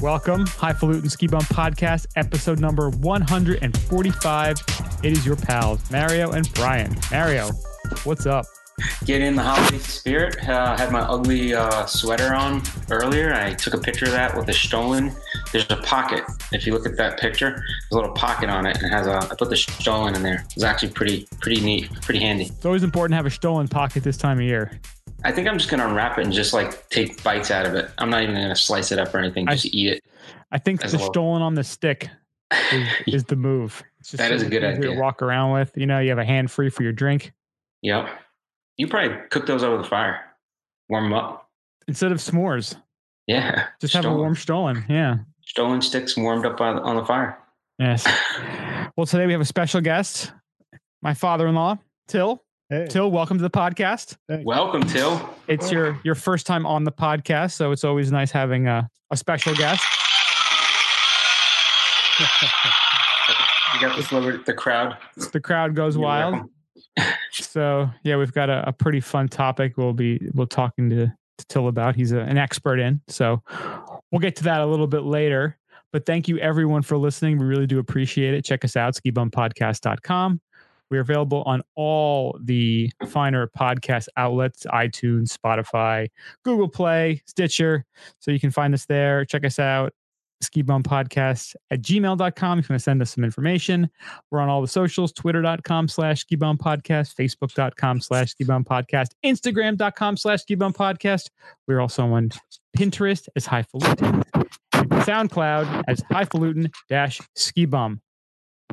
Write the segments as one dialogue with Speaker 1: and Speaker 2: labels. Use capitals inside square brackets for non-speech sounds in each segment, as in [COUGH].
Speaker 1: Welcome, Highfalutin Ski Bum Podcast, episode number 145. It is your pals, Mario and Brian. Mario, what's up?
Speaker 2: Get in the holiday spirit. Uh, I had my ugly uh, sweater on earlier. I took a picture of that with a Stollen. There's a pocket. If you look at that picture, there's a little pocket on it, and it has a. I put the Stollen in there. It's actually pretty, pretty neat, pretty handy.
Speaker 1: It's always important to have a stolen pocket this time of year.
Speaker 2: I think I'm just gonna unwrap it and just like take bites out of it. I'm not even gonna slice it up or anything.
Speaker 1: I-
Speaker 2: Just eat it.
Speaker 1: I think
Speaker 2: As
Speaker 1: the
Speaker 2: well.
Speaker 1: stolen on the stick
Speaker 2: [LAUGHS]
Speaker 1: is, is the move. It's just
Speaker 2: That is a good
Speaker 1: easier to
Speaker 2: idea.
Speaker 1: walk around with. You know, you have a hand free for your drink.
Speaker 2: Yep. You probably cook those over the fire, warm them up.
Speaker 1: Instead of s'mores,
Speaker 2: Yeah.
Speaker 1: just have a
Speaker 2: Stollen-
Speaker 1: warm stolen. Yeah.
Speaker 2: Stollen sticks warmed up on, on the fire.
Speaker 1: Yes. Well, today we have a special guest, my father in law, Till.
Speaker 3: Hey,
Speaker 1: Till, welcome to the podcast.
Speaker 2: Welcome, Till.
Speaker 1: It's your your first time on the podcast, so it's always nice having a, a special guest.
Speaker 2: You got this little, the crowd.
Speaker 1: The crowd goes
Speaker 2: You're
Speaker 1: wild.
Speaker 2: welcome.
Speaker 1: So yeah, we've got a, a pretty fun topic. We'll be we'll talking to, to Till about. He's a, an expert in. So we'll get to that a little bit later. But thank you everyone for listening. We really do appreciate it. Check us out, skibumpodcast.com. We're available on all the finer podcast outlets, iTunes, Spotify, Google Play, Stitcher. So you can find us there. Check us out, skibumpodcast at gmail.com. If you want to send us some information, we're on all the socials, twitter.com slash skibum podcast, facebook.com slash skibum podcast, instagram.com slash skibum podcast. We're also on Pinterest as highfalutin, SoundCloud as highfalutin dash skibum,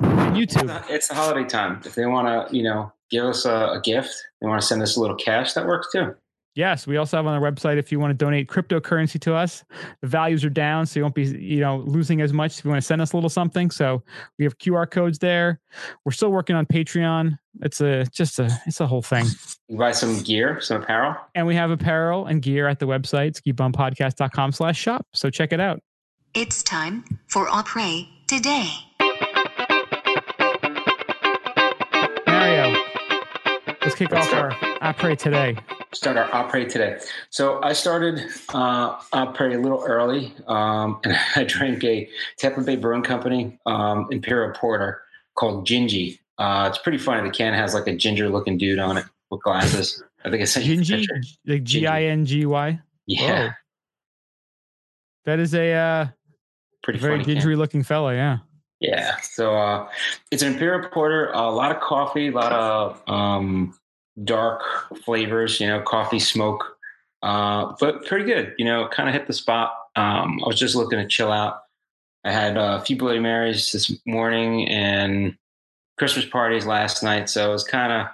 Speaker 1: and YouTube.
Speaker 2: It's the holiday time. If they want to, you know, give us a, a gift, they want to send us a little cash, that works too.
Speaker 1: Yes, we also have on our website if you want to donate cryptocurrency to us. The values are down, so you won't be you know losing as much. If you want to send us a little something, so we have QR codes there. We're still working on Patreon. It's a just a it's a whole thing,
Speaker 2: You buy some gear, some apparel.
Speaker 1: and we have apparel and gear at the website skibumpodcast.com slash shop. So check it out.
Speaker 4: It's time for Opry today.
Speaker 1: Mario, let's kick
Speaker 2: Let's
Speaker 1: off
Speaker 2: go.
Speaker 1: our I pray today.
Speaker 2: start our opera today. So I started uh, opera a little early, um, [LAUGHS] and I drank a Tampa Bay Brewing Company um, Imperial Porter called Gingy. Uh, it's pretty funny. The can has like a ginger-looking dude on it with glasses. I think I sent you the
Speaker 1: Gingy,
Speaker 2: picture.
Speaker 1: like G I N G Y.
Speaker 2: Yeah,
Speaker 1: Whoa. That is a uh,
Speaker 2: pretty
Speaker 1: very
Speaker 2: funny. can.
Speaker 1: gingery looking fella. Yeah.
Speaker 2: Yeah. So uh, it's an imperial porter. A lot of coffee. A lot of um, dark flavors. You know, coffee smoke. Uh, but pretty good. You know, kind of hit the spot. Um, I was just looking to chill out. I had a few Bloody Marys this morning and Christmas parties last night, so I was kind of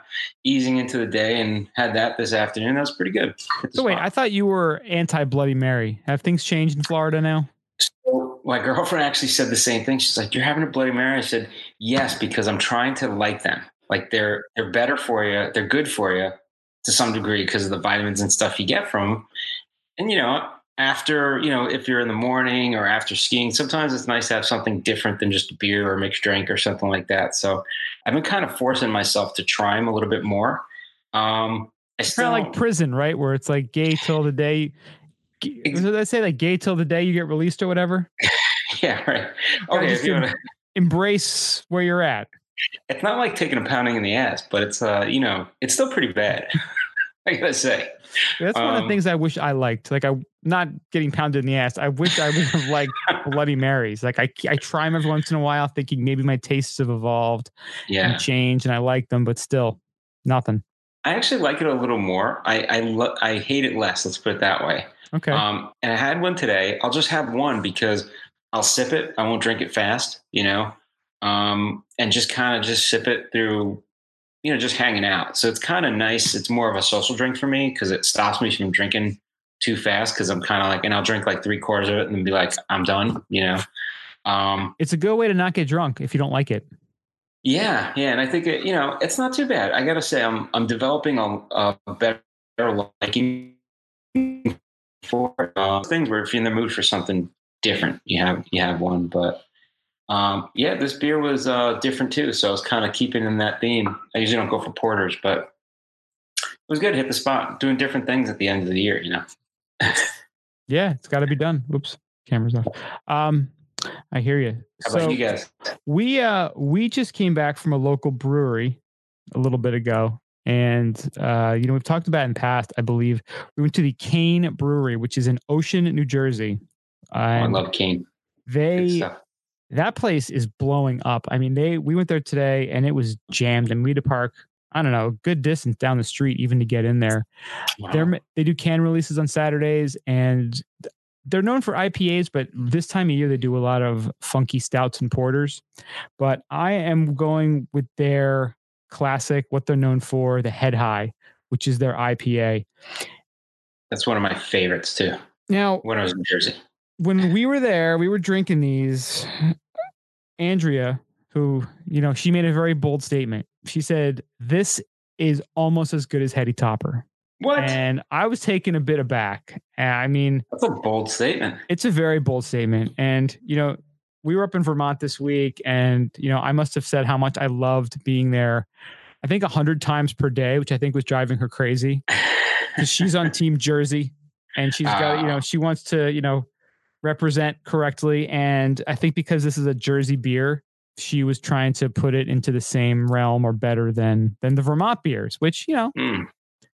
Speaker 2: easing into the day and had that this afternoon. That was pretty good. Hit the
Speaker 1: So wait,
Speaker 2: spot.
Speaker 1: I thought you were anti Bloody Mary. Have things changed in Florida now?
Speaker 2: So my girlfriend actually said the same thing. She's like, "You're having a Bloody Mary." I said, "Yes, because I'm trying to like them. Like they're they're better for you. They're good for you to some degree because of the vitamins and stuff you get from them. And you know, after you know, if you're in the morning or after skiing, sometimes it's nice to have something different than just a beer or a mixed drink or something like that. So I've been kind of forcing myself to try them a little bit more. Um, I
Speaker 1: It's kind
Speaker 2: still
Speaker 1: of like prison, right? Where it's like gay till the day. g-
Speaker 2: Ex-
Speaker 1: What did I say? Like gay till the day you get released or whatever.
Speaker 2: [LAUGHS] yeah, right.
Speaker 1: I
Speaker 2: Okay,
Speaker 1: just
Speaker 2: if you
Speaker 1: didn't-
Speaker 2: wanna-
Speaker 1: Embrace where you're at.
Speaker 2: it's not like taking a pounding in the ass, but it's uh, you know, it's still pretty bad. [LAUGHS] I gotta say.
Speaker 1: That's one of the
Speaker 2: Um,
Speaker 1: things I wish I liked. Like I not getting pounded in the ass. I wish I would have
Speaker 2: [LAUGHS]
Speaker 1: liked Bloody Marys. Like I, I try them every once in a while, thinking maybe my tastes have evolved
Speaker 2: Yeah,
Speaker 1: and changed, and I like them, but still nothing.
Speaker 2: I actually like it a little more. I I lo- I hate it less. Let's put it that way.
Speaker 1: Okay.
Speaker 2: Um, and I had one today. I'll just have one because I'll sip it. I won't drink it fast, you know, um, and just kind of just sip it through, you know, just hanging out. So it's kind of nice. It's more of a social drink for me because it stops me from drinking too fast because I'm kind of like, and I'll drink like three quarters of it and then be like, I'm done, you know. Um,
Speaker 1: it's a good way to not get drunk if you don't like it.
Speaker 2: Yeah, yeah, and I think it, you know it's not too bad. I gotta say, I'm I'm developing a, a better liking for uh, things where if you're in the mood for something different, you have you have one. But um, yeah, this beer was uh, different too, so I was kind of keeping in that theme. I usually don't go for porters, but it was good. Hit the spot, doing different things at the end of the year, you know.
Speaker 1: Yeah, it's got to be done. Oops. Cameras off. Um, I hear you.
Speaker 2: How about you guys?
Speaker 1: we uh we just came back from a local brewery a little bit ago and uh you know we've talked about it in the past i believe we went to the kane brewery which is in ocean new jersey
Speaker 2: Oh, I
Speaker 1: and
Speaker 2: love Kane. Good
Speaker 1: they
Speaker 2: stuff.
Speaker 1: that place is blowing up i mean they we went there today and it was jammed and we had to park i don't know a good distance down the street even to get in there
Speaker 2: Wow.
Speaker 1: they're they do can releases on Saturdays, and they're known for IPAs, but
Speaker 2: Mm-hmm.
Speaker 1: this time of year they do a lot of funky stouts and porters. But I am going with their classic, what they're known for, the Head High, which is their IPA.
Speaker 2: That's one of my favorites too.
Speaker 1: Now,
Speaker 2: When I was in Jersey, [LAUGHS]
Speaker 1: when we were there, we were drinking these. Andrea, who you know, she made a very bold statement. She said, "This is almost as good as Hetty Topper,"
Speaker 2: what?
Speaker 1: and I was taken a bit aback. I mean,
Speaker 2: That's a bold statement.
Speaker 1: It's a very bold statement. And, you know, we were up in Vermont this week, and, you know, I must have said how much I loved being there. I think 100 times per day, which I think was driving her crazy 'cause she's
Speaker 2: [LAUGHS]
Speaker 1: on Team Jersey and she's got, you know,
Speaker 2: Ah.
Speaker 1: she wants to, you know, represent correctly. And I think because this is a Jersey beer, she was trying to put it into the same realm or better than than the Vermont beers, which, you know,
Speaker 2: Hmm.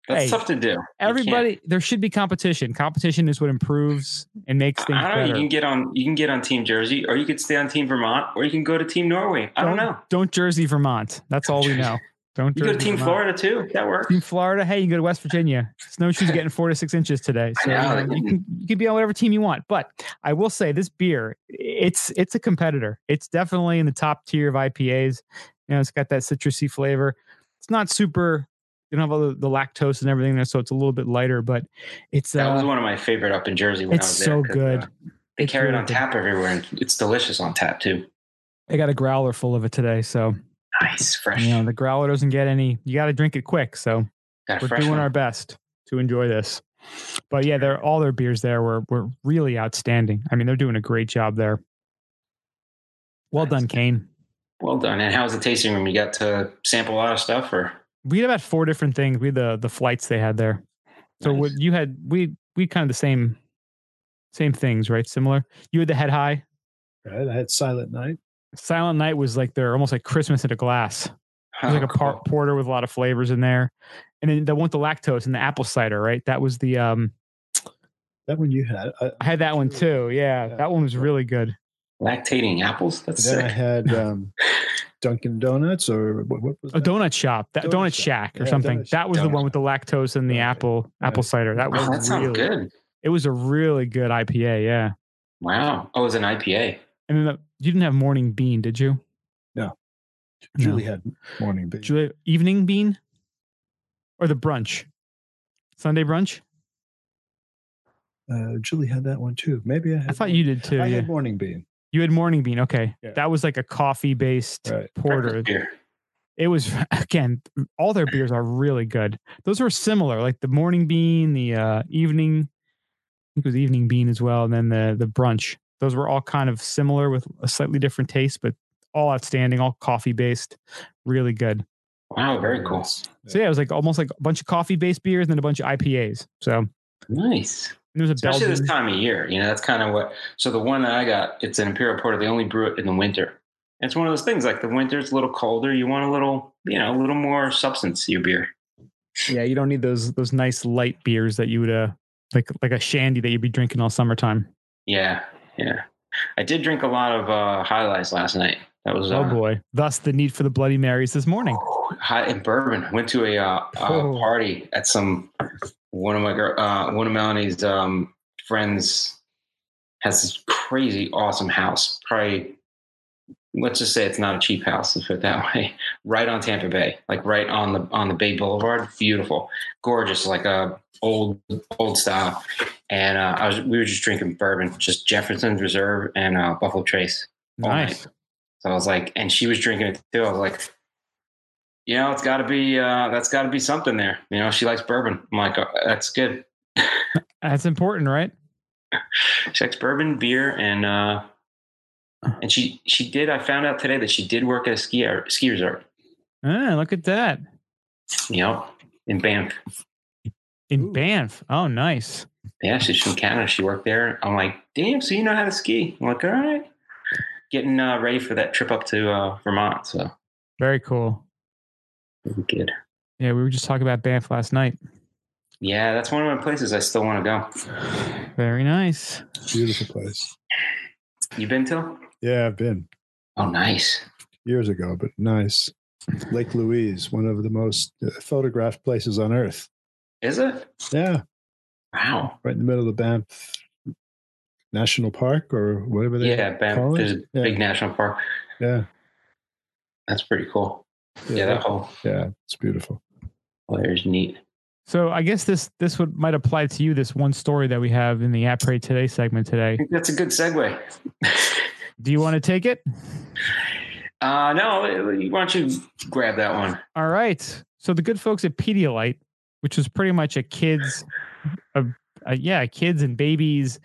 Speaker 2: That's
Speaker 1: Hey,
Speaker 2: tough to do. You can't-
Speaker 1: everybody there should be competition. Competition is what improves and makes things
Speaker 2: I don't know.
Speaker 1: better.
Speaker 2: You can get on. You can get on Team Jersey, or you could stay on Team Vermont, or you can go to Team Norway. I don't know.
Speaker 1: Don't Jersey, Vermont. That's all
Speaker 2: [LAUGHS]
Speaker 1: we know. Don't
Speaker 2: You
Speaker 1: Jersey,
Speaker 2: go to Team
Speaker 1: Vermont.
Speaker 2: Florida too. That works.
Speaker 1: Team Florida. Hey, you can go to West Virginia.
Speaker 2: [LAUGHS]
Speaker 1: Snowshoes getting four to six inches today. So you,
Speaker 2: know,
Speaker 1: know,
Speaker 2: they
Speaker 1: you can you can be on whatever team you want. But I will say this beer, it's it's a competitor. It's definitely in the top tier of IPAs. You know, it's got that citrusy flavor. It's not super. You don't have all the, the lactose and everything there, so it's a little bit lighter. But it's
Speaker 2: That was
Speaker 1: uh,
Speaker 2: one of my favorite up in Jersey when
Speaker 1: it's
Speaker 2: I was there.
Speaker 1: so
Speaker 2: 'cause,
Speaker 1: good.
Speaker 2: uh, they
Speaker 1: It's
Speaker 2: carry it
Speaker 1: really
Speaker 2: on
Speaker 1: good.
Speaker 2: tap everywhere, and it's delicious on tap too.
Speaker 1: I got a growler full of it today, so
Speaker 2: Nice, fresh.
Speaker 1: you know the growler doesn't get any. You got to drink it quick. So
Speaker 2: Got a
Speaker 1: we're
Speaker 2: fresh
Speaker 1: doing
Speaker 2: one.
Speaker 1: our best to enjoy this. But yeah, they're all their beers there were were really outstanding. I mean, they're doing a great job there. Well
Speaker 2: Nice.
Speaker 1: done, Kane.
Speaker 2: Well done. And how was the tasting room? You got to sample a lot of stuff, or
Speaker 1: We had about four different things. We had the the flights they had there. So
Speaker 2: Nice.
Speaker 1: what you had, we we kind of the same same things, right? Similar. You had the head high.
Speaker 3: Right. I had Silent Night.
Speaker 1: Silent Night was like they're almost like Christmas in a glass. It was like a
Speaker 2: Oh,
Speaker 1: par-
Speaker 2: cool.
Speaker 1: porter with a lot of flavors in there, and then the one with the lactose and the apple cider, right? That was the um.
Speaker 3: That one you had. I,
Speaker 1: I had that one too. Yeah,
Speaker 3: Yeah.
Speaker 1: that one was really good.
Speaker 2: lactating apples. That's
Speaker 3: then I
Speaker 2: sick.
Speaker 3: had um, Dunkin' Donuts or what, what was
Speaker 1: a
Speaker 3: that?
Speaker 1: Oh, donut shop, that
Speaker 3: Donut
Speaker 1: donut,
Speaker 3: shop.
Speaker 1: shack or
Speaker 3: Yeah,
Speaker 1: something.
Speaker 3: donut shop.
Speaker 1: that was the
Speaker 2: Donut
Speaker 1: one with the lactose and the
Speaker 3: Donut shop.
Speaker 1: apple
Speaker 3: Yeah.
Speaker 1: apple cider. That was
Speaker 2: Oh, that sounds
Speaker 1: really,
Speaker 2: good.
Speaker 1: It was a really good IPA. Yeah,
Speaker 2: Wow. Oh, it was an IPA.
Speaker 1: and then the, you didn't have morning bean, did you?
Speaker 3: No.
Speaker 1: No.
Speaker 3: Julie had Morning Bean.
Speaker 1: Julie- evening bean, or the brunch, Sunday brunch.
Speaker 3: Uh, Julie had that one too. Maybe I had.
Speaker 1: I thought you did too.
Speaker 3: I
Speaker 1: yeah.
Speaker 3: had Morning Bean.
Speaker 1: you had morning bean. Okay,
Speaker 3: Yeah.
Speaker 1: that was like a coffee based
Speaker 3: Right.
Speaker 1: porter.
Speaker 2: Breakfast beer.
Speaker 1: it was [LAUGHS] again all their beers are really good those were similar like the morning bean the uh evening i think it was evening bean as well and then the the brunch those were all kind of similar with a slightly different taste but all outstanding all coffee based really good
Speaker 2: Wow, Oh, very cool.
Speaker 1: so yeah it was like almost like a bunch of coffee based beers and then a bunch of ipas so and
Speaker 2: Nice.
Speaker 1: there was a
Speaker 2: Especially
Speaker 1: belgian
Speaker 2: this time of year, you know, that's kind of what. So the one that I got, it's an imperial porter. They only brew it in the winter. And it's one of those things like the winter, it's a little colder. You want a little, you know, a little more substance to your beer.
Speaker 1: yeah you don't need those those nice light beers that you would uh like like a shandy that you'd be drinking all summertime
Speaker 2: Yeah, yeah. I did drink a lot of uh, highlights last night. That was uh,
Speaker 1: oh boy thus the need for the bloody marys this morning
Speaker 2: Oh, high in bourbon. Went to a uh,
Speaker 1: Oh.
Speaker 2: uh, party at some one of my girl, uh, one of Melanie's um, friends has this crazy awesome house. Probably let's just say it's not a cheap house. Let's put it that [LAUGHS] way. Right on Tampa Bay, like right on the on the Bay Boulevard. Beautiful, gorgeous, like a old old style. And uh, I was we were just drinking bourbon, just Jefferson's Reserve and uh, Buffalo Trace. All night.
Speaker 1: nice
Speaker 2: So I was like, and she was drinking it too. I was like, you know, it's got to be uh, that's got to be something there. You know, she likes bourbon. I'm like, oh, that's good.
Speaker 1: that's important right
Speaker 2: She likes bourbon, beer, and uh, and she she did. I found out today that she did work at a ski uh, ski resort.
Speaker 1: Ah, look at that.
Speaker 2: You know, in Banff.
Speaker 1: In
Speaker 3: Ooh.
Speaker 1: Banff. Oh, nice.
Speaker 2: yeah, she's from Canada. She worked there. I'm like, damn, so you know how to ski. I'm like, all right. Getting uh, ready for that trip up to uh, Vermont. So
Speaker 1: Very cool.
Speaker 2: it'll be good.
Speaker 1: Yeah, we were just talking about Banff last night. [SIGHS]
Speaker 2: Yeah, that's one of my places I still want to
Speaker 1: Very nice.
Speaker 3: Beautiful place.
Speaker 2: go. You been to?
Speaker 3: Yeah, I've been
Speaker 2: Oh, nice.
Speaker 3: years ago, but nice. Lake Louise, one of the most uh, photographed places on earth.
Speaker 2: Is it?
Speaker 3: Yeah,
Speaker 2: Wow.
Speaker 3: right in the middle of the Banff National Park or whatever they
Speaker 2: Yeah, Banff.
Speaker 3: call it?
Speaker 2: There's a
Speaker 3: Yeah.
Speaker 2: big national park.
Speaker 3: yeah
Speaker 2: That's pretty cool. Yeah, that whole
Speaker 3: yeah, it's beautiful.
Speaker 2: layer is neat.
Speaker 1: So I guess this this would might apply to you. This one story that we have in the Appray Today segment
Speaker 2: I
Speaker 1: today.
Speaker 2: think that's a good segue. [LAUGHS]
Speaker 1: Do you want to take it?
Speaker 2: uh, no, why don't you grab that one?
Speaker 1: All right. So the good folks at Pedialyte, which is pretty much a kids, a, a, yeah, kids and babies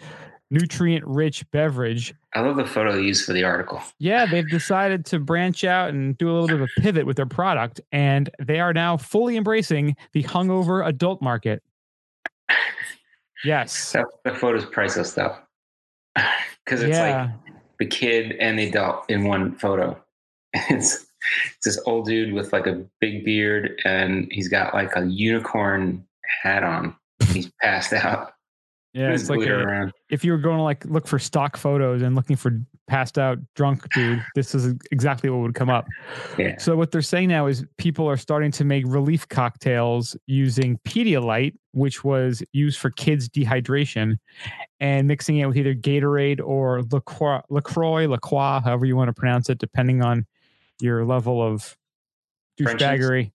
Speaker 1: nutrient rich beverage.
Speaker 2: I love the photo they used for the article.
Speaker 1: Yeah, they've decided to branch out and do a little bit of a pivot with their product, and they are now fully embracing the hungover adult market.
Speaker 2: [LAUGHS]
Speaker 1: Yes.
Speaker 2: That, that photo's priceless though, [LAUGHS] because it's
Speaker 1: yeah.
Speaker 2: like the kid and the adult in one photo. [LAUGHS] It's, it's this old dude with like a big beard, and he's got like a unicorn hat on. He's passed out.
Speaker 1: yeah.
Speaker 2: He's
Speaker 1: It's like
Speaker 2: glitter
Speaker 1: a,
Speaker 2: around.
Speaker 1: if you were going to like look for stock photos and looking for passed out drunk dude, this is exactly what would come up.
Speaker 2: Yeah.
Speaker 1: So what they're saying now is people are starting to make relief cocktails using Pedialyte, which was used for kids dehydration, and mixing it with either Gatorade or LaCroix, LaCroix, LaCroix however you want to pronounce it, depending on your level of
Speaker 2: French [LAUGHS] Mm-hmm.
Speaker 1: douchebaggery.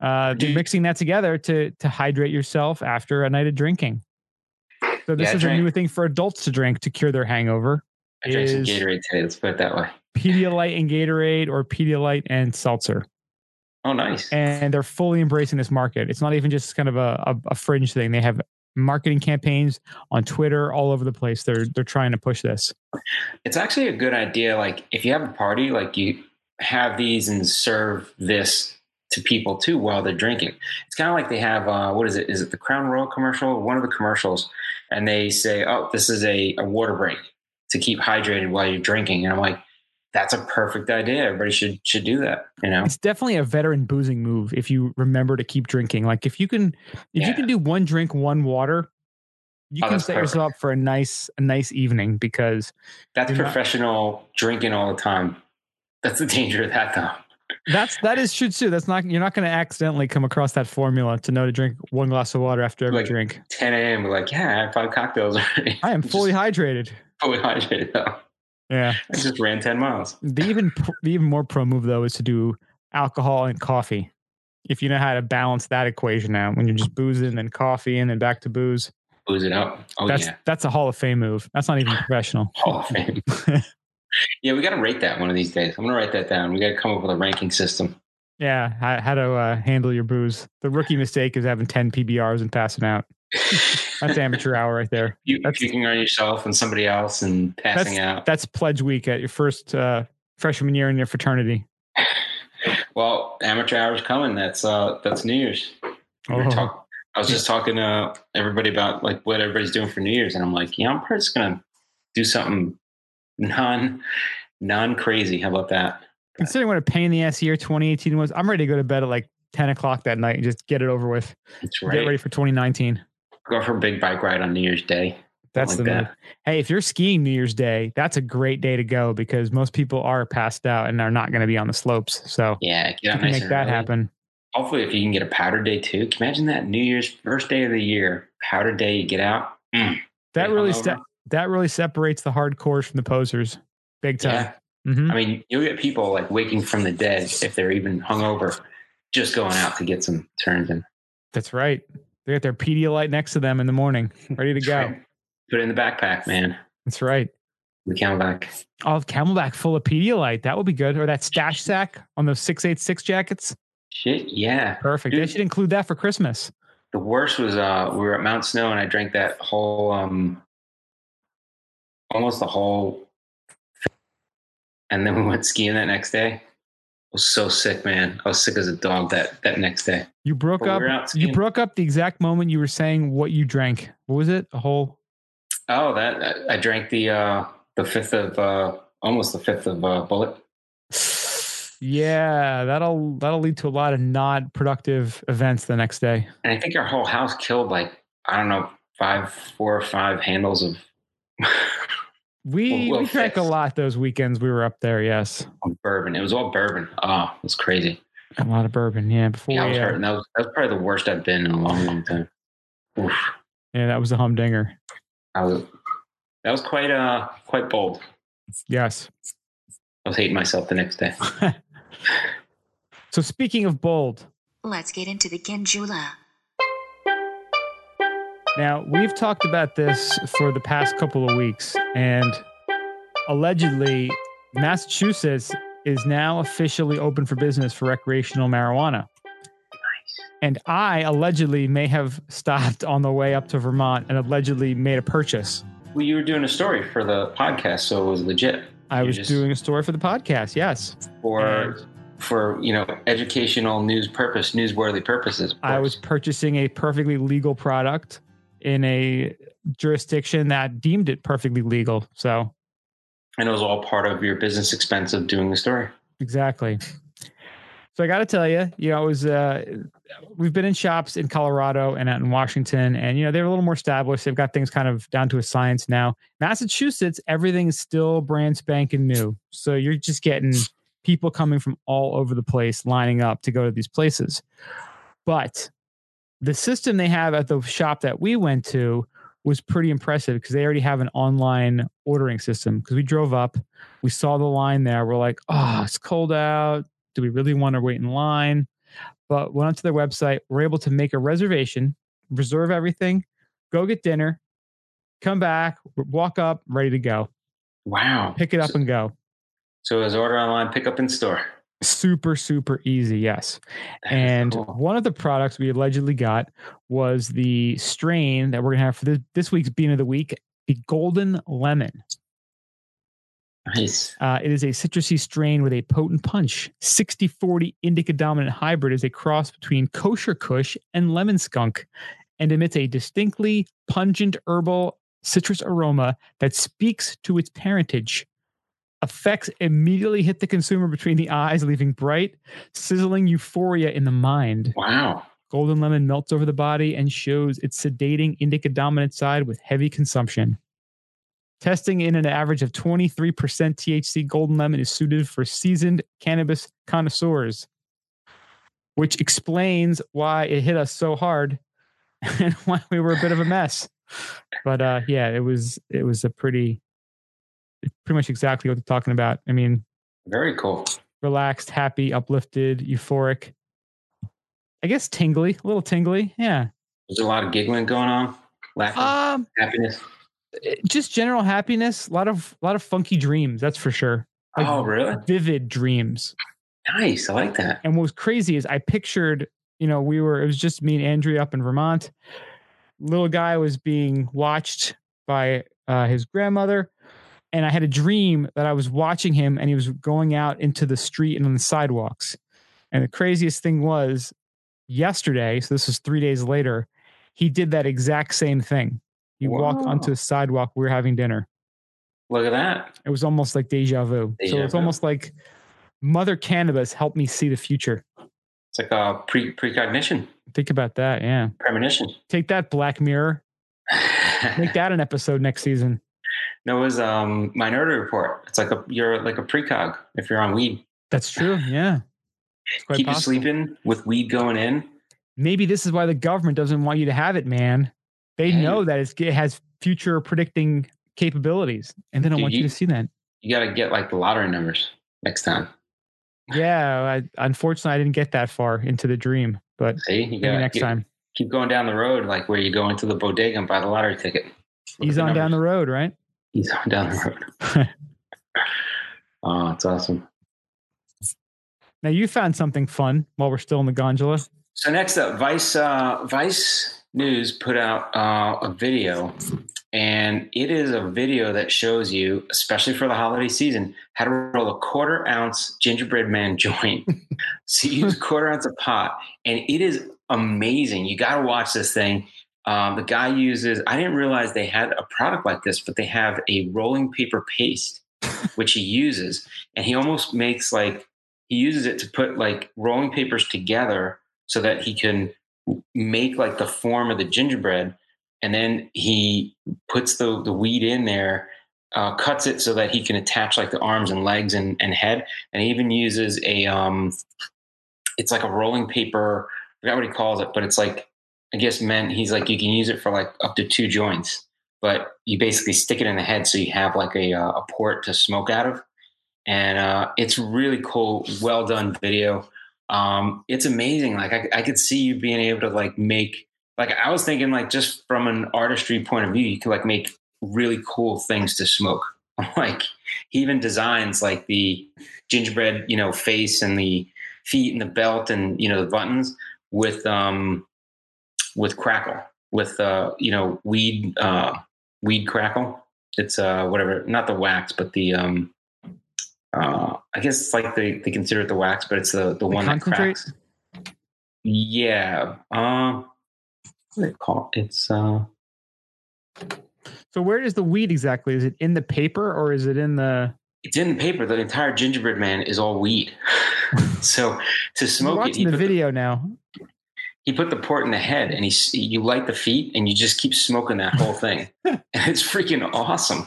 Speaker 1: Uh,
Speaker 2: Do you-
Speaker 1: mixing that together to to hydrate yourself after a night of drinking. So this
Speaker 2: Yeah, I
Speaker 1: is
Speaker 2: drank-
Speaker 1: a new thing for adults to drink to cure their hangover.
Speaker 2: I drank some
Speaker 1: Is-
Speaker 2: Gatorade today. Let's put it that way.
Speaker 1: Pedialyte and Gatorade, or Pedialyte and seltzer,
Speaker 2: Oh, nice.
Speaker 1: and they're fully embracing this market. It's not even just kind of a, a, a fringe thing. They have marketing campaigns on Twitter all over the place. They're they're trying to push this.
Speaker 2: It's actually a good idea. Like if you have a party, like you have these and serve this to people too while they're drinking. It's kind of like they have uh, what is it? Is it the Crown Royal commercial? One of the commercials, and they say, "Oh, this is a, a water break to keep hydrated while you're drinking." And I'm like, "That's a perfect idea. Everybody should should do that." You know?
Speaker 1: It's definitely a veteran boozing move if you remember to keep drinking. Like if you can if you
Speaker 2: Yeah.
Speaker 1: can do one drink, one water, you
Speaker 2: Oh,
Speaker 1: can
Speaker 2: that's
Speaker 1: set
Speaker 2: perfect.
Speaker 1: yourself up for a nice a nice evening because
Speaker 2: That's
Speaker 1: You're not-
Speaker 2: professional drinking all the time. That's the [LAUGHS] danger of that, though.
Speaker 1: That's that is true too. That's not you're not going to accidentally come across that formula to know to drink one glass of water after every
Speaker 2: Like-
Speaker 1: drink.
Speaker 2: 10 a.m. We're like, "Yeah, I have five cocktails already.
Speaker 1: I
Speaker 2: [LAUGHS]
Speaker 1: am
Speaker 2: Just
Speaker 1: fully hydrated.
Speaker 2: [LAUGHS] fully hydrated though.
Speaker 1: Yeah.
Speaker 2: I just ran 10 miles."
Speaker 1: The even pr- the even more pro move though is to do alcohol and coffee. If you know how to balance that equation out, when you're just boozing and coffee and then back to booze,
Speaker 2: Booze it up. Oh
Speaker 1: that's
Speaker 2: yeah,
Speaker 1: that's a Hall of Fame move. That's not
Speaker 2: [LAUGHS]
Speaker 1: even professional.
Speaker 2: Hall of
Speaker 1: [LAUGHS]
Speaker 2: Fame. yeah, we got to rate that one of these days. I'm gonna write that down. We got to come up with a
Speaker 1: [LAUGHS]
Speaker 2: ranking system.
Speaker 1: Yeah, how, how to uh, handle your booze. The rookie mistake is having 10 PBRs and passing out. That's amateur hour right there.
Speaker 2: you
Speaker 1: that's-
Speaker 2: puking on yourself and somebody else and passing out.
Speaker 1: That's pledge week at your first uh, freshman year in your fraternity.
Speaker 2: Well, amateur hour's coming. That's uh, that's New Year's. We were
Speaker 1: Oh.
Speaker 2: talk- I was just talking to everybody about like what everybody's doing for New Year's, and I'm like, yeah, I'm probably just gonna do something non non crazy. How about that?
Speaker 1: considering what a pain in the ass year 2018 was, I'm ready to go to bed at like 10 o'clock that night and just get it over with.
Speaker 2: That's
Speaker 1: Get ready
Speaker 2: right.
Speaker 1: for 2019.
Speaker 2: Go for a big bike ride on New Year's Day.
Speaker 1: That's the
Speaker 2: Something like
Speaker 1: move. Hey, if you're skiing New Year's Day, that's a great day to go because most people are passed out and are not going to be on the slopes. So
Speaker 2: Yeah, get
Speaker 1: you
Speaker 2: out
Speaker 1: can
Speaker 2: nice
Speaker 1: make
Speaker 2: and
Speaker 1: that
Speaker 2: early.
Speaker 1: happen.
Speaker 2: hopefully if you can get a powder day too can you imagine that new year's first day of the year powder day you get out Mm.
Speaker 1: That
Speaker 2: Get
Speaker 1: really
Speaker 2: hungover.
Speaker 1: se- that really separates the hardcores from the posers, big time.
Speaker 2: yeah
Speaker 1: Mhm.
Speaker 2: i mean you'll get people like waking from the dead if they're even hungover just going out to get some turns in
Speaker 1: That's right. They got their Pedialyte next to them in the
Speaker 2: [LAUGHS]
Speaker 1: morning, ready to go.
Speaker 2: put it in the backpack man
Speaker 1: That's right.
Speaker 2: the camelback
Speaker 1: I'll have Camelback full of Pedialyte. That would be good. Or that stash sack on those 686 jackets.
Speaker 2: shit yeah
Speaker 1: Perfect. They
Speaker 2: Dude.
Speaker 1: should include that for Christmas.
Speaker 2: the worst was uh we were at mount snow and i drank that whole um almost the whole and then we went skiing that next day was so sick, man. I was sick as a dog that that next day.
Speaker 1: You broke
Speaker 2: But
Speaker 1: up.
Speaker 2: we're out
Speaker 1: You
Speaker 2: skiing.
Speaker 1: broke up the exact moment you were saying what you drank. What was it? A whole.
Speaker 2: Oh, that I- I drank the uh the fifth of uh almost the fifth of uh bullet.
Speaker 1: Yeah, that'll that'll lead to a lot of not productive events the next day.
Speaker 2: And I think our whole house killed like, I don't know, five, four or five handles of [LAUGHS]
Speaker 1: We
Speaker 2: Well,
Speaker 1: we drank a
Speaker 2: yes.
Speaker 1: lot those weekends we were up there. Yes,
Speaker 2: of bourbon. It was all bourbon. Oh, it was crazy.
Speaker 1: a lot of bourbon. Yeah, before
Speaker 2: Yeah, I was
Speaker 1: we, uh,
Speaker 2: hurting. That was, that was probably the worst I've been in a long, long time. Oof.
Speaker 1: yeah, that was a humdinger.
Speaker 2: I was, that was quite uh quite bold.
Speaker 1: Yes.
Speaker 2: I was hating myself the next day.
Speaker 1: So speaking of bold,
Speaker 4: Let's get into the Kinjula.
Speaker 1: Now, we've talked about this for the past couple of weeks, and allegedly, Massachusetts is now officially open for business for recreational marijuana. And I allegedly may have stopped on the way up to Vermont and allegedly made a purchase.
Speaker 2: Well, you were doing a story for the podcast, so it was legit.
Speaker 1: I
Speaker 2: You
Speaker 1: was
Speaker 2: just-
Speaker 1: doing a story for the podcast. Yes.
Speaker 2: For
Speaker 1: Mm-hmm.
Speaker 2: for you know educational news purpose, newsworthy purposes. of
Speaker 1: I was
Speaker 2: course.
Speaker 1: purchasing a perfectly legal product in a jurisdiction that deemed it perfectly legal. So
Speaker 2: and it was all part of your business expense of doing the story.
Speaker 1: Exactly. So I got to tell you, you know, it was, uh, we've been in shops in Colorado and out in Washington, and, you know, they're a little more established. They've got things kind of down to a science now. Massachusetts, everything is still brand spanking new. So you're just getting people coming from all over the place lining up to go to these places. But the system they have at the shop that we went to was pretty impressive because they already have an online ordering system. Because we drove up, we saw the line there. We're like, oh, it's cold out. Do we really want to wait in line? But went onto their website. We're able to make a reservation, reserve everything, go get dinner, come back, walk up, ready to go,
Speaker 2: Wow.
Speaker 1: pick it up
Speaker 2: So,
Speaker 1: and go.
Speaker 2: so it was order online, pick up in store.
Speaker 1: Super, super easy. Yes.
Speaker 2: That is
Speaker 1: And
Speaker 2: cool.
Speaker 1: one of the products we allegedly got was the strain that we're going to have for this, this week's Bean of the Week, the Golden Lemon.
Speaker 2: nice.
Speaker 1: Uh, it is a citrusy strain with a potent punch. 60 40 indica dominant hybrid is a cross between kosher kush and lemon skunk and emits a distinctly pungent herbal citrus aroma that speaks to its parentage. Effects immediately hit the consumer between the eyes, leaving bright, sizzling euphoria in the mind.
Speaker 2: Wow.
Speaker 1: Golden lemon melts over the body and shows its sedating indica dominant side with heavy consumption. Testing in an average of 23% THC, golden lemon is suited for seasoned cannabis connoisseurs, which explains why it hit us so hard [LAUGHS] and why we were a bit of a mess. But uh, yeah, it was it was a pretty pretty much exactly what they're talking about. I mean,
Speaker 2: Very cool.
Speaker 1: relaxed, happy, uplifted, euphoric. I guess tingly, a little tingly. Yeah.
Speaker 2: There's a lot of giggling going on, laughing,
Speaker 1: Um,
Speaker 2: happiness.
Speaker 1: it- just general happiness. A lot of lot of funky dreams. That's for sure. like-
Speaker 2: oh, really?
Speaker 1: Vivid dreams.
Speaker 2: Nice. I like that.
Speaker 1: And what was crazy is I pictured, you know, we were. It was just me and Andrea up in Vermont. Little guy was being watched by uh, his grandmother. And I had a dream that I was watching him and he was going out into the street and on the sidewalks. And the craziest thing was yesterday, so this was three days later, he did that exact same thing. He walked
Speaker 2: Wow.
Speaker 1: onto the sidewalk. We were having dinner.
Speaker 2: Look at that.
Speaker 1: It was almost like deja vu. so
Speaker 2: Deja
Speaker 1: it's
Speaker 2: vu.
Speaker 1: almost like Mother Cannabis helped me see the future.
Speaker 2: It's like a pre precognition,
Speaker 1: Think about that. Yeah.
Speaker 2: [LAUGHS] premonition.
Speaker 1: Take that, Black Mirror. Make that an episode next season.
Speaker 2: no, it was um minority report. It's like a you're like a precog if you're on weed.
Speaker 1: That's true. Yeah. It's quite
Speaker 2: Keep
Speaker 1: possible.
Speaker 2: you sleeping with weed going in.
Speaker 1: Maybe this is why the government doesn't want you to have it, man. They
Speaker 2: Yeah.
Speaker 1: know that it's, it has future predicting capabilities, and they don't
Speaker 2: Dude,
Speaker 1: want you
Speaker 2: you-
Speaker 1: to see that.
Speaker 2: You gotta get like the lottery numbers next time.
Speaker 1: Yeah, I, unfortunately, I didn't get that far into the dream, but
Speaker 2: See, you
Speaker 1: maybe
Speaker 2: gotta
Speaker 1: next
Speaker 2: get-
Speaker 1: time.
Speaker 2: keep going down the road, like where you go into the bodega and buy the lottery ticket. Look
Speaker 1: He's
Speaker 2: at
Speaker 1: on down
Speaker 2: numbers.
Speaker 1: the road, right?
Speaker 2: He's on down the
Speaker 1: [LAUGHS]
Speaker 2: road. [LAUGHS] oh, it's awesome.
Speaker 1: Now you found something fun while we're still in the gondola.
Speaker 2: So next up, Vice uh, Vice News put out uh, a video And it is a video that shows you, especially for the holiday season, how to roll a quarter ounce gingerbread man [LAUGHS] joint. so you use a quarter ounce of pot, and it is amazing. You got to watch this thing. Um, the guy uses, I didn't realize they had a product like this, but they have a rolling paper paste, which he uses. And he almost makes like, he uses it to put like rolling papers together so that he can make like the form of the gingerbread. And then he puts the, the weed in there, uh, cuts it so that he can attach like the arms and legs and, and head. And he even uses a, um, it's like a rolling paper, I forgot what he calls it, but it's like, I guess meant he's like you can use it for like up to two joints, but you basically stick it in the head so you have like a uh, a port to smoke out of, and uh, it's really cool, well done video. Um, it's amazing. Like I, I could see you being able to like make like I was thinking like just from an artistry point of view, you could like make really cool things to smoke. [LAUGHS] Like he even designs like the gingerbread, you know, face and the feet and the belt and you know the buttons with um with crackle with uh you know weed uh weed crackle it's uh whatever not the wax but the um uh i guess it's like they, they consider it the wax but it's the the, one that
Speaker 1: concentrate?
Speaker 2: cracks yeah um what do they call it? it's uh
Speaker 1: So where is the weed exactly? Is it in the paper or is it in the?
Speaker 2: it's in the paper the entire gingerbread man is all weed [LAUGHS] so to
Speaker 1: I'm
Speaker 2: smoke it
Speaker 1: watching
Speaker 2: you
Speaker 1: the
Speaker 2: put the-
Speaker 1: video now.
Speaker 2: he put the port in the head and he s- you light the feet and you just keep smoking that
Speaker 1: [LAUGHS]
Speaker 2: whole thing and it's freaking awesome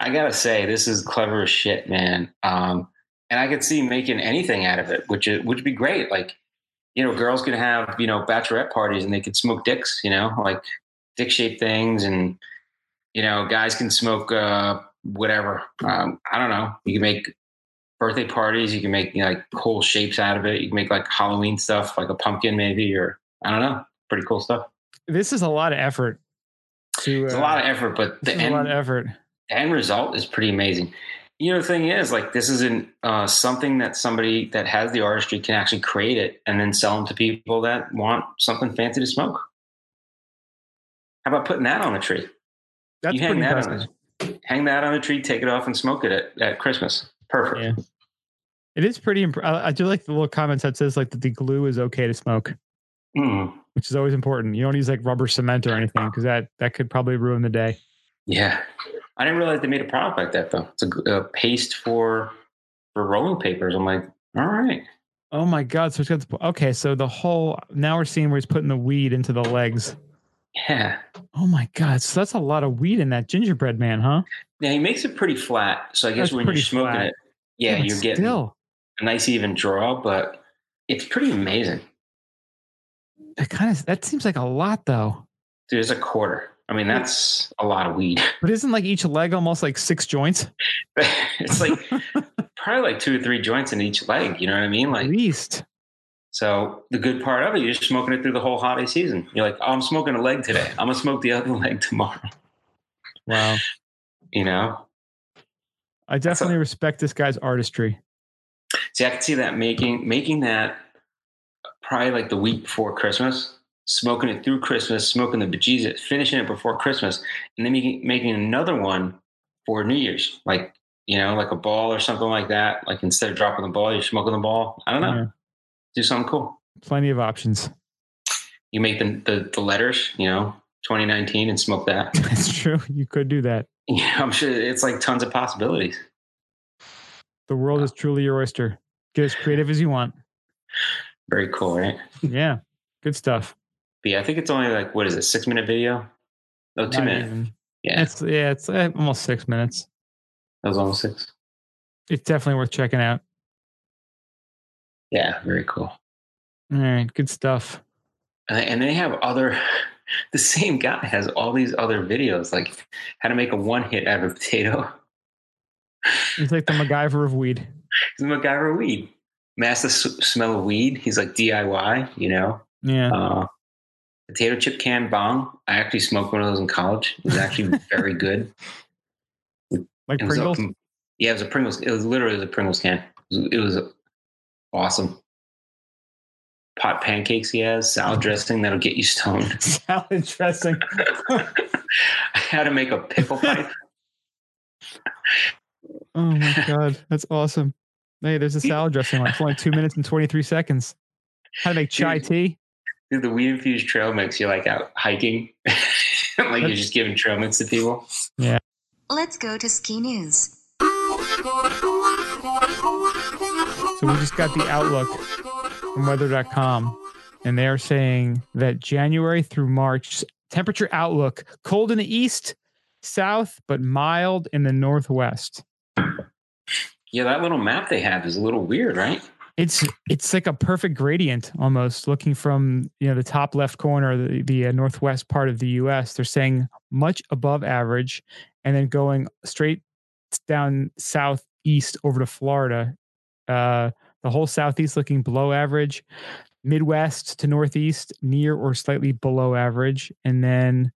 Speaker 2: i gotta say this is clever as shit man um and i could see making anything out of it which is, which would be great like you know girls could have you know bachelorette parties and they could smoke dicks you know like dick shaped things and you know guys can smoke uh whatever um i don't know you can make birthday parties. You can make you know, like cool shapes out of it. You can make like Halloween stuff, like a pumpkin maybe, or I don't know, pretty cool stuff.
Speaker 1: This is a lot of effort. To,
Speaker 2: It's a
Speaker 1: uh,
Speaker 2: lot of effort, but
Speaker 1: this
Speaker 2: the
Speaker 1: is a
Speaker 2: end,
Speaker 1: lot of effort.
Speaker 2: the end result is pretty amazing. You know, the thing is, like, this isn't uh, something that somebody that has the artistry can actually create it and then sell them to people that want something fancy to smoke. How about putting that on a tree?
Speaker 1: That's
Speaker 2: you hang
Speaker 1: pretty
Speaker 2: that
Speaker 1: impressive.
Speaker 2: on a hang that on a tree, take it off, and smoke it at, at Christmas. Perfect.
Speaker 1: Yeah. It is pretty. Imp- I, I do like the little comments that says like that the glue is okay to smoke,
Speaker 2: Mm.
Speaker 1: which is always important. You don't use like rubber cement or
Speaker 2: Ah.
Speaker 1: anything because that that could probably ruin the day.
Speaker 2: Yeah, I didn't realize they made a product like that though. It's a, a paste for for rolling papers. I'm like, all right,
Speaker 1: Oh my god! So it's got the, okay. So the whole now we're seeing where he's putting the weed into the legs.
Speaker 2: yeah.
Speaker 1: Oh my god! So that's a lot of weed in that gingerbread man, huh?
Speaker 2: Now he makes it pretty flat, so I guess
Speaker 1: That's
Speaker 2: when you're
Speaker 1: pretty
Speaker 2: smoking
Speaker 1: flat.
Speaker 2: it, yeah,
Speaker 1: But
Speaker 2: you're getting
Speaker 1: still.
Speaker 2: a nice even draw, but it's pretty amazing.
Speaker 1: That kind of that seems like a lot though.
Speaker 2: There's a quarter. I mean, that's a lot of weed. [LAUGHS]
Speaker 1: But isn't like each leg almost like six joints [LAUGHS]
Speaker 2: it's like probably like two or three joints in each leg. You know what I mean?
Speaker 1: at
Speaker 2: Like,
Speaker 1: least?
Speaker 2: so the good part of it, you're just smoking it through the whole holiday season. You're like, oh, I'm smoking a leg today. I'm gonna smoke the other [LAUGHS] leg tomorrow.
Speaker 1: Wow!
Speaker 2: You know,
Speaker 1: I
Speaker 2: That's a-
Speaker 1: definitely respect this guy's artistry.
Speaker 2: See, I could see that making making that probably like the week before Christmas, smoking it through Christmas, smoking the bejesus, finishing it before Christmas, and then making making another one for New Year's, like you know, like a ball or something like that. Like instead of dropping the ball, you're smoking the ball. I don't know.
Speaker 1: Yeah.
Speaker 2: Do something cool.
Speaker 1: Plenty of options. [LAUGHS]
Speaker 2: You make the the, the letters, you know, 2019, and smoke that. [LAUGHS]
Speaker 1: That's true. You could do that.
Speaker 2: yeah, I'm sure it's like tons of possibilities.
Speaker 1: The world is truly your oyster. Get as creative as you want.
Speaker 2: Very cool, right?
Speaker 1: Yeah. Good stuff.
Speaker 2: But yeah, I think it's only like what is it, six minute video? Oh, [LAUGHS] two
Speaker 1: Not
Speaker 2: minutes.
Speaker 1: even.
Speaker 2: Yeah,
Speaker 1: It's yeah, it's uh, almost six minutes.
Speaker 2: that was almost six.
Speaker 1: It's definitely worth checking out.
Speaker 2: Yeah, very cool.
Speaker 1: All right, good stuff.
Speaker 2: And Uh, and they have other, [LAUGHS] the same guy has all these other videos, like how to make a one hit out of a potato.
Speaker 1: It's like the MacGyver of weed.
Speaker 2: [LAUGHS] He's a MacGyver weed. Master s- smell of weed. He's like DIY, you know.
Speaker 1: Yeah.
Speaker 2: Uh, potato chip can bong. I actually smoked one of those in college. It was actually very good.
Speaker 1: Like
Speaker 2: It was a-
Speaker 1: Pringles.
Speaker 2: yeah, it was a Pringles. It was literally it was a Pringles can. It was, it was awesome. pot pancakes he has, salad dressing that'll get you stoned.
Speaker 1: [LAUGHS] [LAUGHS]
Speaker 2: [LAUGHS]
Speaker 1: Salad dressing.
Speaker 2: How to make a pickle pipe.
Speaker 1: Oh my god, that's awesome. Hey, there's a salad dressing one. It's only two minutes and twenty three seconds. How to make chai tea?
Speaker 2: Dude, the weed infused trail mix, you're like out hiking. [LAUGHS] like you're just giving trail mix to people.
Speaker 4: Let's go to ski news.
Speaker 1: So we just got the outlook from weather.com, and they are saying that January through March temperature outlook cold in the east, south, but mild in the northwest.
Speaker 2: Yeah, that little map they have is a little weird, right?
Speaker 1: It's it's like a perfect gradient almost. Looking from you know the top left corner, the, the uh, northwest part of the U.S., they're saying much above average, and then going straight down southeast over to Florida, uh, the whole southeast looking below average, Midwest to northeast near or slightly below average, and then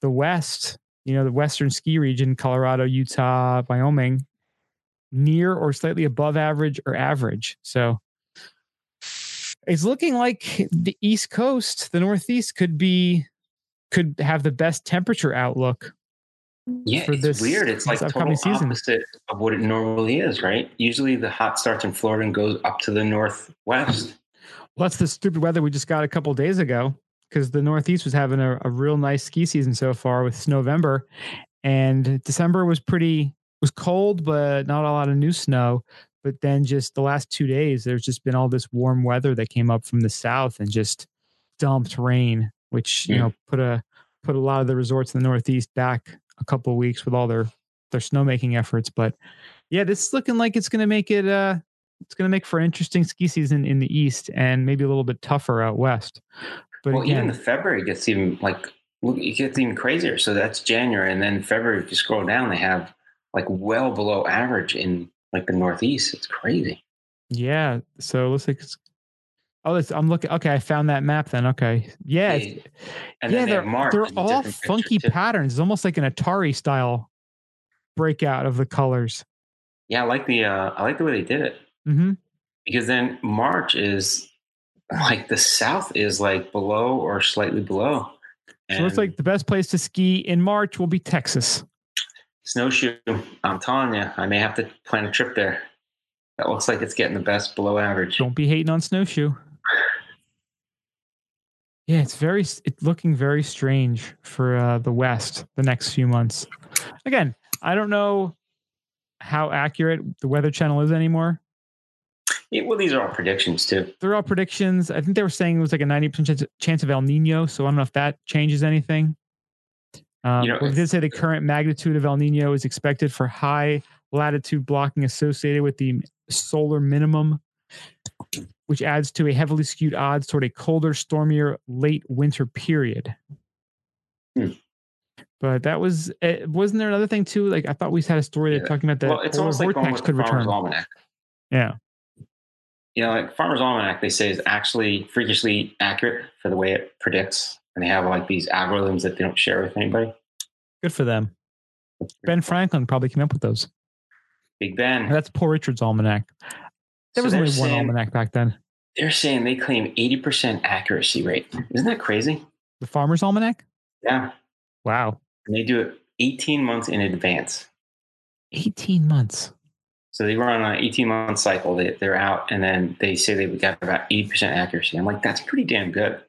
Speaker 1: the west, you know, the western ski region, Colorado, Utah, Wyoming, near or slightly above average or average. So it's looking like the East Coast, the Northeast could be could have the best temperature outlook.
Speaker 2: Yeah,
Speaker 1: For
Speaker 2: it's
Speaker 1: this-
Speaker 2: weird. It's like
Speaker 1: this
Speaker 2: total
Speaker 1: upcoming season.
Speaker 2: opposite of what it normally is, right? Usually the hot starts in Florida and goes up to the northwest.
Speaker 1: Well, that's the stupid weather we just got a couple days ago because the Northeast was having a, a real nice ski season so far with November, and December was pretty was cold, but not a lot of new snow. But then just the last two days, there's just been all this warm weather that came up from the south and just dumped rain, which you
Speaker 2: Yeah.
Speaker 1: know put a put a lot of the resorts in the Northeast back a couple of weeks with all their their snowmaking efforts. But yeah, this is looking like it's going to make it uh it's going to make for an interesting ski season in the east and maybe a little bit tougher out west. But
Speaker 2: well, even
Speaker 1: again,
Speaker 2: the February gets even like look, it gets even crazier. So that's January, and then February. If you scroll down, they have like well below average in like the Northeast. It's crazy.
Speaker 1: yeah. So it looks like it's. Oh, it's, I'm looking. Okay, I found that map. Then okay, yeah, it's-
Speaker 2: and
Speaker 1: yeah.
Speaker 2: then they
Speaker 1: They're
Speaker 2: have March.
Speaker 1: they're
Speaker 2: is a
Speaker 1: all
Speaker 2: different
Speaker 1: funky
Speaker 2: picture, too.
Speaker 1: patterns. It's almost like an Atari style breakout of the colors.
Speaker 2: Yeah, I like the uh, I like the way they did it
Speaker 1: Mm-hmm.
Speaker 2: because then March is like the South is like below or slightly below.
Speaker 1: So it's
Speaker 2: And
Speaker 1: like the best place to ski in March will be Texas.
Speaker 2: snowshoe. I'm telling you, I may have to plan a trip there. That looks like it's getting the best below average.
Speaker 1: Don't be hating on snowshoe. Yeah, it's very it's looking very strange for uh, the West the next few months. Again, I don't know how accurate the Weather Channel is anymore.
Speaker 2: Yeah, well, these are all predictions too.
Speaker 1: They're all predictions. I think they were saying it was like a ninety percent chance- chance of El Nino, so I don't know if that changes anything. Um,
Speaker 2: You know, uh,
Speaker 1: but they did say the current magnitude of El Nino is expected for high latitude blocking associated with the solar minimum, which adds to a heavily skewed odds toward a colder, stormier late winter period.
Speaker 2: Hmm.
Speaker 1: But that was eh, wasn't there another thing too? Like I thought we had a story that
Speaker 2: Yeah.
Speaker 1: talking about that
Speaker 2: well, it's
Speaker 1: polar
Speaker 2: almost like going
Speaker 1: vortex
Speaker 2: with
Speaker 1: could
Speaker 2: the Farmer's
Speaker 1: return.
Speaker 2: Almanac.
Speaker 1: Yeah.
Speaker 2: You know, like Farmer's Almanac, they say is actually freakishly accurate for the way it predicts, and they have like these algorithms that they don't share with anybody.
Speaker 1: Good for them. Ben Franklin probably came up with those.
Speaker 2: Big Ben.
Speaker 1: That's Poor Richard's almanac. There
Speaker 2: So
Speaker 1: was
Speaker 2: they're
Speaker 1: only one
Speaker 2: saying-
Speaker 1: almanac back then.
Speaker 2: They're saying they claim 80% accuracy rate. Isn't that crazy?
Speaker 1: The Farmer's Almanac?
Speaker 2: Yeah.
Speaker 1: Wow.
Speaker 2: And they do it 18 months in advance.
Speaker 1: 18 months.
Speaker 2: So they run on an 18 month cycle. They, they're out and then they say they got about 80% accuracy. I'm like, that's pretty damn good.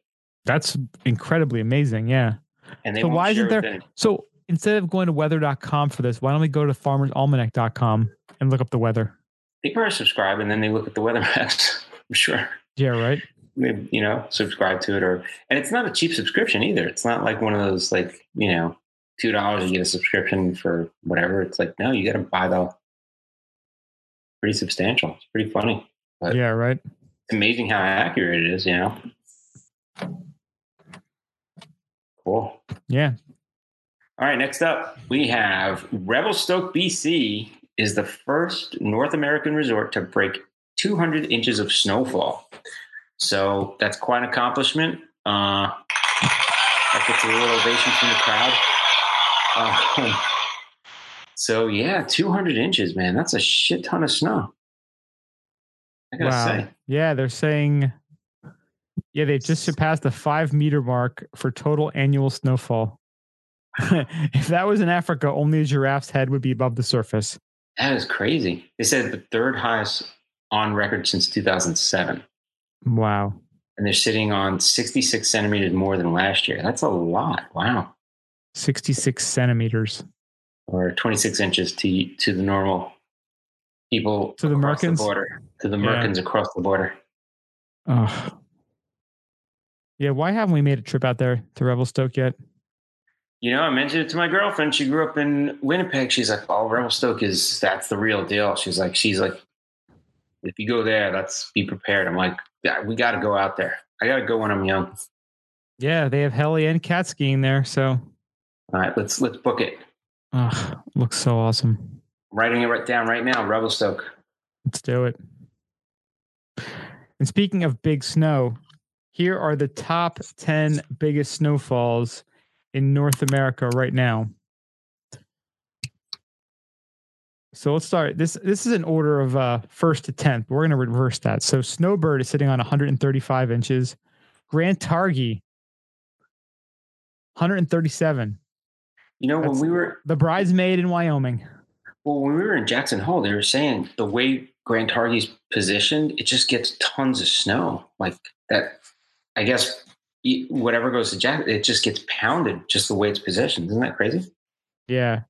Speaker 1: That's incredibly amazing. Yeah.
Speaker 2: And they
Speaker 1: So
Speaker 2: won't
Speaker 1: why
Speaker 2: share
Speaker 1: isn't there-
Speaker 2: with any-
Speaker 1: So instead of going to weather.com for this, why don't we go to farmersalmanac.com and look up the weather?
Speaker 2: They probably subscribe and then they look at the weather maps, [LAUGHS] I'm sure.
Speaker 1: Yeah, right.
Speaker 2: Maybe, you know, subscribe to it or, and it's not a cheap subscription either. It's not like one of those, like, you know, $2 you get a subscription for whatever. It's like, no, you got to buy the pretty substantial. It's pretty funny. But-
Speaker 1: Yeah, right.
Speaker 2: it's amazing how accurate it is, you know. Cool.
Speaker 1: Yeah.
Speaker 2: All right, next up we have Revelstoke, BC is the first North American resort to break 200 inches of snowfall. So that's quite an accomplishment. Uh, that gets a little ovation from the crowd. Um, so yeah, 200 inches, man. That's a shit ton of snow. I gotta
Speaker 1: Wow.
Speaker 2: say.
Speaker 1: Yeah, they're saying Yeah, they've just surpassed the five meter mark for total annual snowfall. [LAUGHS] if that was in Africa, only a giraffe's head would be above the surface.
Speaker 2: That is crazy. They said the third highest on record since 2007,
Speaker 1: Wow.
Speaker 2: and they're sitting on 66 centimeters more than last year. That's a lot. Wow.
Speaker 1: 66 centimeters.
Speaker 2: Or 26 inches to to the normal people
Speaker 1: To the
Speaker 2: across
Speaker 1: Merkins?
Speaker 2: border to the
Speaker 1: Yeah.
Speaker 2: Merkins across the border.
Speaker 1: Oh. Yeah, why haven't we made a trip out there to Revelstoke yet?
Speaker 2: You know, I mentioned it to my girlfriend. She grew up in Winnipeg. She's like, "Oh, Revelstoke is that's the real deal." She's like, "She's like, if you go there, that's be prepared." I'm like, "Yeah, we got to go out there. I got to go when I'm young."
Speaker 1: Yeah, they have heli and cat skiing there, so
Speaker 2: All right, let's let's book it.
Speaker 1: oh, looks so awesome.
Speaker 2: I'm writing it right down right now. Revelstoke.
Speaker 1: Let's do it. And speaking of big snow, here are the top 10 biggest snowfalls in North America right now. So let's start. This this is an order of uh, first to tenth. We're going to reverse that. So Snowbird is sitting on 135 inches. Grand Targhee, 137.
Speaker 2: You know,
Speaker 1: That's-
Speaker 2: when we were
Speaker 1: The Bridesmaid in Wyoming.
Speaker 2: well, when we were in Jackson Hole, they were saying the way Grand Targh's positioned, it just gets tons of snow. Like that, I guess e- whatever goes to Jackson, it just gets pounded just the way it's positioned. Isn't that crazy?
Speaker 1: Yeah.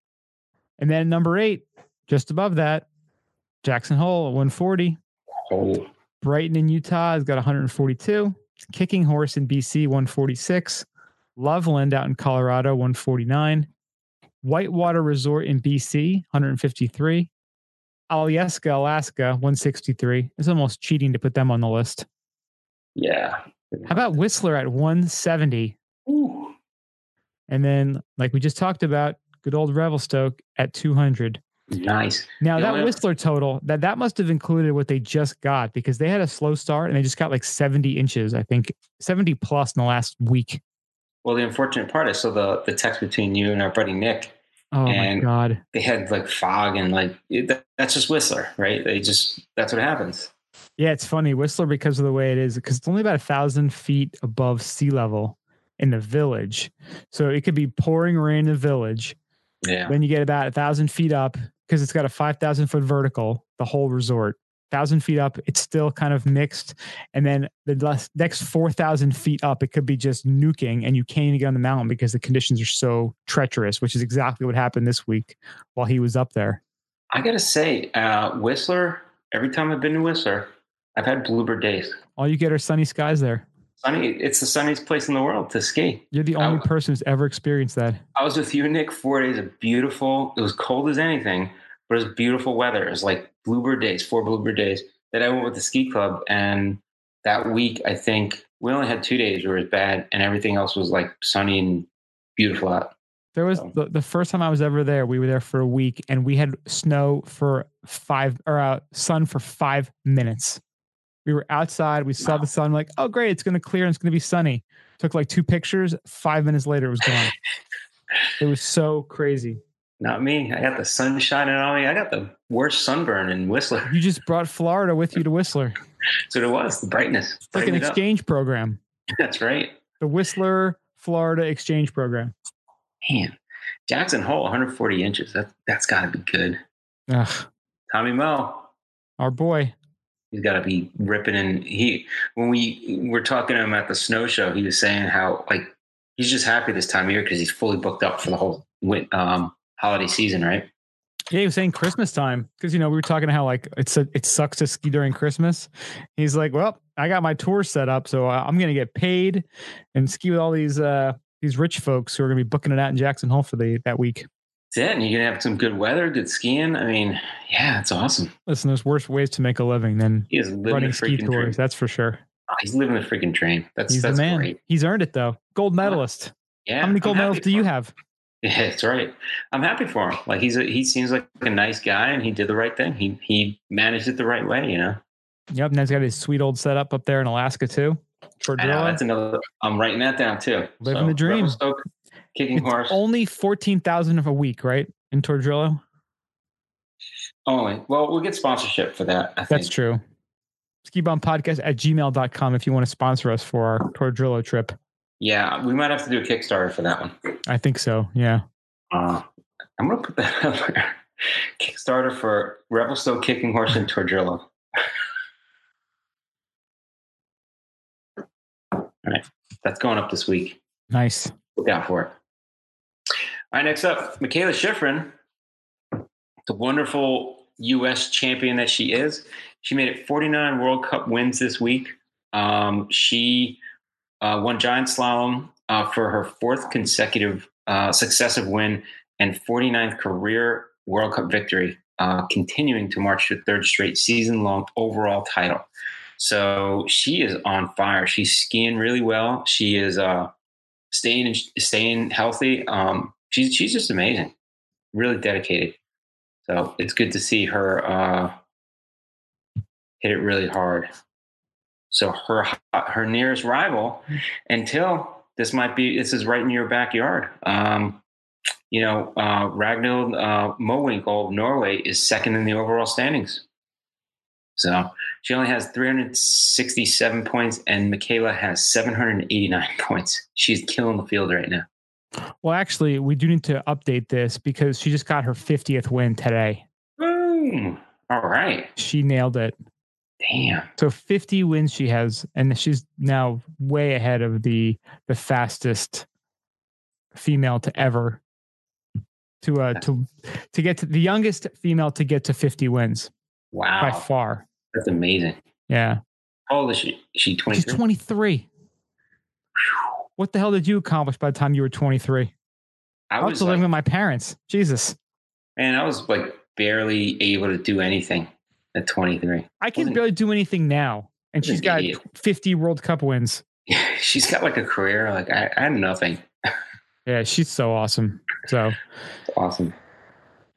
Speaker 1: And then number eight, just above that, Jackson Hole at 140.
Speaker 2: Oh,
Speaker 1: Brighton in Utah has got 142. Kicking Horse in BC 146. Loveland out in Colorado 149. Whitewater Resort in BC 153. Alyeska, Alaska 163. It's almost cheating to put them on the list.
Speaker 2: yeah.
Speaker 1: How about Whistler at 170?
Speaker 2: Ooh.
Speaker 1: And then, like we just talked about, good old Revelstoke at 200.
Speaker 2: Nice.
Speaker 1: Now
Speaker 2: The
Speaker 1: that
Speaker 2: only-
Speaker 1: Whistler total, that that must have included what they just got because they had a slow start and they just got like 70 inches, I think, 70 plus in the last week.
Speaker 2: Well, the unfortunate part is so the the text between you and our buddy Nick,
Speaker 1: Oh
Speaker 2: And-
Speaker 1: my god.
Speaker 2: they had like fog and like it, that, that's just Whistler, right? They just that's what happens.
Speaker 1: Yeah, it's funny. Whistler, because of the way it is, because it's only about a thousand feet above sea level in the village. So it could be pouring rain in the village.
Speaker 2: Yeah.
Speaker 1: Then you get about a thousand feet up because it's got a 5,000 foot vertical, the whole resort. Thousand feet up, it's still kind of mixed. And then the less, next 4,000 feet up, it could be just nuking and you can't even get on the mountain because the conditions are so treacherous, which is exactly what happened this week while he was up there.
Speaker 2: I gotta say, uh, Whistler. Every time I've been to Whistler, I've had bluebird days.
Speaker 1: All you get are sunny skies there.
Speaker 2: Sunny, it's the sunniest place in the world to ski.
Speaker 1: You're the only
Speaker 2: Oh.
Speaker 1: person who's ever experienced that.
Speaker 2: I was with you, Nick, four days of beautiful. It was cold as anything, but it was beautiful weather. It was like bluebird days, four bluebird days. Then I went with the ski club, and that week I think we only had two days where it was bad, and everything else was like sunny and beautiful out.
Speaker 1: There was
Speaker 2: So-
Speaker 1: the, the first time I was ever there, we were there for a week and we had snow for five or uh, sun for five minutes. We were outside, we saw
Speaker 2: Wow.
Speaker 1: the sun, like, oh, great, it's going to clear and it's going to be sunny. Took like two pictures, five minutes later, it was gone. it was so crazy.
Speaker 2: Not me. I got the sun shining on me. I got the worst sunburn in Whistler. [LAUGHS]
Speaker 1: You just brought Florida with you to Whistler.
Speaker 2: So it was the brightness.
Speaker 1: It's like an
Speaker 2: Brightened it up.
Speaker 1: exchange program,
Speaker 2: [LAUGHS] That's right.
Speaker 1: the Whistler, Florida exchange program.
Speaker 2: Man, Jackson Hole, 140 inches. That that's got to be good.
Speaker 1: Ugh,
Speaker 2: Tommy Moe,
Speaker 1: our boy.
Speaker 2: he's got to be ripping in he when we were talking to him at the snow show he was saying how like he's just happy this time of year because he's fully booked up for the whole win, um holiday season right
Speaker 1: Yeah, he was saying Christmas time because you know we were talking how like it's a, it sucks to ski during Christmas. He's like, well, I got my tour set up, so I- I'm gonna get paid and ski with all these uh these rich folks who are gonna be booking it out in Jackson Hole for the that week.
Speaker 2: that's it and you're gonna have some good weather good skiing i mean yeah it's awesome
Speaker 1: Listen, there's worse ways to make a living than
Speaker 2: he is living
Speaker 1: running
Speaker 2: the
Speaker 1: ski
Speaker 2: freaking dream
Speaker 1: tours. That's for sure.
Speaker 2: Oh, he's living the freaking dream that's
Speaker 1: He's the
Speaker 2: that's
Speaker 1: man.
Speaker 2: great
Speaker 1: He's earned it though. Gold medalist.
Speaker 2: yeah
Speaker 1: How many
Speaker 2: I'm
Speaker 1: gold
Speaker 2: happy
Speaker 1: medals do
Speaker 2: for
Speaker 1: you
Speaker 2: him. [LAUGHS]
Speaker 1: have?
Speaker 2: yeah that's right i'm happy for him like he's a, he seems like a nice guy and he did the right thing he he managed it the right way you know
Speaker 1: Yep, and he's got his sweet old setup up there in Alaska too. For
Speaker 2: I know,
Speaker 1: drilling.
Speaker 2: that's another. I'm writing that down too.
Speaker 1: Living the dream.
Speaker 2: Revelstoke, kicking
Speaker 1: It's
Speaker 2: horse
Speaker 1: only fourteen thousand of a week, right? In Tordrillo.
Speaker 2: only. Well, we'll get sponsorship for that. I think.
Speaker 1: That's true. ski bomb podcast at gmail.com if you want to sponsor us for our Tordrillo trip.
Speaker 2: Yeah, we might have to do a Kickstarter for that one.
Speaker 1: I think so. Yeah.
Speaker 2: Uh, I'm gonna put that [LAUGHS] out there. Kickstarter for Revelstoke Kicking Horse and Tordrillo. [LAUGHS] All right, that's going up this week.
Speaker 1: Nice.
Speaker 2: Look out for it. All right, next up, Michaela Schifrin, the wonderful U.S. champion that she is. She made it 49 World Cup wins this week. Um, she uh, won giant slalom uh, for her fourth consecutive uh, successive win and 49th career World Cup victory, uh, continuing to march her third straight season long overall title. So she is on fire. She's skiing really well. She is uh, staying staying healthy. Um, she's she's just amazing, really dedicated. So it's good to see her uh, hit it really hard. So her her nearest rival, until this might be this is right in your backyard. Um, you know, uh, Ragnhild uh, Mowinkle of Norway is second in the overall standings. So she only has 367 points, and Michaela has 789 [LAUGHS] points. She's killing the field right now.
Speaker 1: Well, actually, we do need to update this because she just got her 50th win today.
Speaker 2: Boom! All right,
Speaker 1: She nailed it.
Speaker 2: damn.
Speaker 1: So 50 wins she has, and she's now way ahead of the the fastest female to ever to uh to to get to the youngest female to get to 50 wins by
Speaker 2: Wow,
Speaker 1: far.
Speaker 2: that's amazing.
Speaker 1: Yeah,
Speaker 2: How old is she? Is she
Speaker 1: she's
Speaker 2: 23?
Speaker 1: 23. What the hell did you accomplish by the time you were 23?
Speaker 2: I
Speaker 1: I was
Speaker 2: was uh,
Speaker 1: living
Speaker 2: like,
Speaker 1: with my parents. Jesus,
Speaker 2: man, I was like barely able to do anything at 23.
Speaker 1: I can
Speaker 2: Wasn't-
Speaker 1: barely do anything now, and
Speaker 2: was an
Speaker 1: she's got
Speaker 2: idiot.
Speaker 1: 50 World Cup wins.
Speaker 2: [LAUGHS] She's got like a career. Like I, I had nothing.
Speaker 1: Yeah, she's so awesome. So
Speaker 2: It's awesome.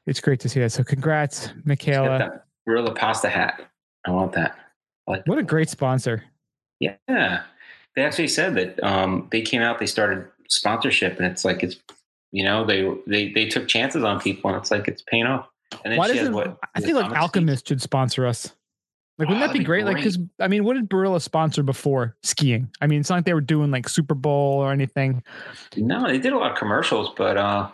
Speaker 1: it's great to see that. So congrats,
Speaker 2: Got
Speaker 1: Michaela.
Speaker 2: that Gorilla pasta hat. I want that. I like
Speaker 1: What a great sponsor.
Speaker 2: Yeah. They actually said that um, they came out, they started sponsorship, and it's like it's you know, they they they took chances on people and it's like it's paying off. And then
Speaker 1: Why
Speaker 2: she has
Speaker 1: doesn't
Speaker 2: what?
Speaker 1: I think like
Speaker 2: Alchemist.
Speaker 1: Alchemist should sponsor us? Like,
Speaker 2: Oh,
Speaker 1: wouldn't that be
Speaker 2: that'd be
Speaker 1: great? Like,
Speaker 2: great.
Speaker 1: because I mean, what did Barilla sponsor before skiing? I mean, it's not like they were doing like Super Bowl or anything.
Speaker 2: No, they did a lot of commercials, but uh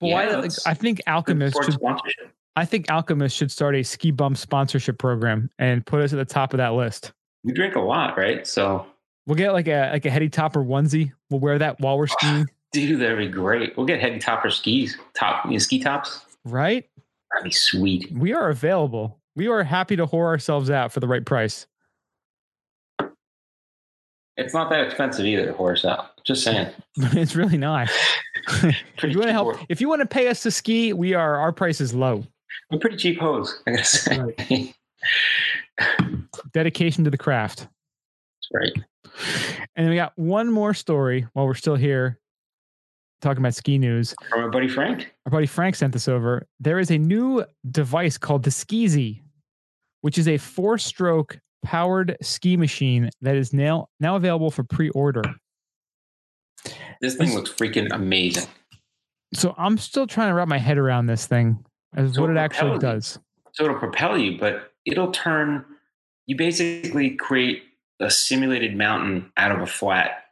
Speaker 1: But why? Like,
Speaker 2: Yeah, that's-
Speaker 1: I think Alchemist
Speaker 2: for
Speaker 1: should.
Speaker 2: sponsorship.
Speaker 1: I think Alchemist should start a ski bump sponsorship program and put us at the top of that list.
Speaker 2: We drink a lot, right? So
Speaker 1: We'll get like a like a heady topper onesie. We'll wear that while we're skiing,
Speaker 2: dude, that'd be great. We'll get head and topper skis, top you know, ski tops.
Speaker 1: right?
Speaker 2: That'd be sweet.
Speaker 1: We are available. We are happy to whore ourselves out for the right price. [LAUGHS]
Speaker 2: It's not that expensive either, horse out. Just saying.
Speaker 1: it's really not. if
Speaker 2: Pretty
Speaker 1: you want to
Speaker 2: cheap
Speaker 1: help,
Speaker 2: horse.
Speaker 1: if you want to pay us to ski, we are our price is low.
Speaker 2: We're pretty cheap hose, I gotta say. [LAUGHS] Right.
Speaker 1: dedication to the craft.
Speaker 2: right.
Speaker 1: And then we got one more story while we're still here talking about ski news.
Speaker 2: From my buddy Frank.
Speaker 1: Our buddy Frank sent this over. There is a new device called the Skeezy, which is a four stroke powered ski machine that is now now available for pre-order.
Speaker 2: This thing looks freaking amazing.
Speaker 1: So I'm still trying to wrap my head around this thing as
Speaker 2: So
Speaker 1: what it
Speaker 2: we're
Speaker 1: actually
Speaker 2: telling you.
Speaker 1: does.
Speaker 2: so it'll propel you, but it'll turn. You basically create a simulated mountain out of a flat,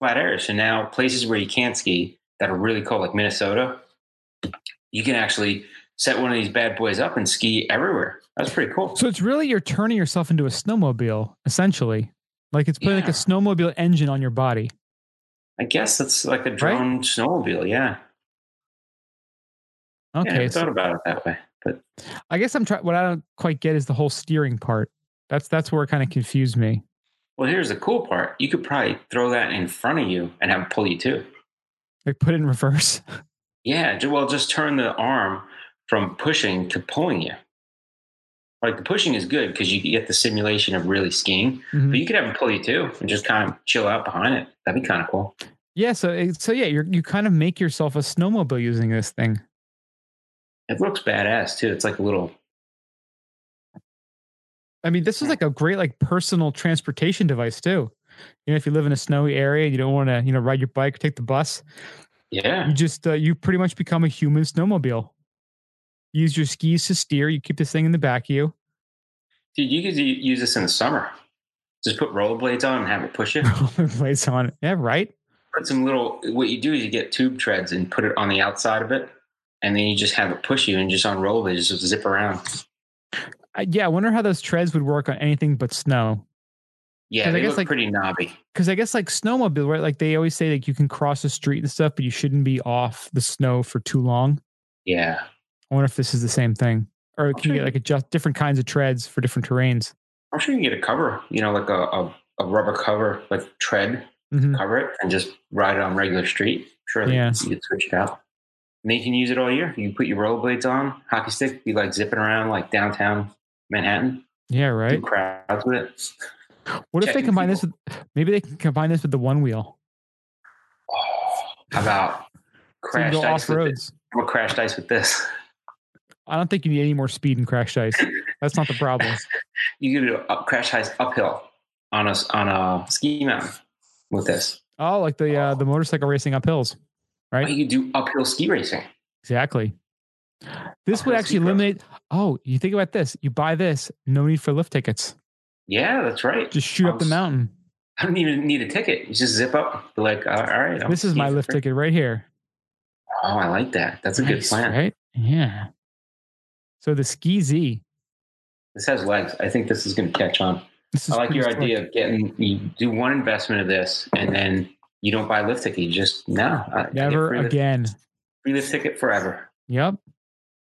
Speaker 2: flat area. So now places where you can't ski that are really cold, like Minnesota, you can actually set one of these bad boys up and ski everywhere. That's pretty cool.
Speaker 1: So it's really you're turning yourself into a snowmobile, essentially. Like it's putting like a
Speaker 2: Yeah.
Speaker 1: snowmobile engine on your body.
Speaker 2: I guess that's like a drone snowmobile. Yeah. yeah I
Speaker 1: Okay,
Speaker 2: never
Speaker 1: so
Speaker 2: thought about it that way, but
Speaker 1: I guess I'm trying. What I don't quite get is the whole steering part. That's that's where it kind of confused me.
Speaker 2: well, here's the cool part. You could probably throw that in front of you and have it pull you too.
Speaker 1: Like put it in reverse. [LAUGHS]
Speaker 2: Yeah, ju- well, just turn the arm from pushing to pulling you. Like the pushing is good because you get the simulation of really skiing,
Speaker 1: Mhm.
Speaker 2: but you could have them pull you too and just kind of chill out behind it. That'd be kind of cool.
Speaker 1: Yeah. So it- so yeah, you you kind of make yourself a snowmobile using this thing.
Speaker 2: It looks badass too. It's like a little
Speaker 1: I mean, this is like a great like personal transportation device too. You know, if you live in a snowy area, you don't want to you know ride your bike or take the bus. You
Speaker 2: [CLEARS THROAT] yeah.
Speaker 1: just uh, you pretty much become a human [LAUGHS] snowmobile. Use your skis to steer. You keep this thing in the back of you.
Speaker 2: Dude, you could u- use this in the summer. Just put rollerblades on and have it
Speaker 1: [LAUGHS]
Speaker 2: push you.
Speaker 1: rollerblades on it. Yeah, right.
Speaker 2: put some little what you do is you get tube treads and put it on the outside of it and then you just have it push you and just on roll it just zip around
Speaker 1: I, yeah, I wonder how those treads would work on anything but snow.
Speaker 2: yeah
Speaker 1: 'Cause I
Speaker 2: they
Speaker 1: guess,
Speaker 2: look
Speaker 1: like-
Speaker 2: pretty knobby
Speaker 1: Because I guess like snowmobile, right? Like they always say, like you can cross the street and stuff, but you shouldn't be off the snow for too long.
Speaker 2: yeah
Speaker 1: I wonder if this is the same thing, or can you get like adjust different kinds of treads for different terrains?
Speaker 2: i'm sure you can get a cover you know like a, a, a rubber cover like tread
Speaker 1: Mhm.
Speaker 2: cover it and just ride it on regular street surely
Speaker 1: Yeah.
Speaker 2: you can switch it out and then you can use it all year you can put your rollerblades on hockey stick be like zipping around like downtown manhattan
Speaker 1: Yeah,
Speaker 2: do
Speaker 1: right.
Speaker 2: crowds with it
Speaker 1: What if they
Speaker 2: checking
Speaker 1: combine this with maybe they can combine this with the one wheel?
Speaker 2: oh, how about
Speaker 1: [LAUGHS] So you can
Speaker 2: crash
Speaker 1: go
Speaker 2: dice
Speaker 1: off
Speaker 2: with this?
Speaker 1: roads.
Speaker 2: I'm gonna crash dice with this [LAUGHS]
Speaker 1: I don't think you need any more speed in crash dice. That's not the
Speaker 2: [LAUGHS]
Speaker 1: problem.
Speaker 2: you could do up, crash heights uphill on a s- on a ski mountain with this.
Speaker 1: Oh, like the uh, the motorcycle racing up hills. Right.
Speaker 2: You could do uphill ski racing.
Speaker 1: Exactly. This would
Speaker 2: Uphill
Speaker 1: actually
Speaker 2: ski cross.
Speaker 1: eliminate. Oh, you think about this. You buy this, no need for lift tickets.
Speaker 2: Yeah, that's right.
Speaker 1: Just shoot up the
Speaker 2: Awesome.
Speaker 1: mountain.
Speaker 2: I don't even need a ticket. You just zip up. Be like, all all right, I'm
Speaker 1: This is
Speaker 2: skiing
Speaker 1: my
Speaker 2: for
Speaker 1: lift
Speaker 2: free."
Speaker 1: ticket right here.
Speaker 2: Oh, I like that. That's a good
Speaker 1: Nice,
Speaker 2: plan.
Speaker 1: Right? Yeah. So the ski Z.
Speaker 2: This has legs. I think this is going to catch on.
Speaker 1: This is
Speaker 2: I like
Speaker 1: pretty
Speaker 2: your
Speaker 1: slick.
Speaker 2: idea of getting you do one investment of this, and then you don't buy a lift ticket. You just no, I- I get
Speaker 1: Never
Speaker 2: free lift-
Speaker 1: again.
Speaker 2: Free lift ticket forever.
Speaker 1: Yep.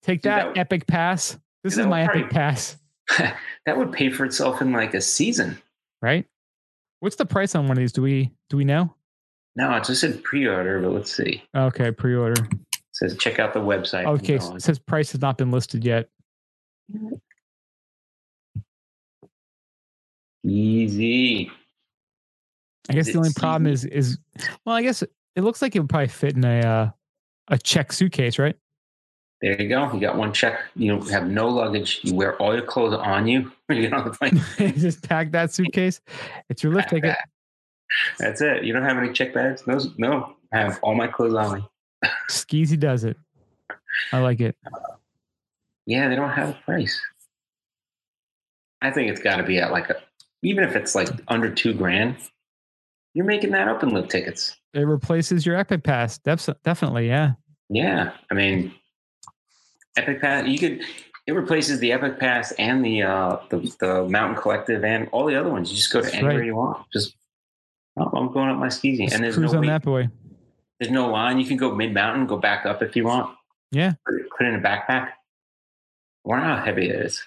Speaker 1: Take
Speaker 2: Dude,
Speaker 1: that,
Speaker 2: that-
Speaker 1: epic pass. This
Speaker 2: that
Speaker 1: is
Speaker 2: would
Speaker 1: my epic
Speaker 2: probably-
Speaker 1: pass,
Speaker 2: that would pay for itself in like a season.
Speaker 1: right? What's the price on one of these? Do we do we know?
Speaker 2: No, it just said pre-order, but let's see.
Speaker 1: Okay, pre-order.
Speaker 2: It says check out the website.
Speaker 1: Okay,
Speaker 2: Go
Speaker 1: so
Speaker 2: on.
Speaker 1: it says price has not been listed yet.
Speaker 2: Easy.
Speaker 1: I guess
Speaker 2: Is
Speaker 1: the
Speaker 2: it
Speaker 1: only problem is is well, I guess it looks like it would probably fit in a uh, a check suitcase, right? [LAUGHS]
Speaker 2: There you go. You got one check. You don't have no luggage. You wear all your clothes on you [LAUGHS] when you get on the plane.
Speaker 1: Just pack that suitcase. It's your lift ticket.
Speaker 2: That's it. You don't have any check bags. No, no. I have all my clothes on me.
Speaker 1: Skeezy does it. I like it.
Speaker 2: Yeah, they don't have a price. I think it's got to be at like a, even if it's like under two grand, you're making that up in lift tickets.
Speaker 1: It replaces your Epic Pass. Def- definitely, yeah.
Speaker 2: Yeah, I mean, Epic Pass. You could. It replaces the Epic Pass and the uh, the, the Mountain Collective and all the other ones. You just go to
Speaker 1: That's
Speaker 2: anywhere
Speaker 1: right.
Speaker 2: you want. Just oh, I'm going up my skis,
Speaker 1: Just
Speaker 2: and there's no
Speaker 1: cruise on
Speaker 2: wait-
Speaker 1: that boy.
Speaker 2: there's no line. You can go mid mountain, go back up if you want.
Speaker 1: Yeah.
Speaker 2: put it, put it in a backpack. I wonder how heavy it is.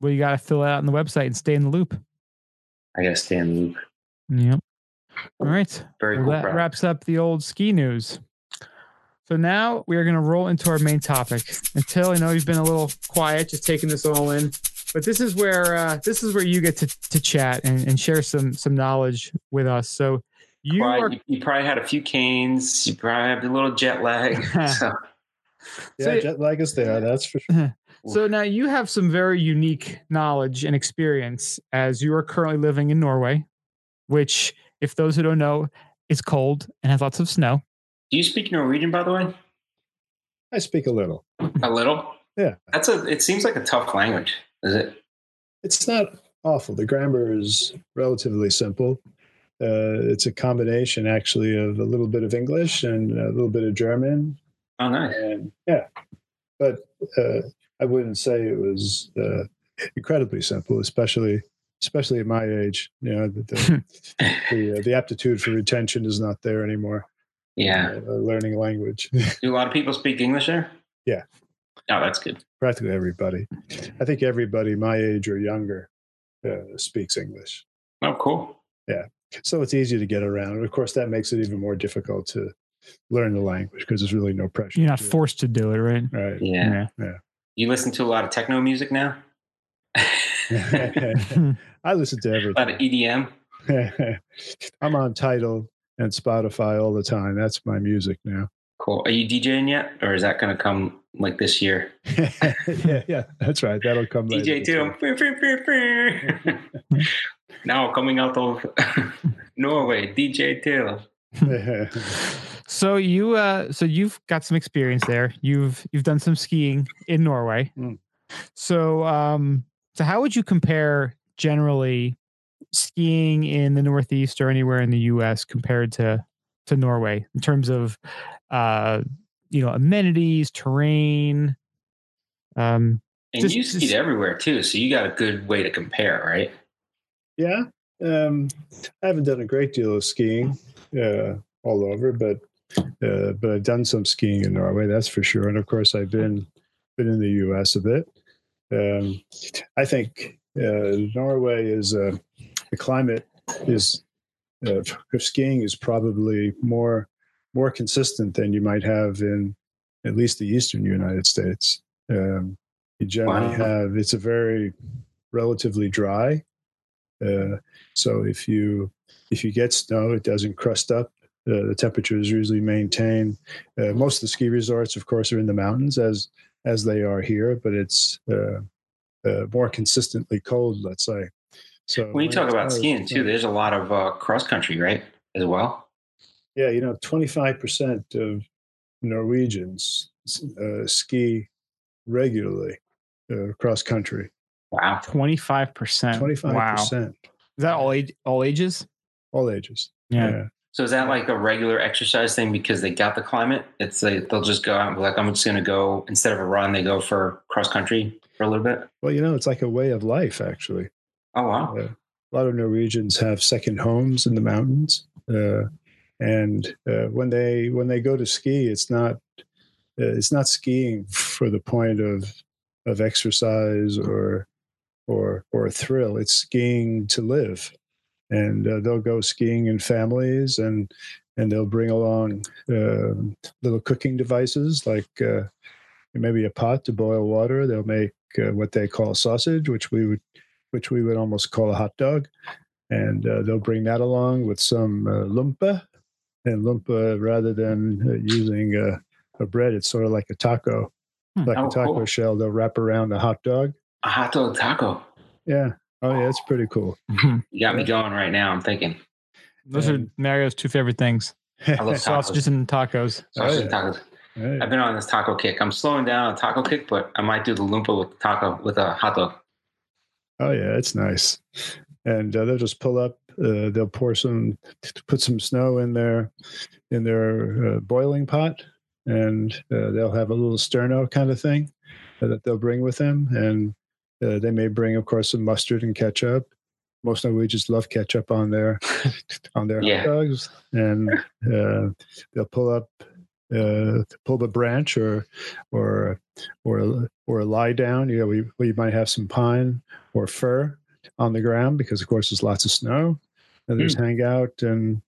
Speaker 1: Well, you got to fill it out on the website and stay in the loop.
Speaker 2: I gotta stay in the loop.
Speaker 1: Yep. All right.
Speaker 2: Very
Speaker 1: Well,
Speaker 2: cool.
Speaker 1: that
Speaker 2: product.
Speaker 1: wraps up the old ski news. So now we are going to roll into our main topic. Until I know you've been a little quiet, just taking this all in, but this is where uh, this is where you get to, to chat and, and share some some knowledge with us. So you
Speaker 2: Probably-
Speaker 1: are
Speaker 2: you, you probably had a few canes. You probably have a little
Speaker 1: [LAUGHS]
Speaker 2: jet lag. so,
Speaker 3: Yeah,
Speaker 1: So-
Speaker 3: jet lag is there. That's for sure.
Speaker 1: So now you have some very unique knowledge and experience as you are currently living in Norway, which, if those who don't know, is cold and has lots of snow.
Speaker 2: do you speak Norwegian, by the way?
Speaker 3: I speak a little.
Speaker 2: A little.
Speaker 3: Yeah.
Speaker 2: That's a. It seems like a tough language. Is it?
Speaker 3: It's not awful. The grammar is relatively simple. Uh, it's a combination, actually, of a little bit of English and a little bit of German,
Speaker 2: Oh, nice.
Speaker 3: and yeah, but uh, I wouldn't say it was uh, incredibly simple, especially especially at my age. You know, the the, the, uh, the aptitude for retention is not there anymore.
Speaker 2: Yeah.
Speaker 3: uh, learning language. [LAUGHS]
Speaker 2: Do a lot of people speak English there?
Speaker 3: Yeah.
Speaker 2: Oh, that's good.
Speaker 3: practically everybody. I think everybody my age or younger uh, speaks English,
Speaker 2: Oh, cool.
Speaker 3: so it's easy to get around. And of course, that makes it even more difficult to learn the language because there's really no pressure.
Speaker 1: You're not
Speaker 3: to do it.
Speaker 1: forced to do it, right?
Speaker 3: right?
Speaker 1: Mm-hmm.
Speaker 2: Yeah.
Speaker 3: Yeah.
Speaker 2: You listen to a lot of techno music
Speaker 1: [LAUGHS]
Speaker 2: now? a
Speaker 3: [LAUGHS] I listen to
Speaker 2: lot of E EDM?
Speaker 3: everything. [LAUGHS] I'm on Title and Spotify all the time. That's my music now. [LAUGHS]
Speaker 2: Cool. Are you DJing yet? Or is that going to come like this year?
Speaker 3: yeah, yeah, that's right. That'll come later.
Speaker 2: DJ Till. now coming out of Norway, DJ Till.
Speaker 1: so you, uh, so you've got some experience there. You've you've done some skiing in Norway.
Speaker 3: Mm.
Speaker 1: So, um, so how would you compare generally skiing in the Northeast or anywhere in the U.S. compared to to Norway in terms of uh, you know amenities, terrain? Um,
Speaker 2: And
Speaker 1: Just-
Speaker 2: you skied
Speaker 1: just-
Speaker 2: everywhere too, so you got a good way to compare, right?
Speaker 3: [LAUGHS] Yeah. Um, I haven't done a great deal of skiing uh, all over, but uh, but I've done some skiing in Norway, that's for sure. And of course, I've been been in the U.S. a bit. Um, I think uh, Norway is uh, the climate is uh, for skiing is probably more more consistent than you might have in at least the eastern United States. Um, you generally
Speaker 2: Wow.
Speaker 3: have it's a very relatively dry. Uh, so if you if you get snow, it doesn't crust up. Uh, the temperature is usually maintained. Uh, most of the ski resorts, of course, are in the mountains as as they are here, but it's uh, uh, more consistently cold. Let's say. So
Speaker 2: When you talk
Speaker 3: it's
Speaker 2: about
Speaker 3: always-
Speaker 2: skiing too, there's a lot of uh, cross country, right? As well.
Speaker 3: Yeah, you know, 25% of Norwegians uh, ski regularly uh, cross country.
Speaker 2: Wow.
Speaker 1: twenty five percent.
Speaker 3: 25%,
Speaker 1: Is that all age, all ages?
Speaker 3: all ages.
Speaker 2: So is that like a regular exercise thing because they got the climate? It's like they'll just go out and be like, I'm just going to go instead of a run, they go for cross country for a little bit.
Speaker 3: Well, you know, it's like a way of life, actually.
Speaker 2: Oh wow.
Speaker 3: Uh, a lot of Norwegians have second homes in the mountains, uh, and uh, when they when they go to ski, it's not uh, it's not skiing for the point of of exercise or or or thrill. It's skiing to live, and uh, they'll go skiing in families and. And they'll bring along um little cooking devices like uh, maybe a pot to boil water. They'll make uh, what they call sausage, which we would which we would almost call a hot dog. And uh, they'll bring that along with some uh, lumpa. And lumpa, rather than uh, using uh, a bread, it's sort of like a taco,
Speaker 1: Hmm.
Speaker 3: like
Speaker 2: Oh,
Speaker 3: a taco
Speaker 2: cool.
Speaker 3: shell. They'll wrap around a hot dog.
Speaker 2: A hot dog taco.
Speaker 3: Yeah. Oh, yeah, it's pretty cool.
Speaker 2: You got me going right now. I'm thinking.
Speaker 1: Those are
Speaker 3: Um,
Speaker 1: Mario's two favorite things:
Speaker 2: I love
Speaker 1: sausages
Speaker 2: tacos.
Speaker 1: and tacos.
Speaker 2: Sausages and
Speaker 3: [LAUGHS] Oh, yeah.
Speaker 2: tacos. I've
Speaker 3: Right.
Speaker 2: been on this taco kick. I'm slowing down on taco kick, but I might do the lumpa with the taco with a hot dog.
Speaker 3: Oh yeah, it's nice. And uh, they'll just pull up. Uh, they'll pour some, put some snow in their in their uh, boiling pot, and uh, they'll have a little sterno kind of thing uh, that they'll bring with them. And uh, they may bring, of course, some mustard and ketchup. Most Norwegians love ketchup on their on their
Speaker 2: Yeah.
Speaker 3: hot dogs, and uh, they'll pull up uh, pull up a branch or or or or a lie down. You know, we we might have some pine or fur on the ground because, of course, there's lots of snow. And there's
Speaker 1: Hmm.
Speaker 3: hang out and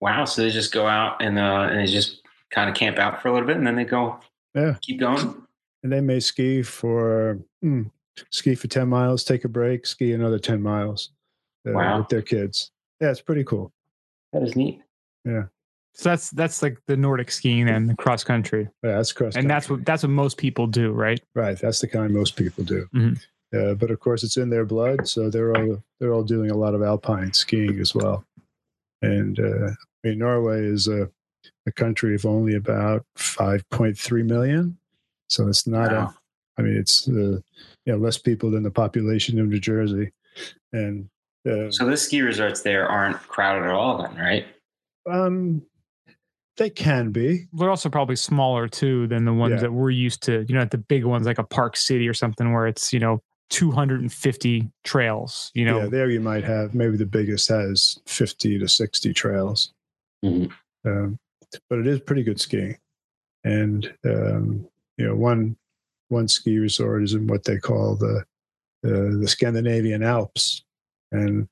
Speaker 2: Wow. So they just go out and uh, and they just kind of camp out for a little bit and then they go
Speaker 3: Yeah.
Speaker 2: keep going.
Speaker 3: and they may ski for mm, ski for ten miles, take a break, ski another ten miles uh,
Speaker 2: Wow.
Speaker 3: with their kids. Yeah, it's pretty cool.
Speaker 2: That is neat.
Speaker 1: So that's that's like the Nordic skiing and the cross country,
Speaker 3: Yeah, that's cross.
Speaker 1: and that's what that's what most people do, right?
Speaker 3: right. That's the kind most people do.
Speaker 1: Mhm.
Speaker 2: Mm-hmm.
Speaker 3: Uh, but of course, it's in their blood, so they're all they're all doing a lot of alpine skiing as well. And uh, I mean, Norway is a a country of only about five point three million, so it's not a
Speaker 2: Wow.
Speaker 3: I mean, it's uh, yeah, less people than the population of New Jersey, and uh,
Speaker 2: So the ski resorts there aren't crowded at all, then, right?
Speaker 3: um, they can be.
Speaker 1: They're also probably smaller too than the ones
Speaker 3: Yeah.
Speaker 1: that we're used to. You know, at the big ones like a Park City or something where it's you know 250 trails. You know,
Speaker 3: yeah, there you might have maybe the biggest has fifty to sixty trails,
Speaker 2: Mhm.
Speaker 3: um, but it is pretty good skiing, and um, you know one one ski resort is in what they call the uh, the Scandinavian Alps, and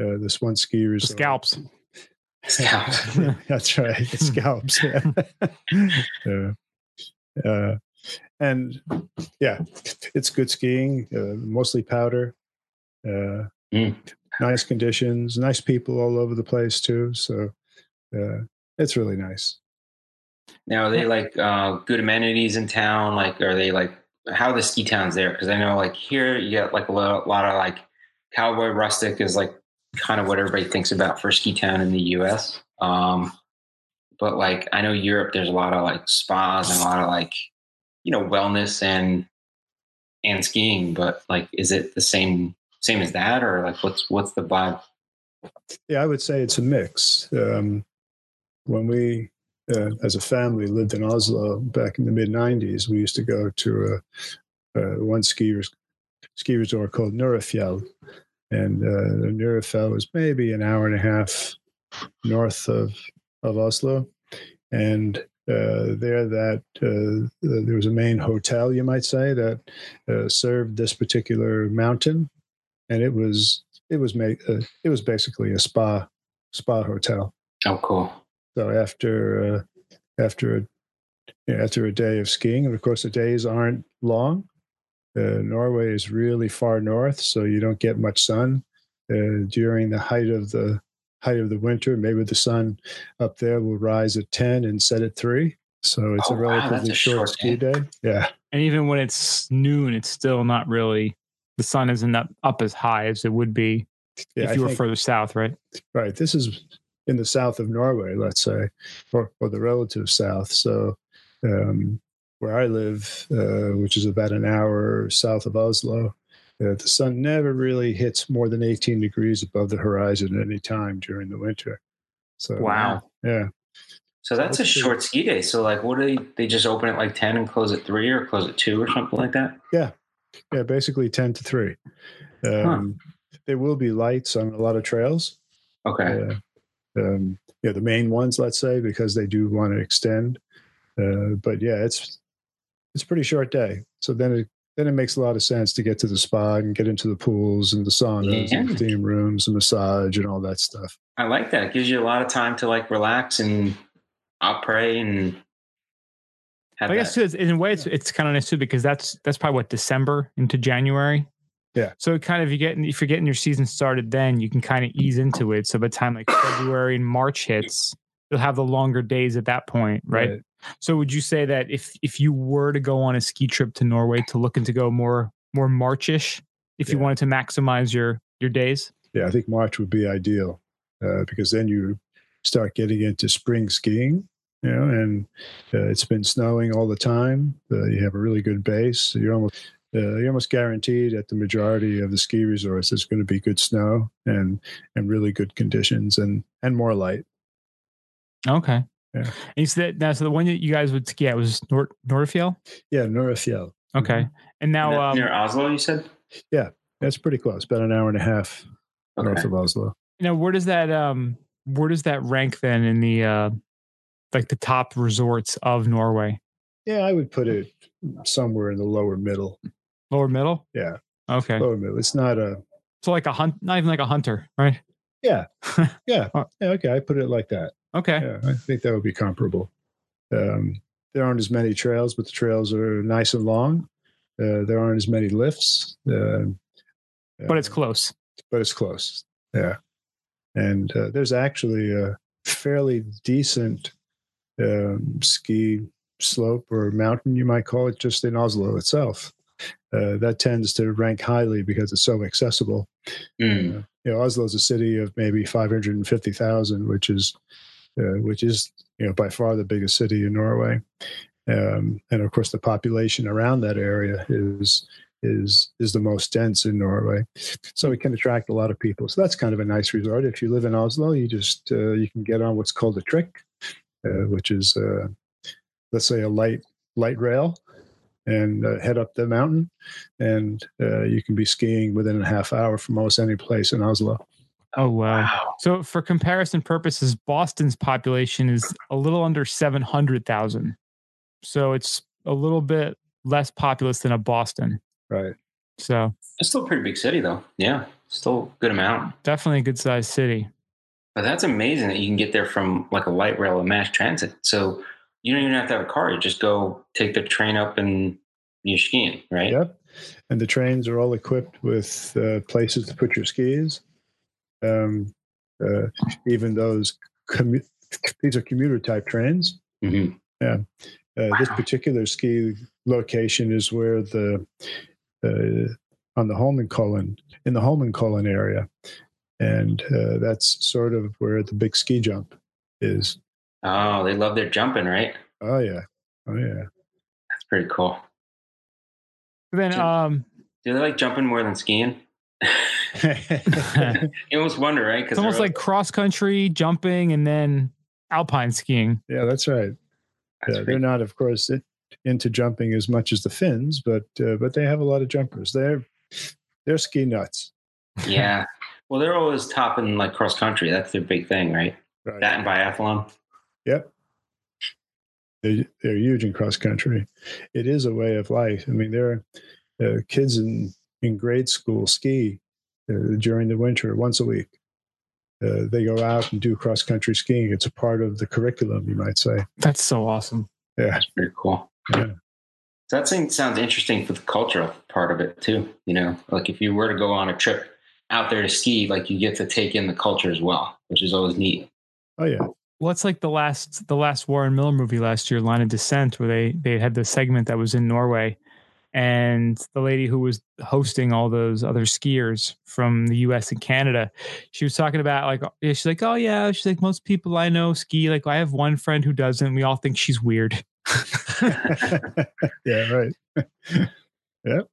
Speaker 3: uh, this one ski
Speaker 1: the
Speaker 3: resort.
Speaker 1: scalps.
Speaker 2: Scout.
Speaker 3: [LAUGHS] That's right. It scalps. [LAUGHS] Yeah. Uh, uh, and yeah, it's good skiing, uh, mostly powder. Uh,
Speaker 2: Mm.
Speaker 3: Nice conditions, nice people all over the place, too. So uh, it's really nice.
Speaker 2: Now, are they like uh, good amenities in town? Like, are they like how are the ski towns there? Because I know like here you got like a lot, lot of like cowboy rustic is like kind of what everybody thinks about for ski town in the U.S. Um, but like I know Europe, there's a lot of like spas and a lot of like you know wellness and and skiing, but like, is it the same same as that, or like, what's what's the vibe?
Speaker 3: Yeah, I would say it's a mix. Um, when we, uh, as a family, lived in Oslo back in the mid '90s, we used to go to a, a one skiers ski resort called Nurafjell, and uh, Nurafjell was maybe an hour and a half north of of Oslo, and uh, there that uh, there was a main hotel, you might say, that uh, served this particular mountain, and it was it was made uh, it was basically a spa spa hotel.
Speaker 2: Oh, cool.
Speaker 3: So after uh, after a, you know, after a day of skiing, and of course the days aren't long. Uh, Norway is really far north, so you don't get much sun uh, during the height of the height of the winter. Maybe the sun up there will rise at ten and set at three. So it's
Speaker 2: Oh,
Speaker 3: a
Speaker 2: wow, that's
Speaker 3: relatively
Speaker 2: a
Speaker 3: short,
Speaker 2: short
Speaker 3: ski day. Yeah,
Speaker 1: And even when it's noon, it's still not really the sun isn't up, up as high as it would be
Speaker 3: yeah. I
Speaker 1: if you were
Speaker 3: think-
Speaker 1: further south, right?
Speaker 3: Right. This is in the south of Norway, let's say, or, or the relative south. So, um, where I live, uh, which is about an hour south of Oslo, uh, the sun never really hits more than 18 degrees above the horizon at any time during the winter. So, Yeah.
Speaker 2: So that's a
Speaker 3: That's
Speaker 2: short ski day. So like, what do they? They just open at like ten and close at three, or close at two, or something like that.
Speaker 3: Yeah. Basically 10 to 3. Um, There will be lights on a lot of trails.
Speaker 2: Okay.
Speaker 3: uh, um, yeah, the main ones, let's say, because they do want to extend. Uh, but yeah, it's it's a pretty short day. So then it then it makes a lot of sense to get to the spa and get into the pools and the saunas and the
Speaker 2: Yeah.
Speaker 3: steam rooms and massage and all that stuff.
Speaker 2: I like that. It gives you a lot of time to like relax and I'll pray and have
Speaker 1: I guess
Speaker 2: that.
Speaker 1: too, it's, in a way it's, it's kind of nice too because that's that's probably what December into January.
Speaker 3: Yeah.
Speaker 1: So it kind of you get if you're getting your season started, then you can kind of ease into it. So by the time like February and March hits, you'll have the longer days at that point, right? So would you say that if if you were to go on a ski trip to Norway to looking to go more more Marchish, if you
Speaker 3: Yeah.
Speaker 1: wanted to maximize your your days?
Speaker 3: Yeah, I think March would be ideal uh, because then you start getting into spring skiing. You know, and uh, it's been snowing all the time. Uh, you have a really good base. So you're almost uh, you're almost guaranteed at the majority of the ski resorts there's going to be good snow and and really good conditions and and more light.
Speaker 1: Okay.
Speaker 3: Yeah.
Speaker 1: And you said now so the one that you guys would ski at was Nord Nordfjell?
Speaker 3: Yeah, Norafjell.
Speaker 1: Okay. And
Speaker 2: And
Speaker 1: now
Speaker 2: that's
Speaker 1: um,
Speaker 2: near Oslo, you said.
Speaker 3: That's pretty close. About an hour and a half north
Speaker 2: Okay.
Speaker 3: of Oslo.
Speaker 1: Now, where does that um where does that rank then in the uh like the top resorts of Norway?
Speaker 3: Yeah, I would put it somewhere in the lower middle.
Speaker 1: Lower middle?
Speaker 3: Yeah,
Speaker 1: Okay.
Speaker 3: lower middle. It's not a
Speaker 1: So like a hunt not even like a hunter, right?
Speaker 3: yeah, okay. I put it like that.
Speaker 1: Okay.
Speaker 3: Yeah, I think that would be comparable. Um, there aren't as many trails, but the trails are nice and long. Uh, there aren't as many lifts, uh,
Speaker 1: But it's close.
Speaker 3: but it's close. Yeah, and uh, there's actually a fairly decent um, ski slope or mountain, you might call it, just in Oslo itself. Uh, that tends to rank highly because it's so accessible.
Speaker 2: Mm.
Speaker 3: Uh, you know, Oslo is a city of maybe 550,000, which is, uh, which is, you know, by far the biggest city in Norway. Um, and of course, the population around that area is is is the most dense in Norway, so it can attract a lot of people. So that's kind of a nice resort. If you live in Oslo, you just uh, you can get on what's called a trick, uh, which is uh, let's say a light light rail, and uh, head up the mountain and uh, you can be skiing within a half hour from almost any place in Oslo.
Speaker 1: Oh wow.
Speaker 2: Wow.
Speaker 1: So for comparison purposes, Boston's population is a little under seven hundred thousand. So it's a little bit less populous than a Boston.
Speaker 3: Right.
Speaker 1: So
Speaker 2: It's still a pretty big city, though. Yeah, still a good amount.
Speaker 1: definitely a good sized city.
Speaker 2: But that's amazing that you can get there from like a light rail and mass transit. So you don't even have to have a car. You just go take the train up and you're skiing, right?
Speaker 3: Yep. And the trains are all equipped with uh, places to put your skis. Um, uh, even those commu- these are commuter type trains.
Speaker 2: hmm
Speaker 3: Uh, This
Speaker 2: Wow.
Speaker 3: particular ski location is where the uh, on the Holmenkollen in the Holmenkollen area, and uh, that's sort of where the big ski jump is.
Speaker 2: Oh, they love their jumping, right?
Speaker 3: Oh yeah, oh yeah.
Speaker 2: That's pretty cool.
Speaker 1: Then, um,
Speaker 2: Do they like jumping more than skiing? [LAUGHS]
Speaker 3: yeah,
Speaker 2: You almost wonder, right?
Speaker 1: it's almost
Speaker 2: they're-
Speaker 1: like cross country jumping and then alpine skiing.
Speaker 3: that's right.
Speaker 2: that's
Speaker 3: yeah, they're
Speaker 2: pretty-
Speaker 3: not, of course, it, into jumping as much as the Finns, but uh, but they have a lot of jumpers. They're they're ski nuts.
Speaker 2: [LAUGHS] yeah. Well, they're always top in like cross country. That's their big thing, right?
Speaker 3: Right.
Speaker 2: That and biathlon.
Speaker 3: They're, they're huge in cross country. It is a way of life. I mean, there are uh, kids in in grade school ski uh, during the winter once a week. Uh, they go out and do cross country skiing. It's a part of the curriculum, you might say.
Speaker 1: That's so awesome.
Speaker 3: Yeah,
Speaker 2: That's pretty cool.
Speaker 3: Yeah.
Speaker 2: So that thing sounds interesting for the cultural part of it too. You know, like if you were to go on a trip out there to ski, like you get to take in the culture as well, which is always neat.
Speaker 3: oh yeah,
Speaker 1: Well, it's like the last the last Warren Miller movie last year, Line of Descent, where they they had the segment that was in Norway, and the lady who was hosting all those other skiers from the U.S. and Canada, she was talking about like yeah, she's like, oh yeah, she's like most people I know ski. Like I have one friend who doesn't. We all think she's weird. [LAUGHS]
Speaker 3: yeah, [LAUGHS] right.
Speaker 1: So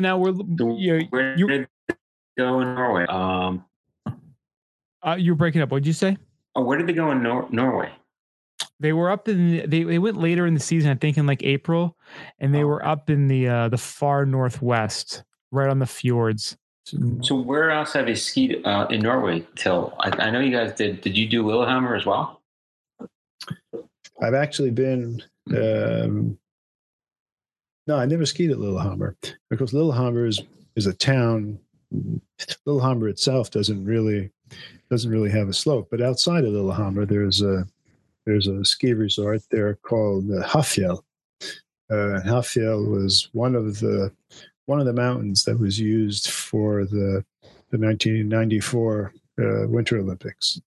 Speaker 1: now we're
Speaker 2: So
Speaker 1: you know,
Speaker 2: where
Speaker 1: you-
Speaker 2: did they go in Norway? Um,
Speaker 1: uh, you're breaking up. What'd you say?
Speaker 2: oh, where did they go in Nor- Norway?
Speaker 1: They were up in they they went later in the season, I think in like April, and they
Speaker 2: Oh.
Speaker 1: were up in the uh, the far northwest, right on the fjords.
Speaker 2: So where else have you skied uh, in Norway? Till I, I know you guys did. Did you do Lillehammer as well?
Speaker 3: I've actually been. Um, no, I never skied at Lillehammer because Lillehammer is is a town. Lillehammer itself doesn't really doesn't really have a slope, but outside of Lillehammer, there's a there's a ski resort there called uh, Hafjell. Uh, Hafjell was one of the one of the mountains that was used for the the 1994 uh, Winter Olympics.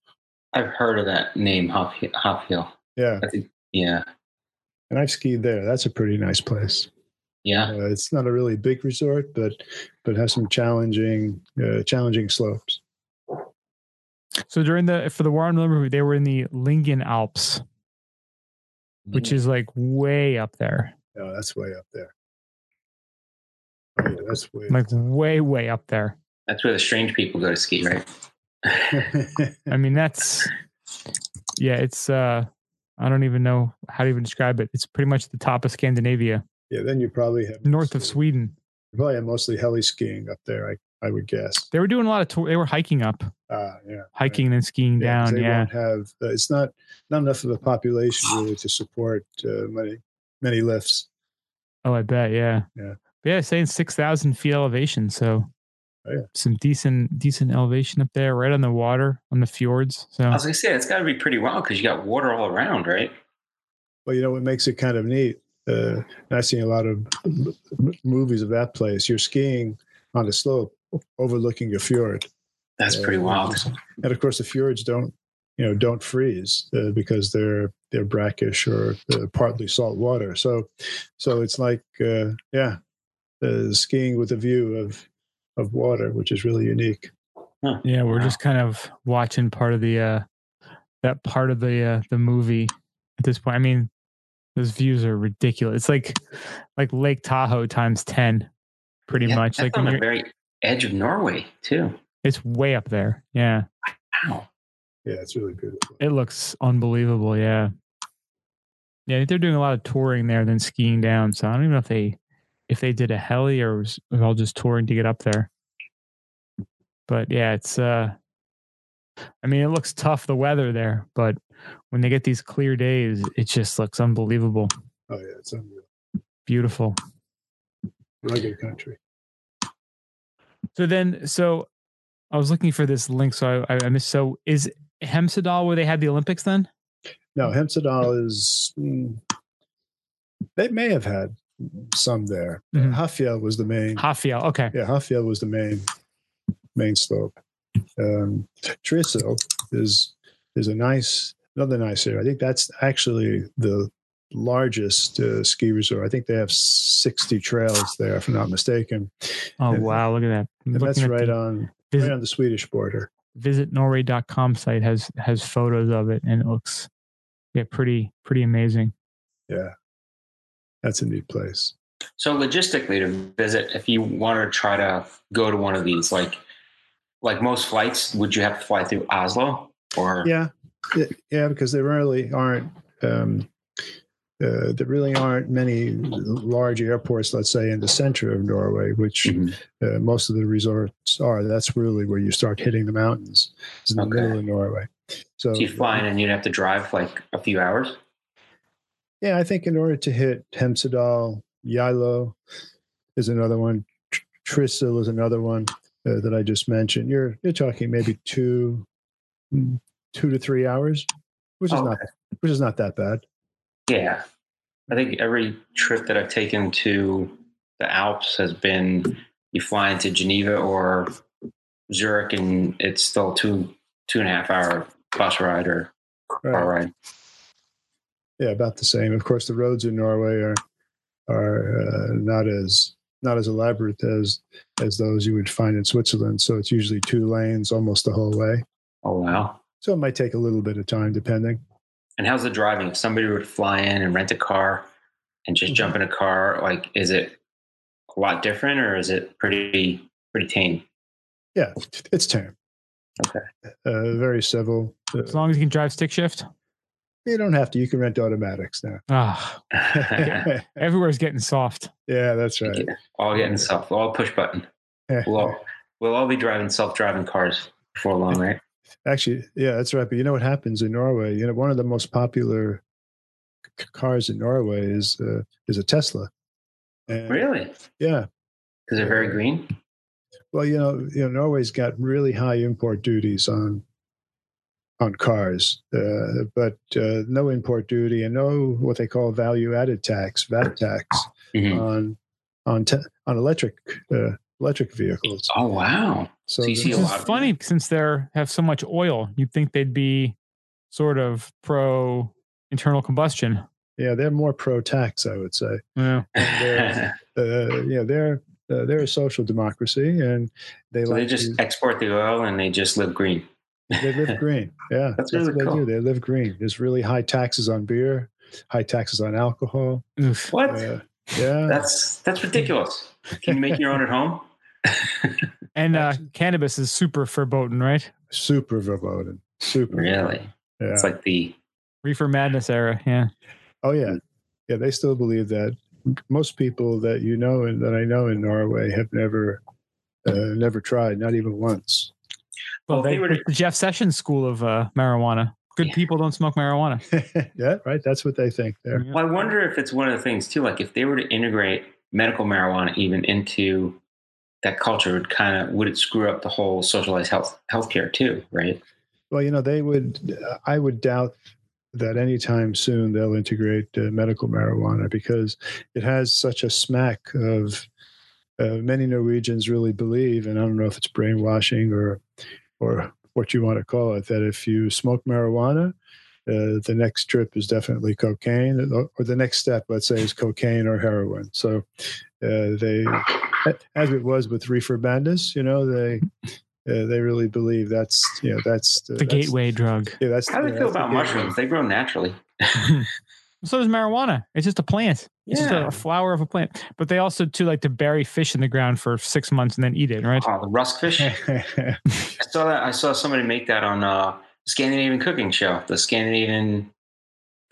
Speaker 2: I've heard of that name, Hop, Hop Hill.
Speaker 3: Yeah,
Speaker 2: I think, yeah,
Speaker 3: and I've skied there. That's a pretty nice place.
Speaker 2: yeah.
Speaker 3: Uh, it's not a really big resort, but but has some challenging uh, challenging slopes.
Speaker 1: So during the for the Warren Miller movie, they were in the Lingen Alps,
Speaker 3: Mm.
Speaker 1: which is like way up there,
Speaker 3: No, that's way up there. Yeah, that's way.
Speaker 1: like way way up there.
Speaker 2: that's where the strange people go to ski, right?
Speaker 1: I mean, that's yeah, it's uh, I don't even know how to even describe it. It's pretty much the top of Scandinavia,
Speaker 3: [LAUGHS] yeah, then you probably have
Speaker 1: north of
Speaker 3: mostly-
Speaker 1: Sweden.
Speaker 3: You probably have mostly heli skiing up there. I I would guess.
Speaker 1: They were doing a lot of tour. They were hiking up,
Speaker 3: Ah, yeah,
Speaker 1: hiking and then skiing
Speaker 3: Yeah, 'cause
Speaker 1: down.
Speaker 3: They
Speaker 1: Yeah,
Speaker 3: won't have. Uh, it's not not enough of a population really to support uh, many many lifts.
Speaker 1: Oh, I bet. Yeah.
Speaker 3: Yeah.
Speaker 1: But yeah, saying six thousand feet elevation, so
Speaker 3: Oh, yeah.
Speaker 1: some decent decent elevation up there, right on the water, on the fjords. So
Speaker 3: Oh.
Speaker 2: I was gonna say it's got to be pretty wild because you got water all around, right?
Speaker 3: Well, you know what makes it kind of neat. Uh, and I've seen a lot of m- m- movies of that place. You're skiing on a slope overlooking a fjord,
Speaker 2: That's
Speaker 3: Yeah.
Speaker 2: pretty wild.
Speaker 3: and of course, the fjords don't, you know, don't freeze uh, because they're they're brackish or uh, partly salt water. So, so it's like, uh, yeah, uh, skiing with a view of of water, which is really unique.
Speaker 1: yeah, we're
Speaker 2: Wow.
Speaker 1: just kind of watching part of the uh that part of the uh the movie at this point. I mean, those views are ridiculous. It's like like Lake Tahoe times ten, pretty
Speaker 2: Yeah,
Speaker 1: much.
Speaker 2: that's
Speaker 1: Like
Speaker 2: on
Speaker 1: when
Speaker 2: the
Speaker 1: you're,
Speaker 2: very edge of Norway too.
Speaker 1: it's way up there. Yeah.
Speaker 2: Wow.
Speaker 3: Yeah, it's really beautiful.
Speaker 1: It looks unbelievable. Yeah. Yeah, I think they're doing a lot of touring there than skiing down. So I don't even know if they if they did a heli or was it all just touring to get up there. But yeah, it's uh I mean it looks tough the weather there, but when they get these clear days, it just looks unbelievable.
Speaker 3: Oh yeah, it's unreal.
Speaker 1: Beautiful.
Speaker 3: Rugged country.
Speaker 1: So then so I was looking for this link, so I, I- I missed so is Hemsedal where they had the Olympics then?
Speaker 3: No, Hemsedal is. mm, they may have had some there.
Speaker 1: Mhm.
Speaker 3: Hafjell was the main.
Speaker 1: Hafjell. Okay.
Speaker 3: yeah, Hafjell was the main main slope. Um, Trysil is is a nice another nice area. I think that's actually the largest uh, ski resort. I think they have sixty trails there, if I'm not mistaken.
Speaker 1: Oh
Speaker 3: And-
Speaker 1: wow, look at that. I'm
Speaker 3: And
Speaker 1: looking
Speaker 3: that's
Speaker 1: at
Speaker 3: right
Speaker 1: the-
Speaker 3: on
Speaker 1: visit-
Speaker 3: right on the Swedish border.
Speaker 1: visitnorway.com site has has photos of it and it looks yeah pretty pretty amazing
Speaker 3: Yeah, that's a neat place.
Speaker 2: So logistically, to visit, if you want to try to go to one of these, like like most flights, would you have to fly through Oslo or
Speaker 3: yeah Y- yeah because there really aren't um uh, there really aren't many large airports let's say in the center of norway which
Speaker 2: Mhm.
Speaker 3: uh, most of the resorts are that's really where you start hitting the mountains it's in the
Speaker 2: Okay.
Speaker 3: middle of norway so
Speaker 2: So you fly in and you'd have to drive like a few hours.
Speaker 3: yeah i think in order to hit hemsedal yilo is another one Tr- Trysil is another one uh, that i just mentioned you're you're talking maybe two mm, two to three hours which is
Speaker 2: Okay.
Speaker 3: not which is not that bad
Speaker 2: Yeah. I think every trip that I've taken to the Alps has been you fly into Geneva or Zurich and it's still two two and a half hour bus ride or car
Speaker 3: Right.
Speaker 2: ride.
Speaker 3: Yeah, about the same. Of course, the roads in Norway are are uh, not as not as elaborate as as those you would find in Switzerland. So it's usually two lanes almost the whole way.
Speaker 2: Oh wow.
Speaker 3: So it might take a little bit of time, depending.
Speaker 2: And how's the driving? If somebody were to fly in and rent a car and just
Speaker 3: Mm-hmm.
Speaker 2: jump in a car, like is it a lot different or is it pretty pretty
Speaker 3: [LAUGHS]
Speaker 2: tame? [LAUGHS]
Speaker 3: Yeah, it's time.
Speaker 2: Okay.
Speaker 3: Uh, very civil. Uh,
Speaker 1: As long as you can drive stick shift.
Speaker 3: you don't have to. You can rent
Speaker 2: [LAUGHS]
Speaker 3: automatics now.
Speaker 1: Ah, everywhere's getting soft.
Speaker 3: yeah, that's right.
Speaker 2: all getting self, all push button. We'll
Speaker 3: Oh.
Speaker 2: all, we'll all be driving self-driving cars before long, right?
Speaker 3: [LAUGHS] Actually, yeah, that's right. But you know what happens in Norway? You know, one of the most popular c- cars in Norway is uh, is a Tesla. And-
Speaker 2: Really? Because
Speaker 3: [LAUGHS] Yeah.
Speaker 2: they're very green.
Speaker 3: Well, you know, you know, Norway's got really high import duties on on cars, uh, but uh, no import duty and no what they call value added tax (VAT tax)
Speaker 2: Mhm.
Speaker 3: on on te- on electric uh, electric vehicles.
Speaker 2: Oh wow!
Speaker 3: So,
Speaker 2: So you
Speaker 3: the-
Speaker 2: see
Speaker 1: Which
Speaker 2: a
Speaker 1: is
Speaker 2: lot of-
Speaker 1: funny since they are have so much oil. You'd think they'd be sort of pro internal combustion.
Speaker 3: yeah, they're more pro tax, I would say.
Speaker 1: Yeah.
Speaker 2: [LAUGHS]
Speaker 3: And they're, uh, yeah, they're uh, they're a social democracy, and they
Speaker 2: so
Speaker 3: like
Speaker 2: they just
Speaker 3: to-
Speaker 2: export the oil and they just live green. [LAUGHS]
Speaker 3: They live green. Yeah,
Speaker 2: That's
Speaker 3: what
Speaker 2: really
Speaker 3: they
Speaker 2: cool.
Speaker 3: do. They live green. There's really high taxes on beer, high taxes on alcohol.
Speaker 1: Oof.
Speaker 2: what?
Speaker 3: Uh, yeah,
Speaker 2: That's that's ridiculous. Can you make your own at
Speaker 3: [LAUGHS]
Speaker 2: home?
Speaker 1: And uh, cannabis is super verboten, right?
Speaker 3: super verboten. Super.
Speaker 2: Really?
Speaker 3: Yeah.
Speaker 2: It's like the
Speaker 1: Reefer madness era. Yeah.
Speaker 3: oh yeah,
Speaker 2: Mm.
Speaker 3: yeah. They still believe that. Most people that you know and that I know in Norway have never, uh, never tried, not
Speaker 2: [LAUGHS]
Speaker 3: even once. [LAUGHS]
Speaker 1: Well,
Speaker 2: Well, if
Speaker 1: they,
Speaker 2: they were to-
Speaker 1: the Jeff Sessions school of uh, marijuana. Good
Speaker 2: Yeah.
Speaker 1: people don't smoke marijuana.
Speaker 3: yeah, right. That's what they think there.
Speaker 1: Yeah.
Speaker 2: Well, I wonder if it's one of the things too. Like, if they were to integrate medical marijuana even into that culture, would kind of would it screw up the whole socialized health healthcare too? Right?
Speaker 3: Well, you know, they would. I would doubt that anytime soon they'll integrate uh, medical marijuana because it has such a smack of. Uh, many Norwegians really believe, and I don't know if it's brainwashing or, or what you want to call it, that if you smoke marijuana, uh, the next trip is definitely cocaine, or or the next step, let's say, is cocaine or heroin. So uh, they, as it was with reefer bandits, you know, they uh, they really believe that's you know that's
Speaker 1: The
Speaker 3: that's-
Speaker 1: gateway drug.
Speaker 3: Yeah, that's
Speaker 2: How do they
Speaker 3: yeah,
Speaker 2: feel
Speaker 3: that's the
Speaker 2: about
Speaker 3: gateway.
Speaker 2: mushrooms? They grow naturally.
Speaker 1: so does marijuana. It's just a plant. It's just a,
Speaker 2: Yeah.
Speaker 1: a flower of a plant. But they also too like to bury fish in the ground for six months and then eat it, right?
Speaker 2: Oh, the [LAUGHS]
Speaker 3: [LAUGHS]
Speaker 2: ruskfish. I saw that. I saw somebody make that on uh, Scandinavian cooking show. The Scandinavian,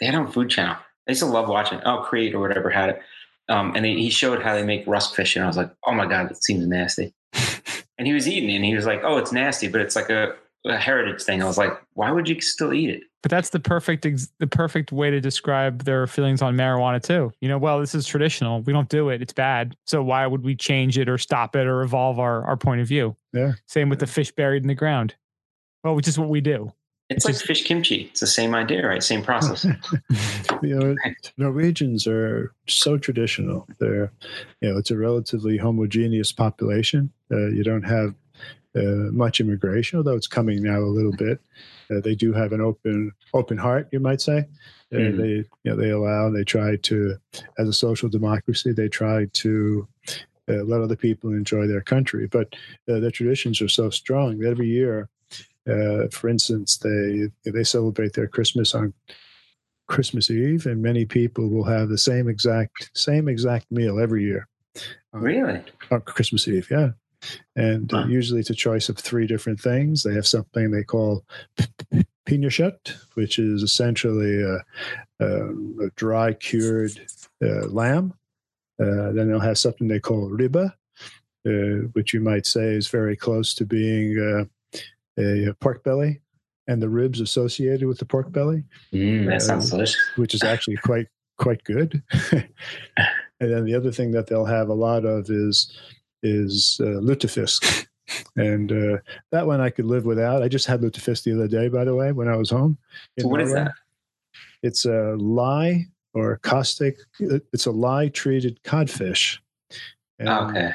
Speaker 2: they had it on Food Channel. I used to love watching. it. Oh, Creed or whatever had it, um, and they, he showed how they make ruskfish, and I was like, oh my god, that seems
Speaker 3: [LAUGHS]
Speaker 2: nasty. and he was eating, it, and he was like, oh, it's nasty, but it's like a, a heritage thing. I was like, why would you still eat it?
Speaker 1: But that's the perfect ex- the perfect way to describe their feelings on marijuana too. You know, well, this is traditional. We don't do it. It's bad. So why would we change it or stop it or evolve our our point of view?
Speaker 3: Yeah.
Speaker 1: Same with the fish buried in the ground. Well, which is what we do.
Speaker 2: It's like fish kimchi. It's the same idea, right? Same
Speaker 3: [LAUGHS]
Speaker 2: process.
Speaker 3: you know, Norwegians are so traditional. They're, you know, it's a relatively homogeneous population. Uh, you don't have uh, much immigration, although it's coming now a little bit. Uh, they do have an open open heart, you might say. Uh,
Speaker 2: Mhm.
Speaker 3: They you know they allow they try to, as a social democracy, they try to. Uh, let other people enjoy their country, but uh, their traditions are so strong. that Every year, uh, for instance, they they celebrate their Christmas on Christmas Eve, and many people will have the same exact same exact meal every year
Speaker 2: Really?
Speaker 3: on Christmas Eve. Yeah, and uh,
Speaker 2: Huh.
Speaker 3: usually it's a choice of three different things. They have something they call pinochet, which is essentially a, a, a dry cured uh, lamb. Uh, then they'll have something they call riba, uh, which you might say is very close to being uh, a pork belly and the ribs associated with the pork belly
Speaker 2: Mm, that sounds
Speaker 3: Um,
Speaker 2: delicious.
Speaker 3: which is actually quite quite good. [LAUGHS] and then the other thing that they'll have a lot of is is uh,
Speaker 2: [LAUGHS]
Speaker 3: lutefisk, and uh, that one I could live without. I just had lutefisk the other day, by the way, when I was home. in
Speaker 2: So what is
Speaker 3: Norway.
Speaker 2: that?
Speaker 3: It's a lye or caustic. It's a lye treated codfish. And,
Speaker 2: Oh, okay.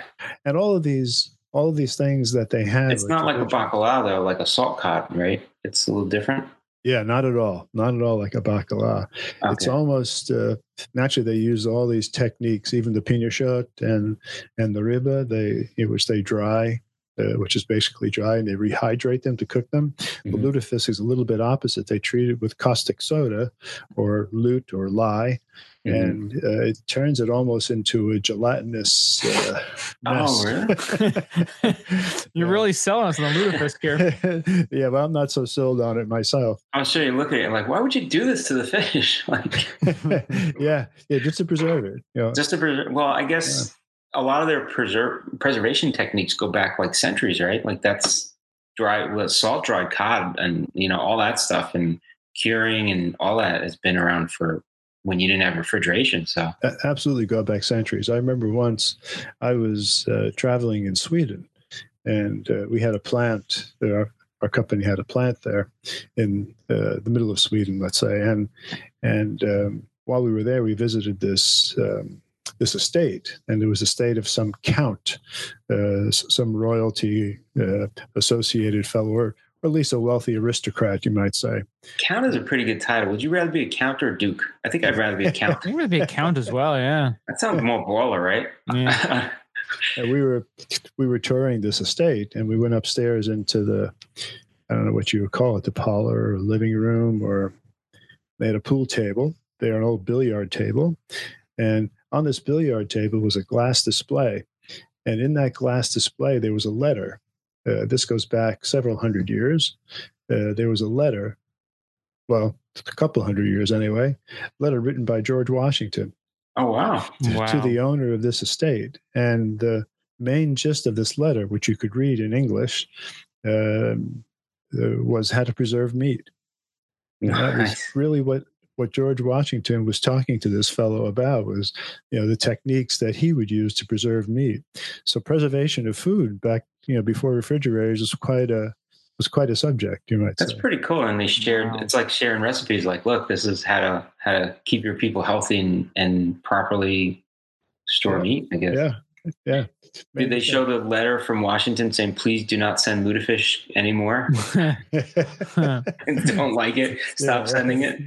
Speaker 3: and all of these all of these things that they have.
Speaker 2: It's
Speaker 3: are
Speaker 2: not like a
Speaker 3: delicious.
Speaker 2: bacalao though, like a salt cod, right? It's a little different.
Speaker 3: Yeah, not at all. Not at all like a bacala.
Speaker 2: Okay.
Speaker 3: It's almost uh, naturally they use all these techniques, even the pinochet and and the riba, they in which they dry, uh, which is basically dry, and they rehydrate them to cook them. The
Speaker 2: Mhm.
Speaker 3: lutefisk is a little bit opposite. They treat it with caustic soda, or lute or lye,
Speaker 2: Mhm.
Speaker 3: and uh, it turns it almost into a gelatinous uh,
Speaker 2: [LAUGHS] Oh,
Speaker 3: mess.
Speaker 2: really? [LAUGHS]
Speaker 3: [LAUGHS]
Speaker 1: You're
Speaker 3: Yeah.
Speaker 1: really selling us on the lutefisk
Speaker 3: [LAUGHS]
Speaker 1: here.
Speaker 3: yeah, well, I'm not so sold on it myself.
Speaker 2: I'm sure you look at it like, why would you do this to the fish? [LAUGHS] like,
Speaker 3: [LAUGHS] yeah, yeah, just to preserve it. You know,
Speaker 2: just to preserve. Well, I guess a lot of their preserve preservation techniques go back like centuries, right? Like that's dry well, salt dried cod and you know all that stuff and curing and all that has been around for when you didn't have refrigeration. So
Speaker 3: a- absolutely go back centuries. I remember once I was uh, traveling in Sweden, and uh, we had a plant. There, our, our company had a plant there in uh, the middle of Sweden, let's say. And and um, while we were there, we visited this. Um, this estate, and it was a estate of some count, uh, s- some royalty uh, associated fellow, or, or at least a wealthy aristocrat, you might say.
Speaker 2: count is a pretty good title. Would you rather be a count or a duke? I think I'd rather be a
Speaker 1: I [LAUGHS]
Speaker 2: count.
Speaker 1: think would be a count as well. Yeah.
Speaker 2: that sounds more baller, right?
Speaker 1: yeah.
Speaker 3: and we were we were touring this estate and we went upstairs into the i don't know what you would call it the parlor or living room or they had a pool table they had an old billiard table and on this billiard table was a glass display and in that glass display there was a letter uh, this goes back several hundred years uh, there was a letter well a couple hundred years anyway letter written by george washington
Speaker 2: [LAUGHS] oh wow.
Speaker 3: to,
Speaker 1: Wow.
Speaker 3: to the owner of this estate. And the main gist of this letter, which you could read in English, um, uh, was how to preserve meat. And that was
Speaker 2: Nice.
Speaker 3: really what what George Washington was talking to this fellow about was, you know, the techniques that he would use to preserve meat. So preservation of food back, you know, before refrigerators was quite a was quite a subject, you might
Speaker 2: That's
Speaker 3: say.
Speaker 2: pretty cool. And they shared
Speaker 1: Wow.
Speaker 2: it's like sharing recipes like, look, this is how to how to keep your people healthy and, and properly store
Speaker 3: Yeah.
Speaker 2: meat, I guess.
Speaker 3: Yeah, yeah.
Speaker 2: Did
Speaker 3: [LAUGHS]
Speaker 2: they show the letter from Washington saying, please do not send lutefish
Speaker 3: [LAUGHS]
Speaker 2: anymore? [LAUGHS] Don't like it. Stop
Speaker 3: Yeah.
Speaker 2: sending it.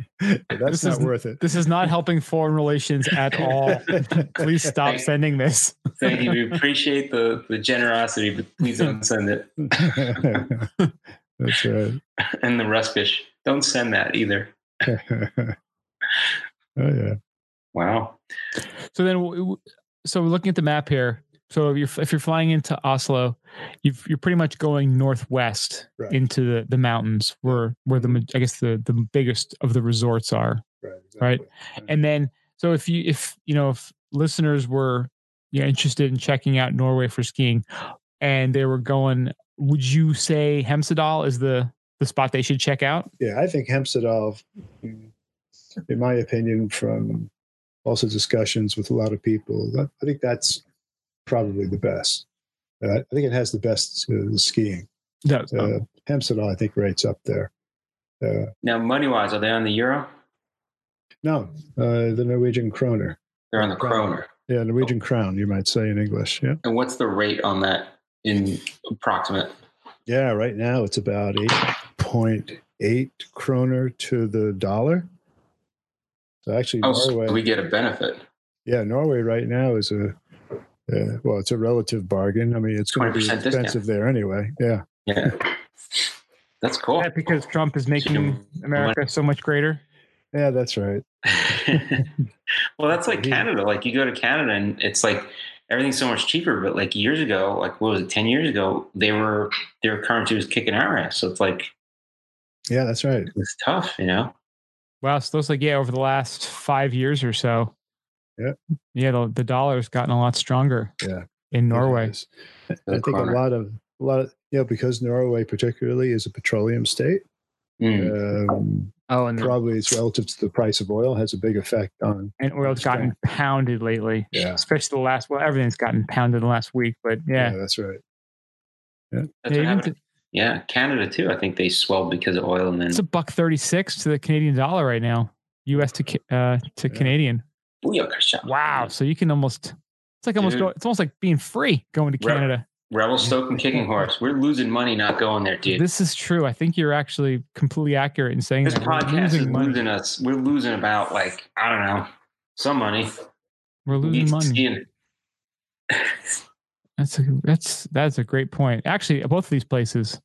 Speaker 3: That's
Speaker 1: This
Speaker 3: not
Speaker 1: is-
Speaker 2: [LAUGHS]
Speaker 3: worth
Speaker 1: [LAUGHS]
Speaker 3: it.
Speaker 1: this is not helping foreign relations at all.
Speaker 3: [LAUGHS]
Speaker 1: Please stop sending this.
Speaker 2: Thank you. We appreciate the, the generosity, but please
Speaker 3: [LAUGHS]
Speaker 2: don't send it.
Speaker 3: That's right. [LAUGHS]
Speaker 2: And the ruspish. Don't send that either.
Speaker 3: oh yeah.
Speaker 2: Wow.
Speaker 1: So then, w- w- so we're looking at the map here. So if you're if you're flying into Oslo, you've, you're pretty much going northwest
Speaker 3: Right.
Speaker 1: into the, the mountains, where where the ma- I guess the the biggest of the resorts are.
Speaker 3: Right.
Speaker 1: Right.
Speaker 3: Mm-hmm.
Speaker 1: And then, so if you if you know if listeners were you know, interested in checking out Norway for skiing, and they were going, would you say Hemsedal is the the spot they should check out?
Speaker 3: Yeah, I think Hempsedal, Mm, in my opinion, from also discussions with a lot of people, that- I think that's probably the best. Uh, I think it has the best uh, skiing.
Speaker 1: No,
Speaker 3: Uh, Hempsedal, I think, rates up there. Uh,
Speaker 2: Now, money wise, are they on the euro?
Speaker 3: no, uh, the Norwegian kroner.
Speaker 2: They're on the kroner.
Speaker 3: Yeah, Norwegian crown, you might say in English. Yeah.
Speaker 2: And what's the rate on that in approximate?
Speaker 3: Yeah, right now it's about 8.8 kroner to the dollar. So actually,
Speaker 2: Oh,
Speaker 3: Norway,
Speaker 2: so we get a benefit.
Speaker 3: yeah, Norway right now is a, uh, well, it's a relative bargain. I mean, it's going to be
Speaker 2: 20%
Speaker 3: expensive
Speaker 2: discount.
Speaker 3: there anyway. Yeah.
Speaker 2: Yeah. That's cool.
Speaker 1: because Trump is
Speaker 2: making
Speaker 1: making America so much greater.
Speaker 3: Yeah, that's right.
Speaker 2: [LAUGHS] well, that's like Canada. Like you go to Canada and it's like everything's so much cheaper. But like years ago, like what was it, ten years ago, they were their currency was kicking our ass. So it's like
Speaker 3: Yeah, that's right.
Speaker 2: it's tough, you know.
Speaker 1: Wow, so it looks like yeah, over the last five years or so,
Speaker 3: Yeah.
Speaker 1: yeah, the, the dollar's gotten a lot stronger.
Speaker 3: Yeah.
Speaker 1: in Norway,
Speaker 3: Yes. I think a lot of a lot of you know because Norway particularly is a petroleum state.
Speaker 2: Mm.
Speaker 3: Um,
Speaker 1: oh, and
Speaker 3: probably it's relative to the price of oil has a big effect on
Speaker 1: and oil's gotten pounded lately,
Speaker 3: yeah.
Speaker 1: especially the last. Well, everything's gotten pounded in the last week, but yeah,
Speaker 3: that's right.
Speaker 2: That's
Speaker 1: Yeah,
Speaker 2: what
Speaker 1: even
Speaker 2: happened. yeah, Canada too. I think they swelled because of oil, and then
Speaker 1: it's a buck thirty six to the Canadian dollar right now, U.S. to Ca- uh, to
Speaker 3: Yeah.
Speaker 1: Canadian.
Speaker 2: Booyakasha.
Speaker 1: Wow, so you can almost it's like almost
Speaker 2: Dude.
Speaker 1: go, it's almost like being free going to
Speaker 2: Right.
Speaker 1: Canada.
Speaker 2: Revelstoke and Kicking Horse. We're losing money not going there, dude. This,
Speaker 1: This is true. I think you're actually completely accurate in saying that. We're
Speaker 2: podcast is
Speaker 1: losing money.
Speaker 2: losing us. We're losing about like I don't know some money.
Speaker 1: We're losing
Speaker 2: East
Speaker 1: money.
Speaker 2: Skiing.
Speaker 1: That's a that's that's a great point. Actually, both of these places,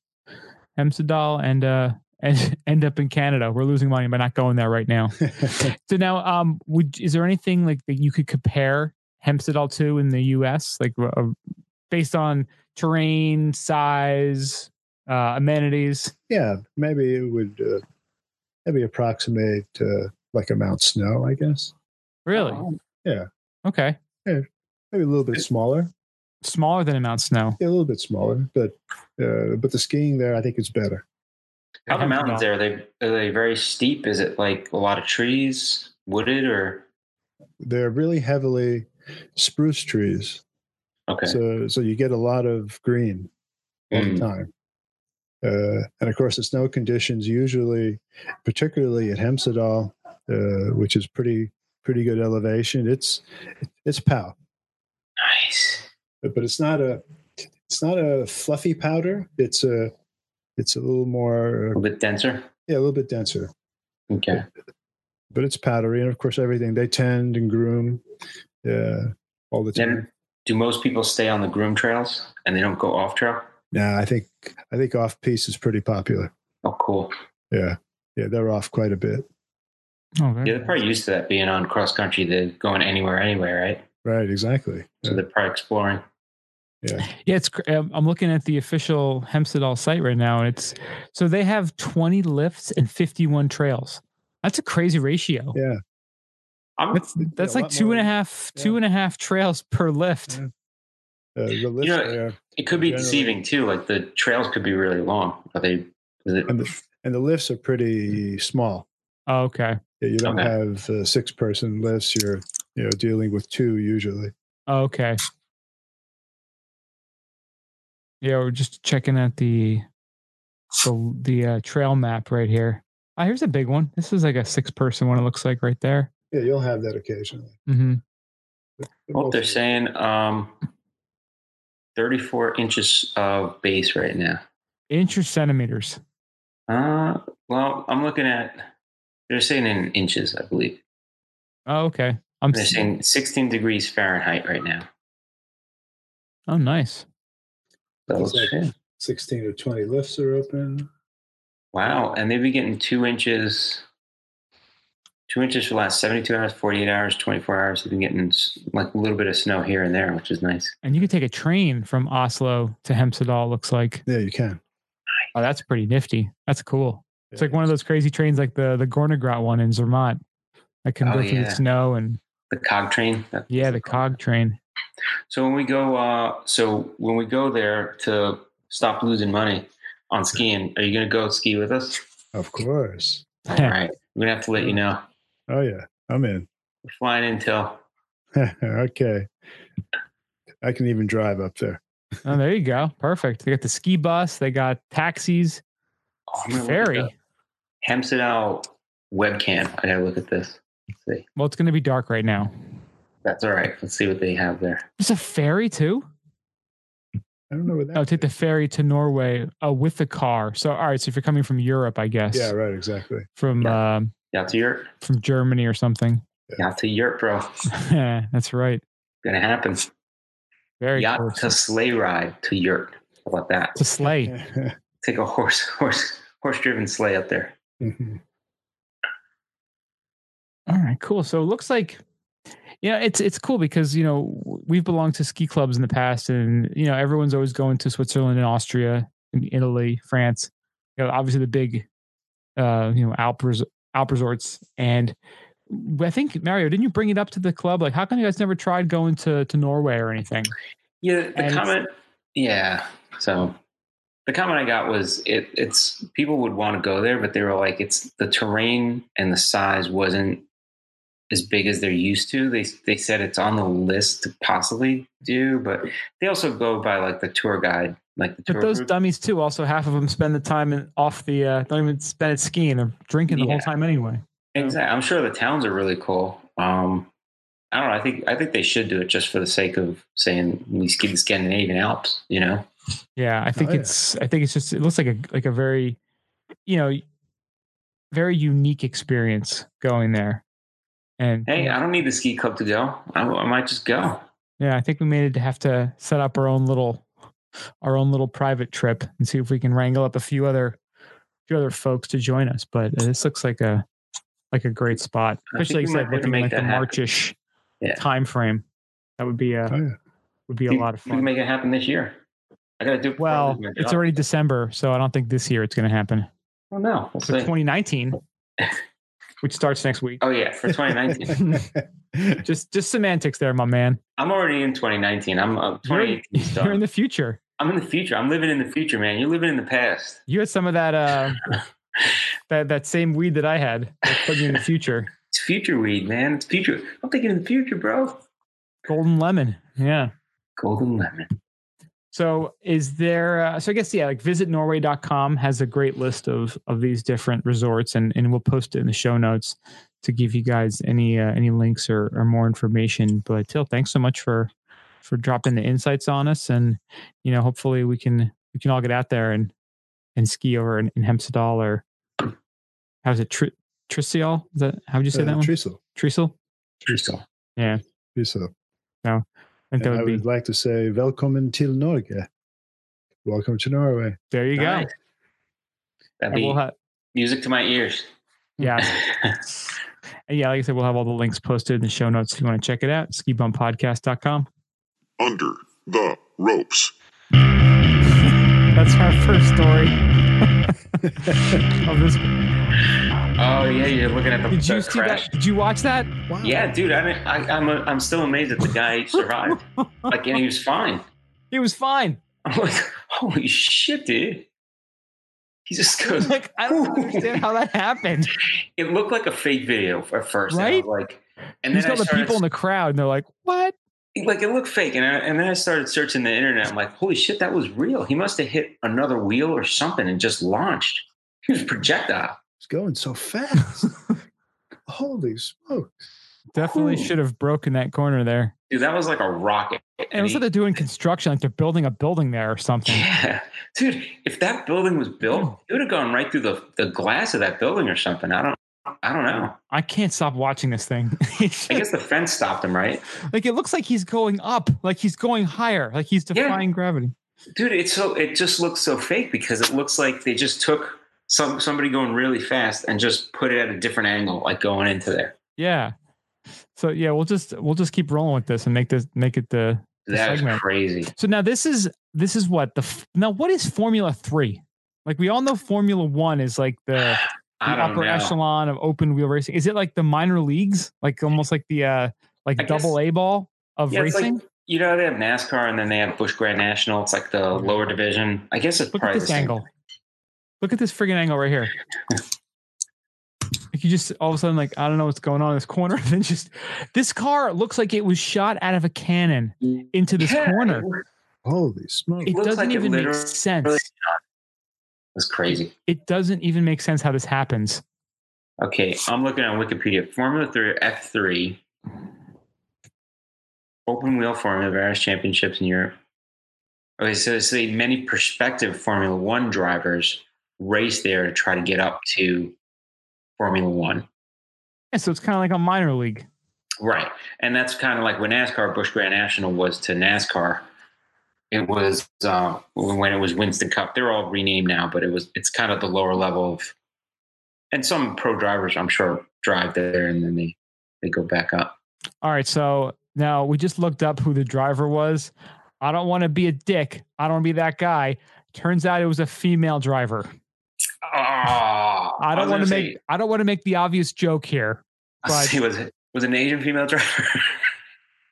Speaker 1: Amsterdam and uh [LAUGHS] and end up in Canada. We're losing money by not going there right now.
Speaker 3: [LAUGHS]
Speaker 1: so now, um, would is there anything like that you could compare Hempstead to in the U.S. like uh, based on terrain, size, uh, amenities?
Speaker 3: yeah, maybe it would uh, maybe approximate uh, like a Mount Snow, I guess.
Speaker 1: Really?
Speaker 3: Yeah.
Speaker 1: Okay.
Speaker 3: Maybe a little bit smaller.
Speaker 1: Smaller than a Mount Snow.
Speaker 3: Yeah, a little bit smaller, but uh, but the skiing there, I think, is better.
Speaker 2: How are the
Speaker 1: Hempstead Dal.
Speaker 2: mountains there? Are they are they very steep? Is it like a lot of trees, wooded, or
Speaker 3: They're really heavily spruce trees,
Speaker 2: okay?
Speaker 3: so so you get a lot of green all
Speaker 2: Mm.
Speaker 3: the time. Uh, and of course, the snow conditions usually, particularly at Hemsedal, uh, which is pretty pretty good elevation. It's it's pow,
Speaker 2: nice.
Speaker 3: but, but it's not a it's not a fluffy powder. It's a it's a little
Speaker 2: A
Speaker 3: more
Speaker 2: little bit denser.
Speaker 3: yeah, a little bit denser,
Speaker 2: Okay.
Speaker 3: but it's powdery. And of course, everything they tend and groom uh, all the time.
Speaker 2: Then do most people stay on the groom trails and they don't go off trail?
Speaker 3: Yeah, I think I think off piece is pretty popular.
Speaker 2: Oh, cool.
Speaker 3: Mm-hmm. Yeah, yeah, they're off quite a bit.
Speaker 1: Oh, very
Speaker 2: Yeah, they're probably used to that being on cross country. They're going anywhere anyway, right?
Speaker 3: Right, exactly.
Speaker 2: So they're probably exploring.
Speaker 1: Yeah, it's. cr- um, I'm looking at the official Hempsteadall site right now, and it's so they have 20 lifts and 51 trails. That's a crazy ratio.
Speaker 3: Yeah.
Speaker 2: I'm,
Speaker 1: That's that's
Speaker 3: a
Speaker 1: like
Speaker 3: lot
Speaker 1: two
Speaker 3: more
Speaker 1: and a
Speaker 3: than-
Speaker 1: half,
Speaker 3: yeah.
Speaker 1: two and a half trails per lift.
Speaker 3: Yeah. Uh, the lifts
Speaker 2: know,
Speaker 3: there,
Speaker 2: it could be
Speaker 3: Generally-
Speaker 2: deceiving too. Like the trails could be really long. Are they? Is it,
Speaker 3: and the, and the lifts are pretty small.
Speaker 1: Oh, okay.
Speaker 3: Yeah, you don't
Speaker 2: Okay.
Speaker 3: have uh, six person lifts. You're you know dealing with two usually.
Speaker 1: Oh, okay. Yeah, we're just checking out the the the uh, trail map right here. Oh, here's a big one. This is like a six person one. It looks like right there.
Speaker 3: Yeah, you'll have that occasionally.
Speaker 1: Mm-hmm.
Speaker 2: what they're saying? Um, thirty-four inches of base right now.
Speaker 1: Inch or centimeters?
Speaker 2: Uh, well, I'm looking at. They're saying in inches, I believe.
Speaker 1: Oh, okay. I'm.
Speaker 2: They're
Speaker 1: seeing.
Speaker 2: saying 16 degrees Fahrenheit right now.
Speaker 1: Oh, nice.
Speaker 2: So,
Speaker 3: That's like-
Speaker 2: yeah.
Speaker 3: sixteen or twenty lifts are open.
Speaker 2: Wow, and they've been getting two inches, two inches for the last 72 hours, 48 hours, 24 hours. They've been getting s- like a little bit of snow here and there, which is nice.
Speaker 1: And you could take a train from Oslo to Hemsedal, looks like.
Speaker 3: Yeah, you can.
Speaker 1: Oh, that's pretty nifty. That's cool. It's like one of those crazy trains like the the Gornegrat one in Zermatt. I can
Speaker 2: Oh,
Speaker 1: go through
Speaker 2: yeah.
Speaker 1: the snow and
Speaker 2: The cog train. that-
Speaker 1: yeah, the cog train.
Speaker 2: So when we go, uh, so when we go there to stop losing money on skiing, are you going to go ski with us?
Speaker 3: of course.
Speaker 2: All right, we're gonna have to let you know.
Speaker 3: Oh yeah, I'm in. [LAUGHS]
Speaker 2: We're flying until
Speaker 3: okay, I can even drive up there.
Speaker 1: [LAUGHS] oh, there you go. Perfect. They got the ski bus, they got taxis,
Speaker 2: oh, I'm gonna look at
Speaker 1: ferry.
Speaker 2: the Hempstead webcam. I gotta look at this. Let's see.
Speaker 1: Well, it's gonna be dark right now.
Speaker 2: That's all right. Let's see what they have there.
Speaker 1: There's a ferry too?
Speaker 3: I don't know what that.
Speaker 1: Oh, take the ferry to Norway oh, with the car. So all right, so if you're coming from Europe, I guess.
Speaker 3: Yeah, right. Exactly.
Speaker 1: From um,
Speaker 2: Y'all to Europe.
Speaker 1: from Germany or something. [LAUGHS]
Speaker 2: Y'all to Europe, bro.
Speaker 1: That's right.
Speaker 2: Gonna happen.
Speaker 1: Very
Speaker 2: Yacht
Speaker 1: cool.
Speaker 2: to sleigh ride to Europe. How about that?
Speaker 1: It's a sleigh.
Speaker 3: [LAUGHS]
Speaker 2: [LAUGHS]
Speaker 3: Mm-hmm.
Speaker 2: Take a horse, horse, horse-driven sleigh up there.
Speaker 3: Mhm.
Speaker 1: All right, cool. So it looks like yeah, it's it's cool because you know we've belonged to ski clubs in the past, and you know everyone's always going to Switzerland and Austria and Italy, France. You know, obviously the big, uh, you know Alp, res- Alp resorts, and I think Mario, didn't you bring it up to the club? Like, how come you guys never tried going to to Norway or anything?
Speaker 2: Yeah, the
Speaker 1: And it's-
Speaker 2: comment. Yeah. So the comment I got was it. It's people would want to go there, but they were like, it's the terrain and the size wasn't as big as they're used to. They they said it's on the list to possibly do, but they also go by like the tour guide, like the
Speaker 1: But
Speaker 2: tour.
Speaker 1: those
Speaker 2: group.
Speaker 1: dummies too. Also, half of them spend the time in, off the uh, don't even spend it skiing. They're drinking the
Speaker 2: Yeah.
Speaker 1: whole time anyway.
Speaker 2: Exactly. I'm sure the towns are really cool. Um, I don't know. I think I think they should do it just for the sake of saying we ski the Scandinavian Alps. You know.
Speaker 1: Yeah, I
Speaker 2: Oh,
Speaker 1: think
Speaker 3: yeah.
Speaker 1: it's I think it's just it looks like a like a very you know very unique experience going there. And
Speaker 2: Hey, I don't need the ski club to go. I, I might just go.
Speaker 1: yeah, I think we may have to set up our own little our own little private trip and see if we can wrangle up a few other few other folks to join us. But uh, this looks like a like a great spot,
Speaker 2: I think
Speaker 1: especially like
Speaker 2: we
Speaker 1: you
Speaker 2: might
Speaker 1: said,
Speaker 2: be able to
Speaker 1: looking
Speaker 2: make
Speaker 1: like the
Speaker 2: that happen.
Speaker 1: Marchish
Speaker 2: Yeah.
Speaker 1: time frame. That would be a
Speaker 3: Oh, yeah.
Speaker 1: would be a
Speaker 2: You-
Speaker 1: lot of
Speaker 2: We can
Speaker 1: fun.
Speaker 2: make it happen this year. I gotta do. it before I
Speaker 1: Well,
Speaker 2: lose my
Speaker 1: it's
Speaker 2: job.
Speaker 1: already December, so I don't think this year it's going to happen.
Speaker 2: Oh no.
Speaker 1: for
Speaker 2: We'll see.
Speaker 1: 2019, which starts next week.
Speaker 2: oh yeah,
Speaker 1: [LAUGHS]
Speaker 2: for 2019.
Speaker 1: Just just semantics there, my man.
Speaker 2: I'm already in 2019. I'm uh,
Speaker 1: You're in,
Speaker 2: 2018. stuff.
Speaker 1: you're in the future.
Speaker 2: I'm in the future. I'm living in the future, man. You're living in the past.
Speaker 1: You had some of that uh that that same weed that I had that put you in the future.
Speaker 2: It's future weed, man. It's future. I'm thinking in the future, bro.
Speaker 1: Golden lemon. Yeah.
Speaker 2: Golden lemon.
Speaker 1: So is there uh, so I guess yeah, like visitnorway.com has a great list of of these different resorts and and we'll post it in the show notes to give you guys any uh, any links or, or more information. But Till, thanks so much for for dropping the insights on us and you know, hopefully we can we can all get out there and and ski over in, in Hemsedal or how's it Tri- Trisial? Is that how would
Speaker 3: Uh,
Speaker 1: you say that one?
Speaker 3: Tresol.
Speaker 1: Trisel?
Speaker 2: Trisol.
Speaker 3: Tresol.
Speaker 1: I think
Speaker 3: And
Speaker 1: that
Speaker 3: I
Speaker 1: would be
Speaker 3: would like to say, Welcome till Norge. Welcome to Norway.
Speaker 1: there you go.
Speaker 2: Nice. That'd
Speaker 1: And
Speaker 2: be
Speaker 1: we'll ha-
Speaker 2: music to my ears.
Speaker 1: yeah, And yeah, like I said, we'll have all the links posted in the show notes if you want to check it out. Skibumppodcast.com.
Speaker 5: Under the ropes.
Speaker 1: That's our first story [LAUGHS] of this.
Speaker 2: [LAUGHS] oh yeah, you're looking at the,
Speaker 1: Did you
Speaker 2: the
Speaker 1: see
Speaker 2: crash.
Speaker 1: that? Did you watch that?
Speaker 3: Wow.
Speaker 2: Yeah, dude. I mean, I, I'm a, I'm still amazed that
Speaker 1: [LAUGHS]
Speaker 2: the guy survived. like, and he was fine.
Speaker 1: It was fine. [LAUGHS]
Speaker 2: I'm like, holy shit, dude. He just goes,
Speaker 1: Like I don't
Speaker 2: [LAUGHS]
Speaker 1: understand how that happened.
Speaker 2: it looked like a fake video at first. and I
Speaker 1: Right?
Speaker 2: was like, and
Speaker 1: He's
Speaker 2: then I
Speaker 1: got the
Speaker 2: started,
Speaker 1: people in the crowd, and they're like, "What?"
Speaker 2: like, it looked fake. And, I, and then I started searching the internet. I'm like, holy shit, that was real. He must have hit another wheel or something and just launched. He was a projectile.
Speaker 3: It's going so fast.
Speaker 1: [LAUGHS]
Speaker 3: Holy smoke.
Speaker 1: Definitely
Speaker 2: Ooh.
Speaker 1: should have broken that corner there.
Speaker 2: Dude, that was like a rocket.
Speaker 1: And it was
Speaker 2: he-
Speaker 1: like they're doing construction, like they're building a building there or something.
Speaker 2: yeah. Dude, if that building was
Speaker 1: Hmm.
Speaker 2: built, it would have gone right through the, the glass of that building or something. I don't I don't know.
Speaker 1: I can't stop watching this thing. [LAUGHS] It's
Speaker 2: I guess the fence stopped him, right?
Speaker 1: like it looks like he's going up, like he's going higher, like he's
Speaker 2: Yeah.
Speaker 1: defying gravity.
Speaker 2: dude it's so it just looks so fake because it looks like they just took some somebody going really fast and just put it at a different angle like going into there
Speaker 1: Yeah. So yeah, we'll just we'll just keep rolling with this and make this make it the.
Speaker 2: That is
Speaker 1: segment.
Speaker 2: crazy
Speaker 1: So now this is this is what the f- now what is Formula Three? Like we all know Formula One is like the, the
Speaker 2: [SIGHS] i don't
Speaker 1: upper
Speaker 2: know
Speaker 1: echelon of open wheel racing. Is it like the minor leagues? Like almost like the uh like
Speaker 2: I guess-
Speaker 1: double A ball of
Speaker 2: Yeah, it's like-
Speaker 1: racing?
Speaker 2: you know they have nascar and then they have bush grand national it's like the lower division i guess it's
Speaker 1: Look at
Speaker 2: probably
Speaker 1: this
Speaker 2: the same.
Speaker 1: angle. Look at this friggin' angle right here. Like you just all of a sudden like I don't know what's going on in this corner. [LAUGHS] And then just this car looks like it was shot out of a cannon into this
Speaker 2: Yeah,
Speaker 1: corner.
Speaker 3: Holy smoke.
Speaker 1: It
Speaker 2: looks
Speaker 1: doesn't
Speaker 2: like it
Speaker 1: even make
Speaker 2: literally-
Speaker 1: sense.
Speaker 2: it's crazy
Speaker 1: It doesn't even make sense how this happens.
Speaker 2: okay i'm looking on wikipedia formula 3 f3 open wheel formula various championships in europe okay so they say many prospective formula one drivers race there to try to get up to formula one
Speaker 1: Yeah, so it's kind of like a minor league.
Speaker 2: right and that's kind of like when nascar bush grand national was to nascar it was uh, when it was winston cup they're all renamed now but it was it's kind of the lower level of and some pro drivers i'm sure drive there and then they they go back up.
Speaker 1: All right. So now we just looked up who the driver was. I don't want to be a dick. I don't want to be that guy. Turns out it was a female driver.
Speaker 2: Oh, I
Speaker 1: I don't want
Speaker 2: was gonna
Speaker 1: to
Speaker 2: say-
Speaker 1: make I don't want to make the obvious joke here.
Speaker 2: [LAUGHS] I was
Speaker 1: but-
Speaker 2: gonna say, was it was it an Asian female driver? [LAUGHS]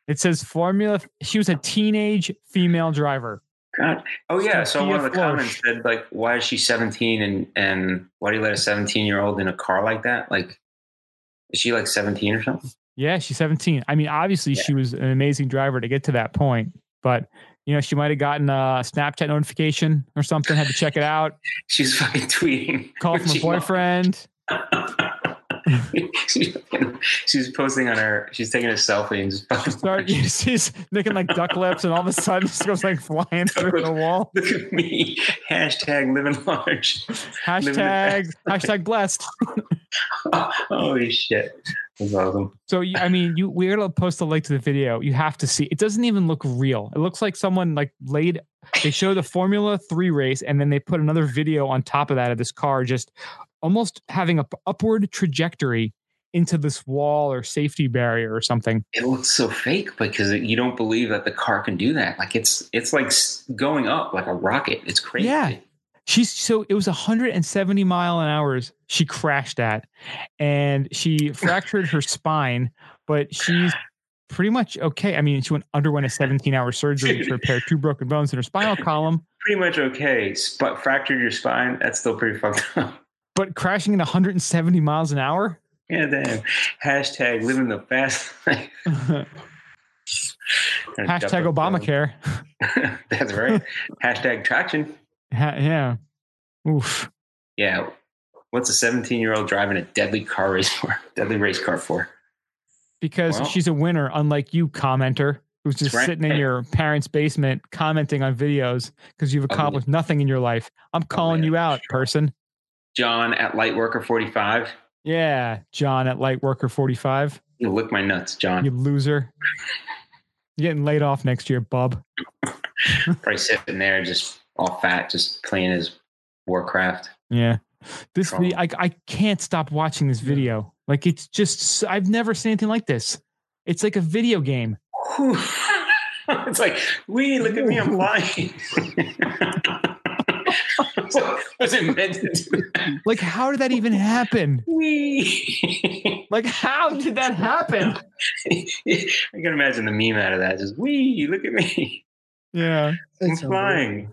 Speaker 1: It says formula she was a teenage female driver.
Speaker 2: God. Oh yeah. So one of the
Speaker 1: Sophia Flores.
Speaker 2: comments said like, "Why is she 17 and and why do you let a 17 year old in a car like that? Like, is she like 17 or something?"
Speaker 1: Yeah, she's 17. I mean, obviously she was an amazing driver to get to that point, but you know, she might have gotten a Snapchat notification or something, had to check it out,
Speaker 2: She's fucking tweeting.
Speaker 1: call from a
Speaker 2: She-
Speaker 1: boyfriend.
Speaker 2: [LAUGHS] she's, fucking- she's posting on her. She's taking a selfie and just fucking
Speaker 1: Start [LAUGHS] she's making like duck lips and all of a sudden [LAUGHS] she goes like flying through the wall.
Speaker 2: [LAUGHS] look at me. Hashtag living large. [LAUGHS] Living
Speaker 1: Hashtag hashtag blessed.
Speaker 2: Holy shit. That's awesome.
Speaker 1: So you- I mean, you we're gonna post a link to the video. You have to see. It doesn't even look real. It looks like someone like laid. They show the Formula Three race, and then they put another video on top of that of this car just almost having a p- upward trajectory into this wall or safety barrier or something.
Speaker 2: It looks so fake because it, you don't believe that the car can do that. Like it's it's like s- going up like a rocket. It's crazy.
Speaker 1: Yeah. She's so it was 170 mile an hours. She crashed at, and she fractured her spine, but she's pretty much okay. I mean, she went underwent a 17 hour surgery to repair two broken bones in her spinal column.
Speaker 2: Pretty much okay. But fractured your spine. That's still pretty fucked up. [LAUGHS]
Speaker 1: but crashing at 170 miles an hour
Speaker 2: Yeah, damn. Hashtag living the fast [LAUGHS] life.
Speaker 1: hashtag obamacare
Speaker 2: [LAUGHS]
Speaker 1: [LAUGHS]
Speaker 2: That's right. Hashtag traction.
Speaker 1: Ha- yeah oof
Speaker 2: Yeah. What's a 17 year old driving a deadly car race for? [LAUGHS] Deadly race car for?
Speaker 1: because
Speaker 2: Wow.
Speaker 1: she's a winner unlike you commenter who's just
Speaker 2: Right.
Speaker 1: sitting in your parents basement commenting on videos because you've
Speaker 2: Oh, yeah.
Speaker 1: accomplished nothing in your life i'm calling
Speaker 2: yeah,
Speaker 1: you
Speaker 2: for
Speaker 1: out
Speaker 2: sure.
Speaker 1: person
Speaker 2: John at Lightworker 45.
Speaker 1: yeah john at lightworker 45
Speaker 2: You lick my nuts, John.
Speaker 1: you loser you're getting laid off next year bub
Speaker 2: Probably sitting there just all fat, just playing his Warcraft.
Speaker 1: Yeah. This
Speaker 2: Trauma.
Speaker 1: we I I can't stop watching this video. Like it's just s- I've never seen anything like this. It's like a video game.
Speaker 2: Whew. [LAUGHS] it's like, we look at me, I'm flying. [LAUGHS] was it meant to do that?
Speaker 1: Like how did that even happen?
Speaker 2: Wee. [LAUGHS]
Speaker 1: Like how did that happen?
Speaker 2: I can imagine the meme out of that. Just, we look at me,
Speaker 1: Yeah.
Speaker 2: I'm
Speaker 3: It's
Speaker 2: flying.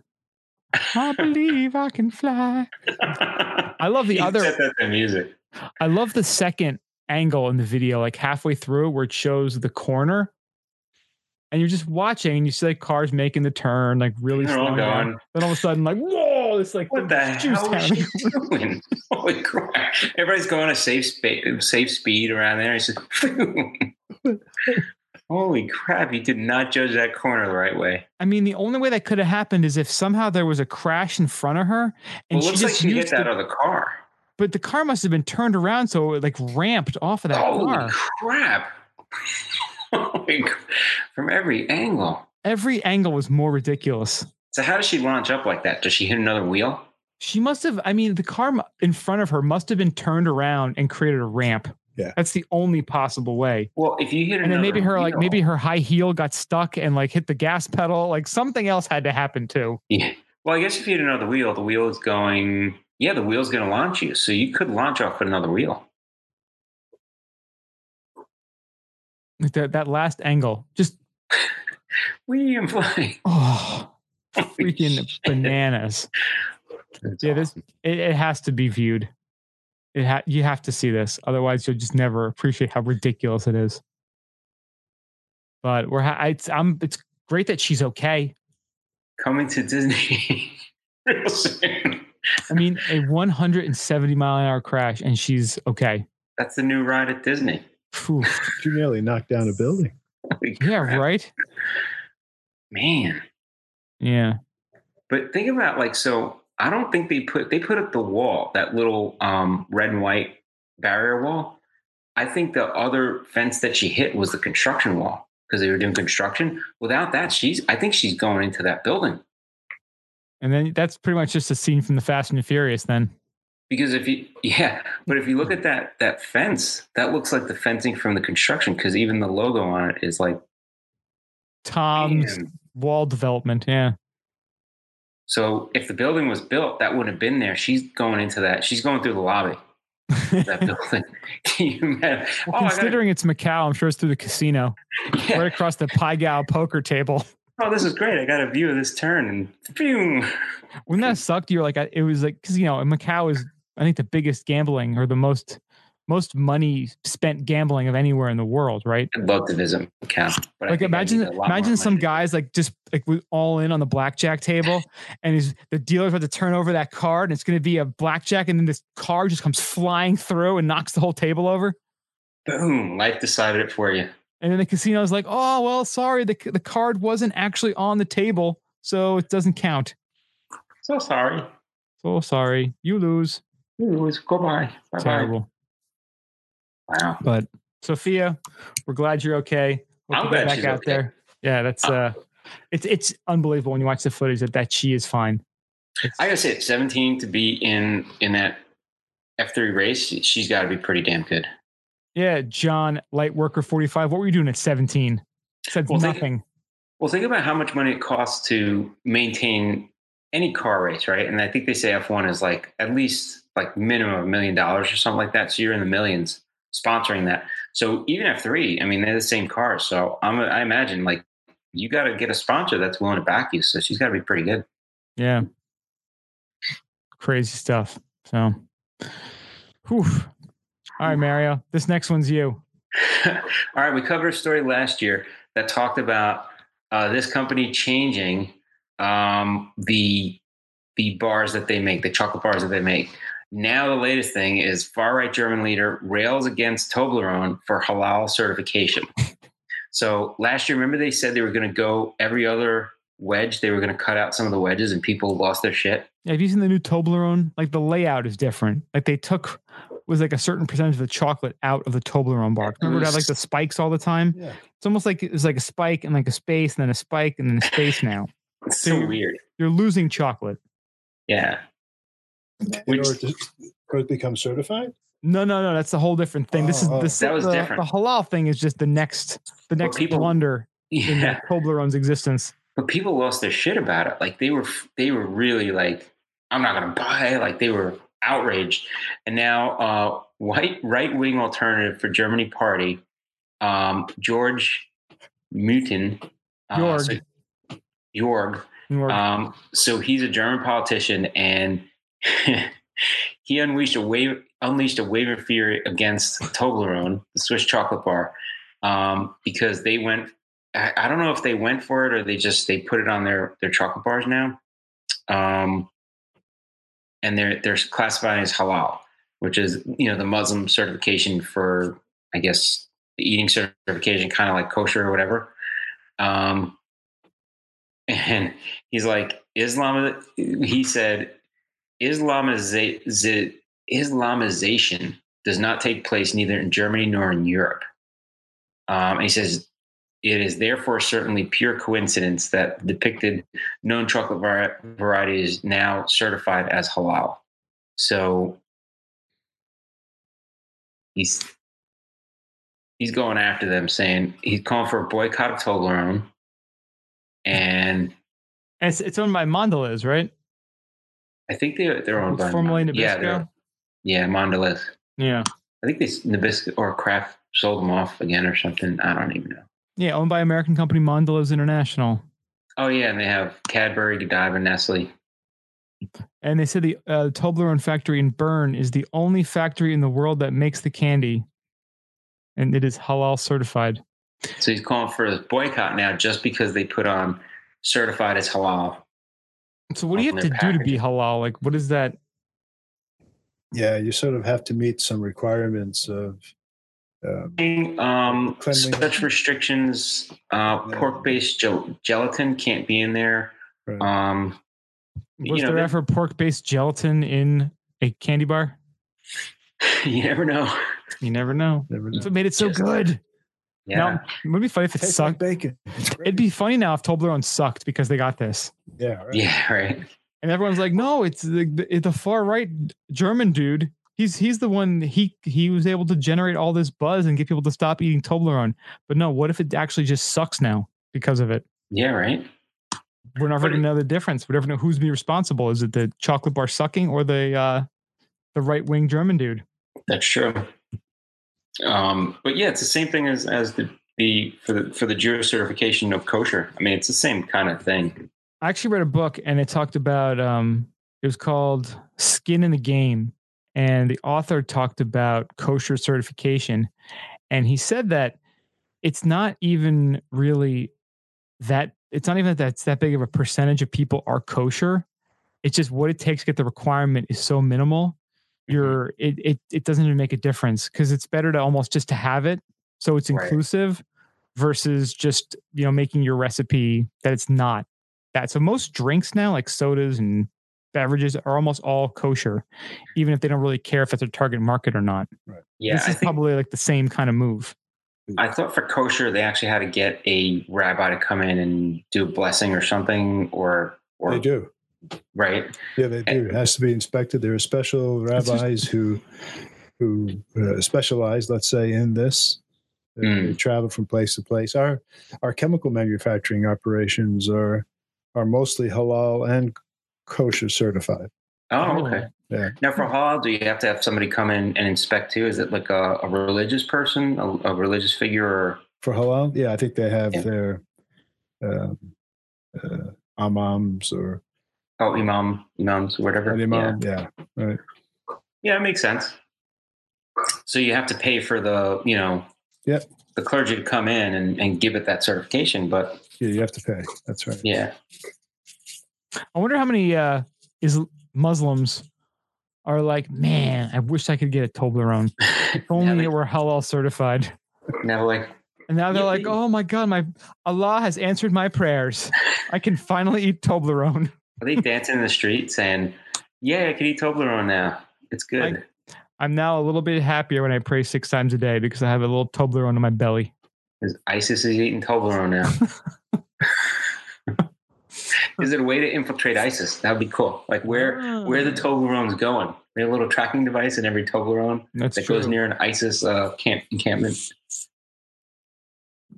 Speaker 2: [LAUGHS]
Speaker 1: I believe I can fly. I love the
Speaker 2: You
Speaker 1: other
Speaker 2: set that to music.
Speaker 1: I love the second angle in the video, like halfway through where it shows the corner. And you're just watching and you see like cars making the turn, like really
Speaker 2: They're all
Speaker 1: slowing down.
Speaker 2: gone.
Speaker 1: Then all of a sudden, like, whoa, it's like
Speaker 2: What the
Speaker 1: juice
Speaker 2: hell is [LAUGHS]
Speaker 1: down.
Speaker 2: she doing?
Speaker 1: [LAUGHS]
Speaker 2: Holy crap! Everybody's going at safe spa- safe speed around there. It's just, [LAUGHS] holy crap! You did not judge that corner the right way.
Speaker 1: I mean, the only way that could have happened is if somehow there was a crash in front of her, and
Speaker 2: Well, it
Speaker 1: she
Speaker 2: looks
Speaker 1: just
Speaker 2: like she hit
Speaker 1: used
Speaker 2: that
Speaker 1: the,
Speaker 2: other car.
Speaker 1: But the car must have been turned around, so it like ramped off of that
Speaker 2: Holy
Speaker 1: car.
Speaker 2: crap! [LAUGHS] Holy cr- From every angle.
Speaker 1: Every angle was more ridiculous.
Speaker 2: So how does she launch up like that? Does she hit another wheel?
Speaker 1: She must have. I mean, the car mu- in front of her must have been turned around and created a ramp.
Speaker 3: Yeah.
Speaker 1: that's the only possible way.
Speaker 2: Well, if you hit
Speaker 1: And then
Speaker 2: another
Speaker 1: maybe her like
Speaker 2: wheel-
Speaker 1: maybe her high heel got stuck and like hit the gas pedal. Like something else had to happen too.
Speaker 2: Yeah. Well, I guess if you hit another wheel, the wheel is going. Yeah, the wheel's going to launch you, so you could launch off another wheel.
Speaker 1: Like that that last angle, just
Speaker 2: We imply.
Speaker 1: [LAUGHS] oh, freaking bananas. Yeah, this it, it has to be viewed. It ha- you have to see this, otherwise you'll just never appreciate how ridiculous it is. But we're ha- I, it's I'm it's great that she's okay.
Speaker 2: coming to Disney [LAUGHS] real soon.
Speaker 1: I mean, a 170 mile an hour crash and she's okay.
Speaker 2: That's the new ride at Disney.
Speaker 1: Phew.
Speaker 3: Unbelievable. You nearly knocked down a building.
Speaker 2: Holy
Speaker 1: Yeah,
Speaker 2: [LAUGHS] crap.
Speaker 1: right.
Speaker 2: man.
Speaker 1: Yeah,
Speaker 2: But think about like so. I don't think they put they put up the wall that little um, red and white barrier wall. I think the other fence that she hit was the construction wall because they were doing construction. Without that, she's I think she's going into that building.
Speaker 1: and then that's pretty much just a scene from the Fast and the Furious. Then
Speaker 2: Because if you yeah, but if you look at that that fence, that looks like the fencing from the construction because even the logo on it is like
Speaker 1: Tom's
Speaker 2: man.
Speaker 1: wall development. Yeah.
Speaker 2: so if the building was built, that wouldn't have been there. She's going into that. She's going through the lobby of
Speaker 1: [LAUGHS]
Speaker 2: that building. [LAUGHS] Can you imagine?
Speaker 1: Well,
Speaker 2: Oh, I gotta-
Speaker 1: considering it's Macau, I'm sure it's through the
Speaker 2: [LAUGHS]
Speaker 1: casino,
Speaker 2: yeah.
Speaker 1: right across the Pai Gal poker table. [LAUGHS]
Speaker 2: oh, this is great. I got a view of this turn and boom.
Speaker 1: Wouldn't that suck? You're like, I- it was like, because you know, Macau is, I think, the biggest gambling or the most most money spent gambling of anywhere in the world, right?
Speaker 2: I'd love to visit Macau. But I
Speaker 1: Like
Speaker 2: think I
Speaker 1: imagine
Speaker 2: need a lot
Speaker 1: imagine
Speaker 2: more
Speaker 1: some
Speaker 2: money.
Speaker 1: guys like just like we all in on the blackjack
Speaker 2: [LAUGHS]
Speaker 1: table and he's the dealer's about to turn over that card and it's gonna be a blackjack and then this card just comes flying through and knocks the whole table over.
Speaker 2: Boom! Life decided it for you.
Speaker 1: And then the casino's like, oh well, sorry, the the card wasn't actually on the table, so it doesn't count.
Speaker 2: So sorry.
Speaker 1: So sorry, you lose.
Speaker 2: It was goodbye. Bye bye.
Speaker 1: Terrible.
Speaker 2: Wow.
Speaker 1: But Sophia, we're glad you're okay. Hope
Speaker 2: I'm
Speaker 1: you get
Speaker 2: glad she's okay.
Speaker 1: there. Yeah, that's uh it's it's unbelievable when you watch the footage that, that she is fine.
Speaker 2: I gotta say, at 17 to be in in that F3 race, she's got to be pretty damn good.
Speaker 1: Yeah, John, light worker 45. What were you doing at 17? Said
Speaker 2: Well, think-
Speaker 1: nothing.
Speaker 2: Well, think about how much money it costs to maintain any car race, right? And I think they say F1 is like at least like minimum of a million dollars or something like that. So you're in the millions sponsoring that. So even F3, I mean, they're the same cars. So I'm, I imagine like you got to get a sponsor that's willing to back you. So she's got to be pretty good.
Speaker 1: yeah. Crazy stuff. So, whew. All right, Mario, this next one's you.
Speaker 2: All right, we covered a story last year that talked about uh, this company changing um, the the bars that they make, the chocolate bars that they make. Now the latest thing is far right German leader rails against Toblerone for halal certification. So last year, remember they said they were going to go every other wedge, they were going to cut out some of the wedges, and people lost their shit.
Speaker 1: Have you seen the new Toblerone? Like the layout is different. Like they took was like a certain percentage of the chocolate out of the Toblerone bar. Remember it had like the spikes all the time?
Speaker 3: Yeah.
Speaker 1: It's almost like it was like a spike and like a space and then a spike and then a space now.
Speaker 2: It's so
Speaker 1: Dude.
Speaker 2: weird.
Speaker 1: You're losing chocolate.
Speaker 2: Yeah. [LAUGHS]
Speaker 3: In
Speaker 2: Which-
Speaker 3: order to, for it to become certified?
Speaker 1: No, no, no. That's a whole different thing. This is
Speaker 3: Oh, oh.
Speaker 1: this
Speaker 2: That was
Speaker 1: the,
Speaker 2: different.
Speaker 1: The halal thing is just the next the next
Speaker 2: people- [LAUGHS]
Speaker 1: blunder in
Speaker 2: Yeah.
Speaker 1: that Toblerone's existence.
Speaker 2: but people lost their shit about it. Like they were, they were really like, I'm not going to buy. Like they were outraged. And now, uh, white right wing alternative for Germany party, um, George Mutin, uh, so-
Speaker 1: Jorg.
Speaker 2: Jorg.
Speaker 1: And we're-
Speaker 2: Um, so he's a German politician, and [LAUGHS] he unleashed a wave unleashed a wave of fury against Toblerone, the Swiss chocolate bar, um, because they went. I, I don't know if they went for it or they just they put it on their their chocolate bars now, um, and they're they're classified as halal, which is you know the Muslim certification for I guess the eating certification, kind of like kosher or whatever. Um, [LAUGHS] and he's like Islam. He said Islamiza- zi- Islamization does not take place neither in Germany nor in Europe. Um, and he says it is therefore certainly pure coincidence that depicted known chocolate var- variety is now certified as halal. So he's he's going after them, saying he's calling for a boycott of Toblerone. And
Speaker 1: and it's, it's owned by Mondelez, right?
Speaker 2: I think they they're owned
Speaker 1: It's
Speaker 2: by
Speaker 1: formerly
Speaker 2: Yeah,
Speaker 1: Nabisco.
Speaker 2: they're- yeah, Mondelez.
Speaker 1: Yeah.
Speaker 2: I think they Nabisco or Kraft sold them off again or something. I don't even know.
Speaker 1: Yeah, owned by American company Mondelez International.
Speaker 2: Oh yeah, and they have Cadbury, Godiva, Nestle.
Speaker 1: And they said the uh, Toblerone factory in Bern is the only factory in the world that makes the candy, and it is halal certified.
Speaker 2: So he's calling for a boycott now just because they put on certified as halal.
Speaker 1: So what do you
Speaker 2: On
Speaker 1: have to
Speaker 2: their
Speaker 1: do to be halal? Like, what is that?
Speaker 3: Yeah, you sort of have to meet some requirements of. Um,
Speaker 2: Um,
Speaker 3: Cleanliness.
Speaker 2: such restrictions. Uh,
Speaker 3: Yeah.
Speaker 2: Pork-based gel- gelatin can't be in there.
Speaker 3: right.
Speaker 2: Um, [LAUGHS]
Speaker 1: Was
Speaker 2: You know,
Speaker 1: there
Speaker 2: they-
Speaker 1: ever pork-based gelatin in a candy bar?
Speaker 2: you never know.
Speaker 1: You never know.
Speaker 3: Never know.
Speaker 1: That's what made it so
Speaker 2: Just-
Speaker 1: good.
Speaker 2: Yeah.
Speaker 1: Now, it would be funny if it
Speaker 3: Tastes
Speaker 1: sucked.
Speaker 3: like bacon. It's great.
Speaker 1: It'd be funny now if Toblerone sucked because they got this.
Speaker 3: yeah, right.
Speaker 2: Yeah. Right.
Speaker 1: and everyone's like, no, it's the, the, the far right German dude. He's he's the one he he was able to generate all this buzz and get people to stop eating Toblerone. But no, what if it actually just sucks now because of it?
Speaker 2: Yeah, right.
Speaker 1: We're never going to know the difference. We never know who's be responsible. Is it the chocolate bar sucking or the uh, the right wing German dude?
Speaker 2: That's true. Um, but yeah, it's the same thing as as the, the for the for the Jewish certification of kosher. I mean, it's the same kind of thing.
Speaker 1: I actually read a book and it talked about um it was called Skin in the Game and the author talked about kosher certification and he said that it's not even really that it's not even that that's that big of a percentage of people are kosher. It's just what it takes to get the requirement is so minimal.
Speaker 2: Mm-hmm.
Speaker 1: You're it it it doesn't even make a difference because it's better to almost just to have it so it's
Speaker 2: Right.
Speaker 1: inclusive versus just you know making your recipe that it's not that. So most drinks now, like sodas and beverages, are almost all kosher, even if they don't really care if it's a target market or not.
Speaker 2: Yeah,
Speaker 1: this
Speaker 2: I
Speaker 1: is
Speaker 2: think
Speaker 1: probably like the same kind of move.
Speaker 2: I thought for kosher they actually had to get a rabbi to come in and do a blessing or something, or or
Speaker 3: They do.
Speaker 2: right.
Speaker 3: Yeah, they do. It has to be inspected. There are special
Speaker 1: It's just-
Speaker 3: rabbis who who uh, specialize, let's say, in this. They, they travel from place to place. Our our chemical manufacturing operations are are mostly halal and kosher certified.
Speaker 2: Oh, okay.
Speaker 3: Yeah.
Speaker 2: Now, for halal, do you have to have somebody come in and inspect too? Is it like a, a religious person, a, a religious figure, or
Speaker 3: For halal, yeah, I think they have
Speaker 2: Yeah.
Speaker 3: their um, uh, imams or
Speaker 2: oh, imam, imams, whatever?
Speaker 3: an imam. Yeah.
Speaker 2: Yeah, yeah, it makes sense. So you have to pay for the, you know,
Speaker 3: Yep.
Speaker 2: the clergy to come in and, and give it that certification. But
Speaker 3: Yeah, you have to pay. That's right.
Speaker 2: yeah,
Speaker 1: I wonder how many uh, is Muslims are like, man, I wish I could get a Toblerone. If
Speaker 2: [LAUGHS] Yeah,
Speaker 1: only
Speaker 2: they-
Speaker 1: it were halal certified.
Speaker 2: now like
Speaker 1: And now they're
Speaker 2: Yeah,
Speaker 1: like,
Speaker 2: they-
Speaker 1: oh my God, my Allah has answered my prayers. I can finally eat Toblerone.
Speaker 2: Are they dancing in the street saying, "Yeah, I can eat Toblerone now. It's good."
Speaker 1: Like- I'm now a little bit happier when I pray six times a day because I have a little Toblerone in my belly.
Speaker 2: 'Cause ISIS is eating Toblerone now.
Speaker 1: [LAUGHS]
Speaker 2: is it a way to infiltrate ISIS? That'd be cool. Like where where
Speaker 1: Ah.
Speaker 2: the Toblerone's going? We have a little tracking device in every Toblerone
Speaker 1: That's
Speaker 2: that
Speaker 1: true.
Speaker 2: goes near an ISIS uh, camp encampment.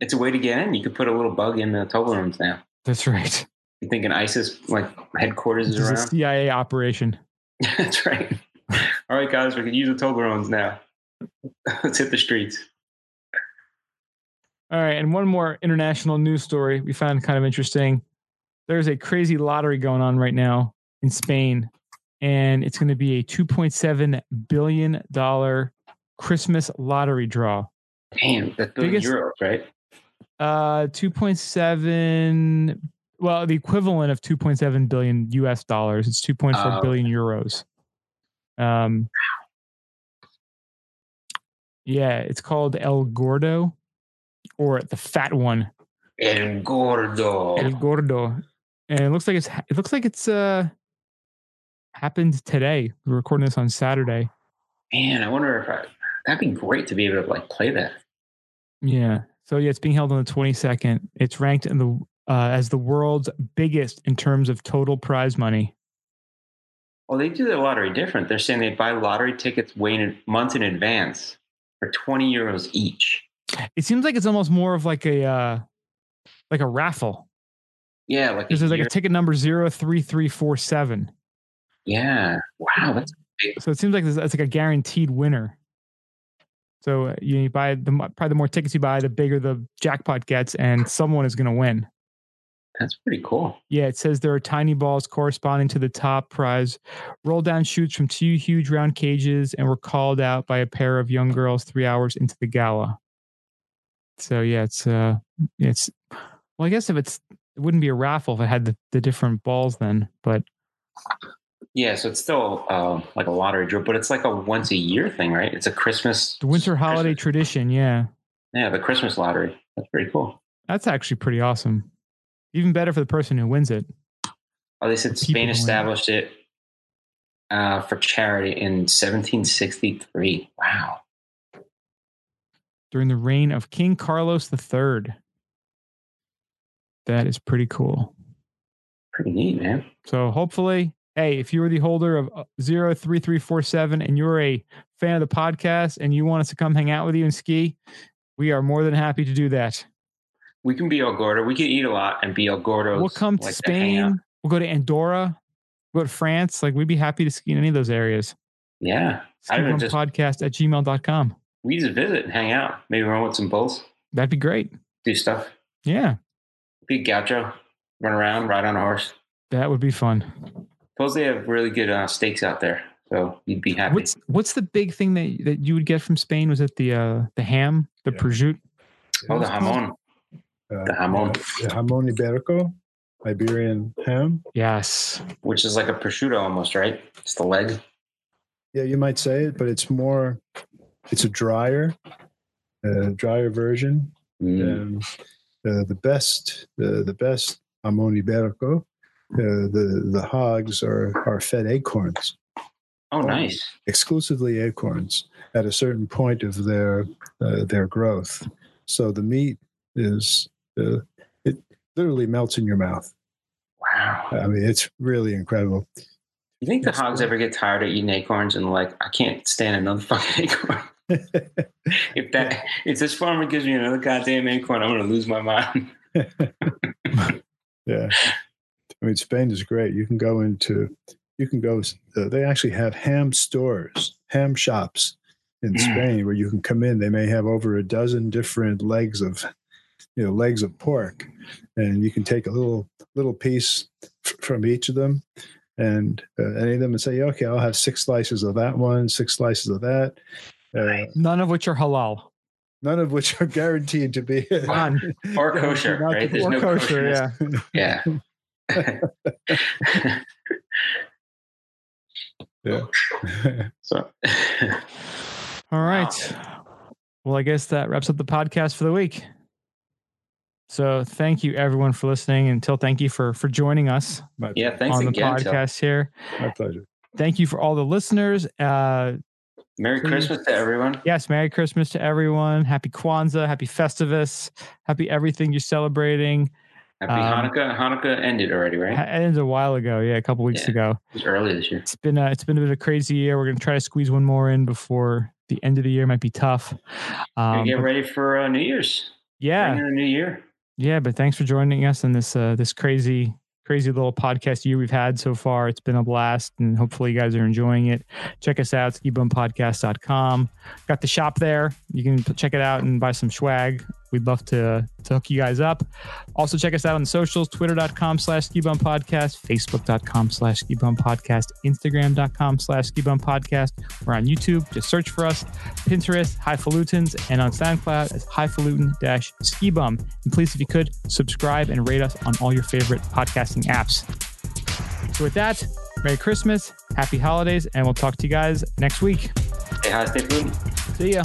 Speaker 2: It's a way to get in. You could put a little bug in the Toblerones now.
Speaker 1: That's right.
Speaker 2: You think an ISIS like headquarters
Speaker 1: This
Speaker 2: is
Speaker 1: is a
Speaker 2: around?
Speaker 1: CIA operation.
Speaker 2: [LAUGHS] That's right. All right, guys, we can use the Toblerones now. [LAUGHS] Let's hit the streets.
Speaker 1: All right, and one more international news story we found kind of interesting. There's a crazy lottery going on right now in Spain, and it's going to be a 2.7 billion dollar Christmas lottery draw.
Speaker 2: Damn, that's billion
Speaker 1: Biggest-
Speaker 2: euros, right?
Speaker 1: Uh, 2.7, well, the equivalent of 2.7 billion U.S. dollars. It's 2.4
Speaker 2: Oh,
Speaker 1: billion euros. Um, yeah, it's called El Gordo, or the Fat One.
Speaker 2: El Gordo.
Speaker 1: El Gordo, and it looks like it's it looks like it's uh happened today. We're recording this on Saturday.
Speaker 2: Man, I wonder if I, that'd be great to be able to like play that.
Speaker 1: Yeah. So yeah, it's being held on the 22nd. It's ranked in the uh, as the world's biggest in terms of total prize money.
Speaker 2: Well, they do their lottery different. They're saying they buy lottery tickets way in, months in advance for 20 euros each.
Speaker 1: It seems like it's almost more of like a uh like a raffle.
Speaker 2: Yeah, like, a
Speaker 1: Because there's like a
Speaker 2: year-
Speaker 1: ticket number 03347.
Speaker 2: yeah. Wow, that's
Speaker 1: So it seems like there's- that's like a guaranteed winner. So uh, you buy the mo- probably the more tickets you buy, the bigger the jackpot gets, and someone is going to win.
Speaker 2: that's pretty cool.
Speaker 1: Yeah, it says there are tiny balls corresponding to the top prize. Roll down shoots from two huge round cages and were called out by a pair of young girls three hours into the gala. So yeah, it's uh it's well, I guess if it's it wouldn't be a raffle if it had the, the different balls then, but
Speaker 2: Yeah, so it's still um, like a lottery draw, but it's like a once a year thing, right? It's a Christmas.
Speaker 1: the winter holiday
Speaker 2: Christmas-
Speaker 1: tradition, yeah.
Speaker 2: yeah, the Christmas lottery. That's pretty cool.
Speaker 1: That's actually pretty awesome. Even better for the person who wins it.
Speaker 2: Oh, they said
Speaker 1: The people
Speaker 2: Spain
Speaker 1: win.
Speaker 2: established it uh, for charity in 1763. Wow.
Speaker 1: during the reign of King Carlos III. That is pretty cool.
Speaker 2: Pretty neat, man.
Speaker 1: So hopefully, hey, if you are the holder of uh, 03347 and you're a fan of the podcast and you want us to come hang out with you and ski, we are more than happy to do that.
Speaker 2: We can be El Gordo. We can eat a lot and be El Gordo.
Speaker 1: We'll come to Spain. We'll go to Andorra. We'll go to France. Like we'd be happy to ski in any of those areas.
Speaker 2: Yeah. I don't know, just-
Speaker 1: podcast at gmail.com.
Speaker 2: We just visit and hang out. Maybe run with some bulls,
Speaker 1: That'd be great.
Speaker 2: do stuff.
Speaker 1: Yeah,
Speaker 2: Be a gaucho, run around, ride on a horse.
Speaker 1: that would be fun.
Speaker 2: Suppose they have really good uh, steaks out there. So you'd be happy.
Speaker 1: What's what's the big thing that, that you would get from Spain? Was it the uh, the ham, the
Speaker 3: Yeah.
Speaker 1: prosciutto?
Speaker 2: oh, the
Speaker 3: It's called,
Speaker 2: jamon.
Speaker 3: uh,
Speaker 2: The jamon,
Speaker 3: the Jamon Iberico, Iberian ham.
Speaker 1: Yes.
Speaker 2: which is like a prosciutto almost, right? It's the leg.
Speaker 3: Yeah, you might say it, but it's more, it's a drier, uh, drier version.
Speaker 2: Mm.
Speaker 3: Um, uh, the best, uh, the best Amon Iberico, uh, the the hogs are are fed acorns,
Speaker 2: Oh, nice.
Speaker 3: exclusively acorns, at a certain point of their uh, their growth. So the meat is uh, it literally melts in your mouth.
Speaker 2: Wow.
Speaker 3: I mean, it's really incredible. [LAUGHS]
Speaker 2: You think the
Speaker 3: That's
Speaker 2: hogs
Speaker 3: cool.
Speaker 2: ever get tired of eating acorns and like, I can't stand another [LAUGHS] fucking acorn? If that if this farmer gives me another goddamn acorn, I'm gonna lose my mind.
Speaker 3: Yeah. I mean, Spain is great. You can go into, you can go, uh, they actually have ham stores, ham shops in
Speaker 2: Mm.
Speaker 3: Spain where you can come in. They may have over a dozen different legs of, you know, legs of pork. And you can take a little, little piece f- from each of them and uh, any of them and say, okay, I'll have six slices of that one, six slices of that. Uh,
Speaker 1: None of which are halal.
Speaker 3: none of which are [LAUGHS] guaranteed to be
Speaker 1: None.
Speaker 2: Or
Speaker 3: [LAUGHS]
Speaker 2: kosher,
Speaker 3: Not-
Speaker 2: right? There's
Speaker 1: or
Speaker 2: no
Speaker 1: kosher,
Speaker 2: kosher.
Speaker 1: yeah.
Speaker 2: Yeah.
Speaker 1: [LAUGHS]
Speaker 2: [LAUGHS] [LAUGHS] so
Speaker 1: All right. Well, I guess that wraps up the podcast for the week. So thank you everyone for listening. And Till, thank you for for joining us
Speaker 3: [LAUGHS] My,
Speaker 2: yeah, thanks
Speaker 1: on the
Speaker 2: again. Till.
Speaker 1: podcast here.
Speaker 3: my pleasure.
Speaker 1: Thank you for all the listeners. Uh
Speaker 2: Merry
Speaker 1: Please.
Speaker 2: Christmas to everyone.
Speaker 1: yes, Merry Christmas to everyone. Happy Kwanzaa, happy Festivus, happy everything you're celebrating.
Speaker 2: Happy
Speaker 1: Um,
Speaker 2: Hanukkah. Hanukkah ended already,
Speaker 1: It
Speaker 2: right?
Speaker 1: ended a while ago, yeah, a couple weeks
Speaker 2: Yeah.
Speaker 1: ago.
Speaker 2: It was early this year.
Speaker 1: It's been a, it's been a bit of a crazy year. We're gonna try to squeeze one more in before the end of the year might be tough.
Speaker 2: Gonna
Speaker 1: Um,
Speaker 2: get
Speaker 1: but-
Speaker 2: ready for uh, New Year's.
Speaker 1: yeah.
Speaker 2: Bring in a new year.
Speaker 1: Yeah, but thanks for joining us on this uh, this crazy crazy little podcast year we've had so far. It's been a blast and hopefully you guys are enjoying it. Check us out skibumpodcast.com. Got the shop there. You can p- check it out and buy some swag. We'd love to to hook you guys up. Also check us out on the socials, twitter.com slash skibum podcast, facebook.com slash skibum podcast, instagram.com slash skibum podcast. We're on YouTube. Just search for us. Pinterest, Highfalutins, and on SoundCloud as Highfalutin dash Ski Bum. And please, if you could, subscribe and rate us on all your favorite podcasting apps. So, with that, Merry Christmas, Happy Holidays, and we'll talk to you guys next week.
Speaker 2: Hey, hi, stay food.
Speaker 1: See ya.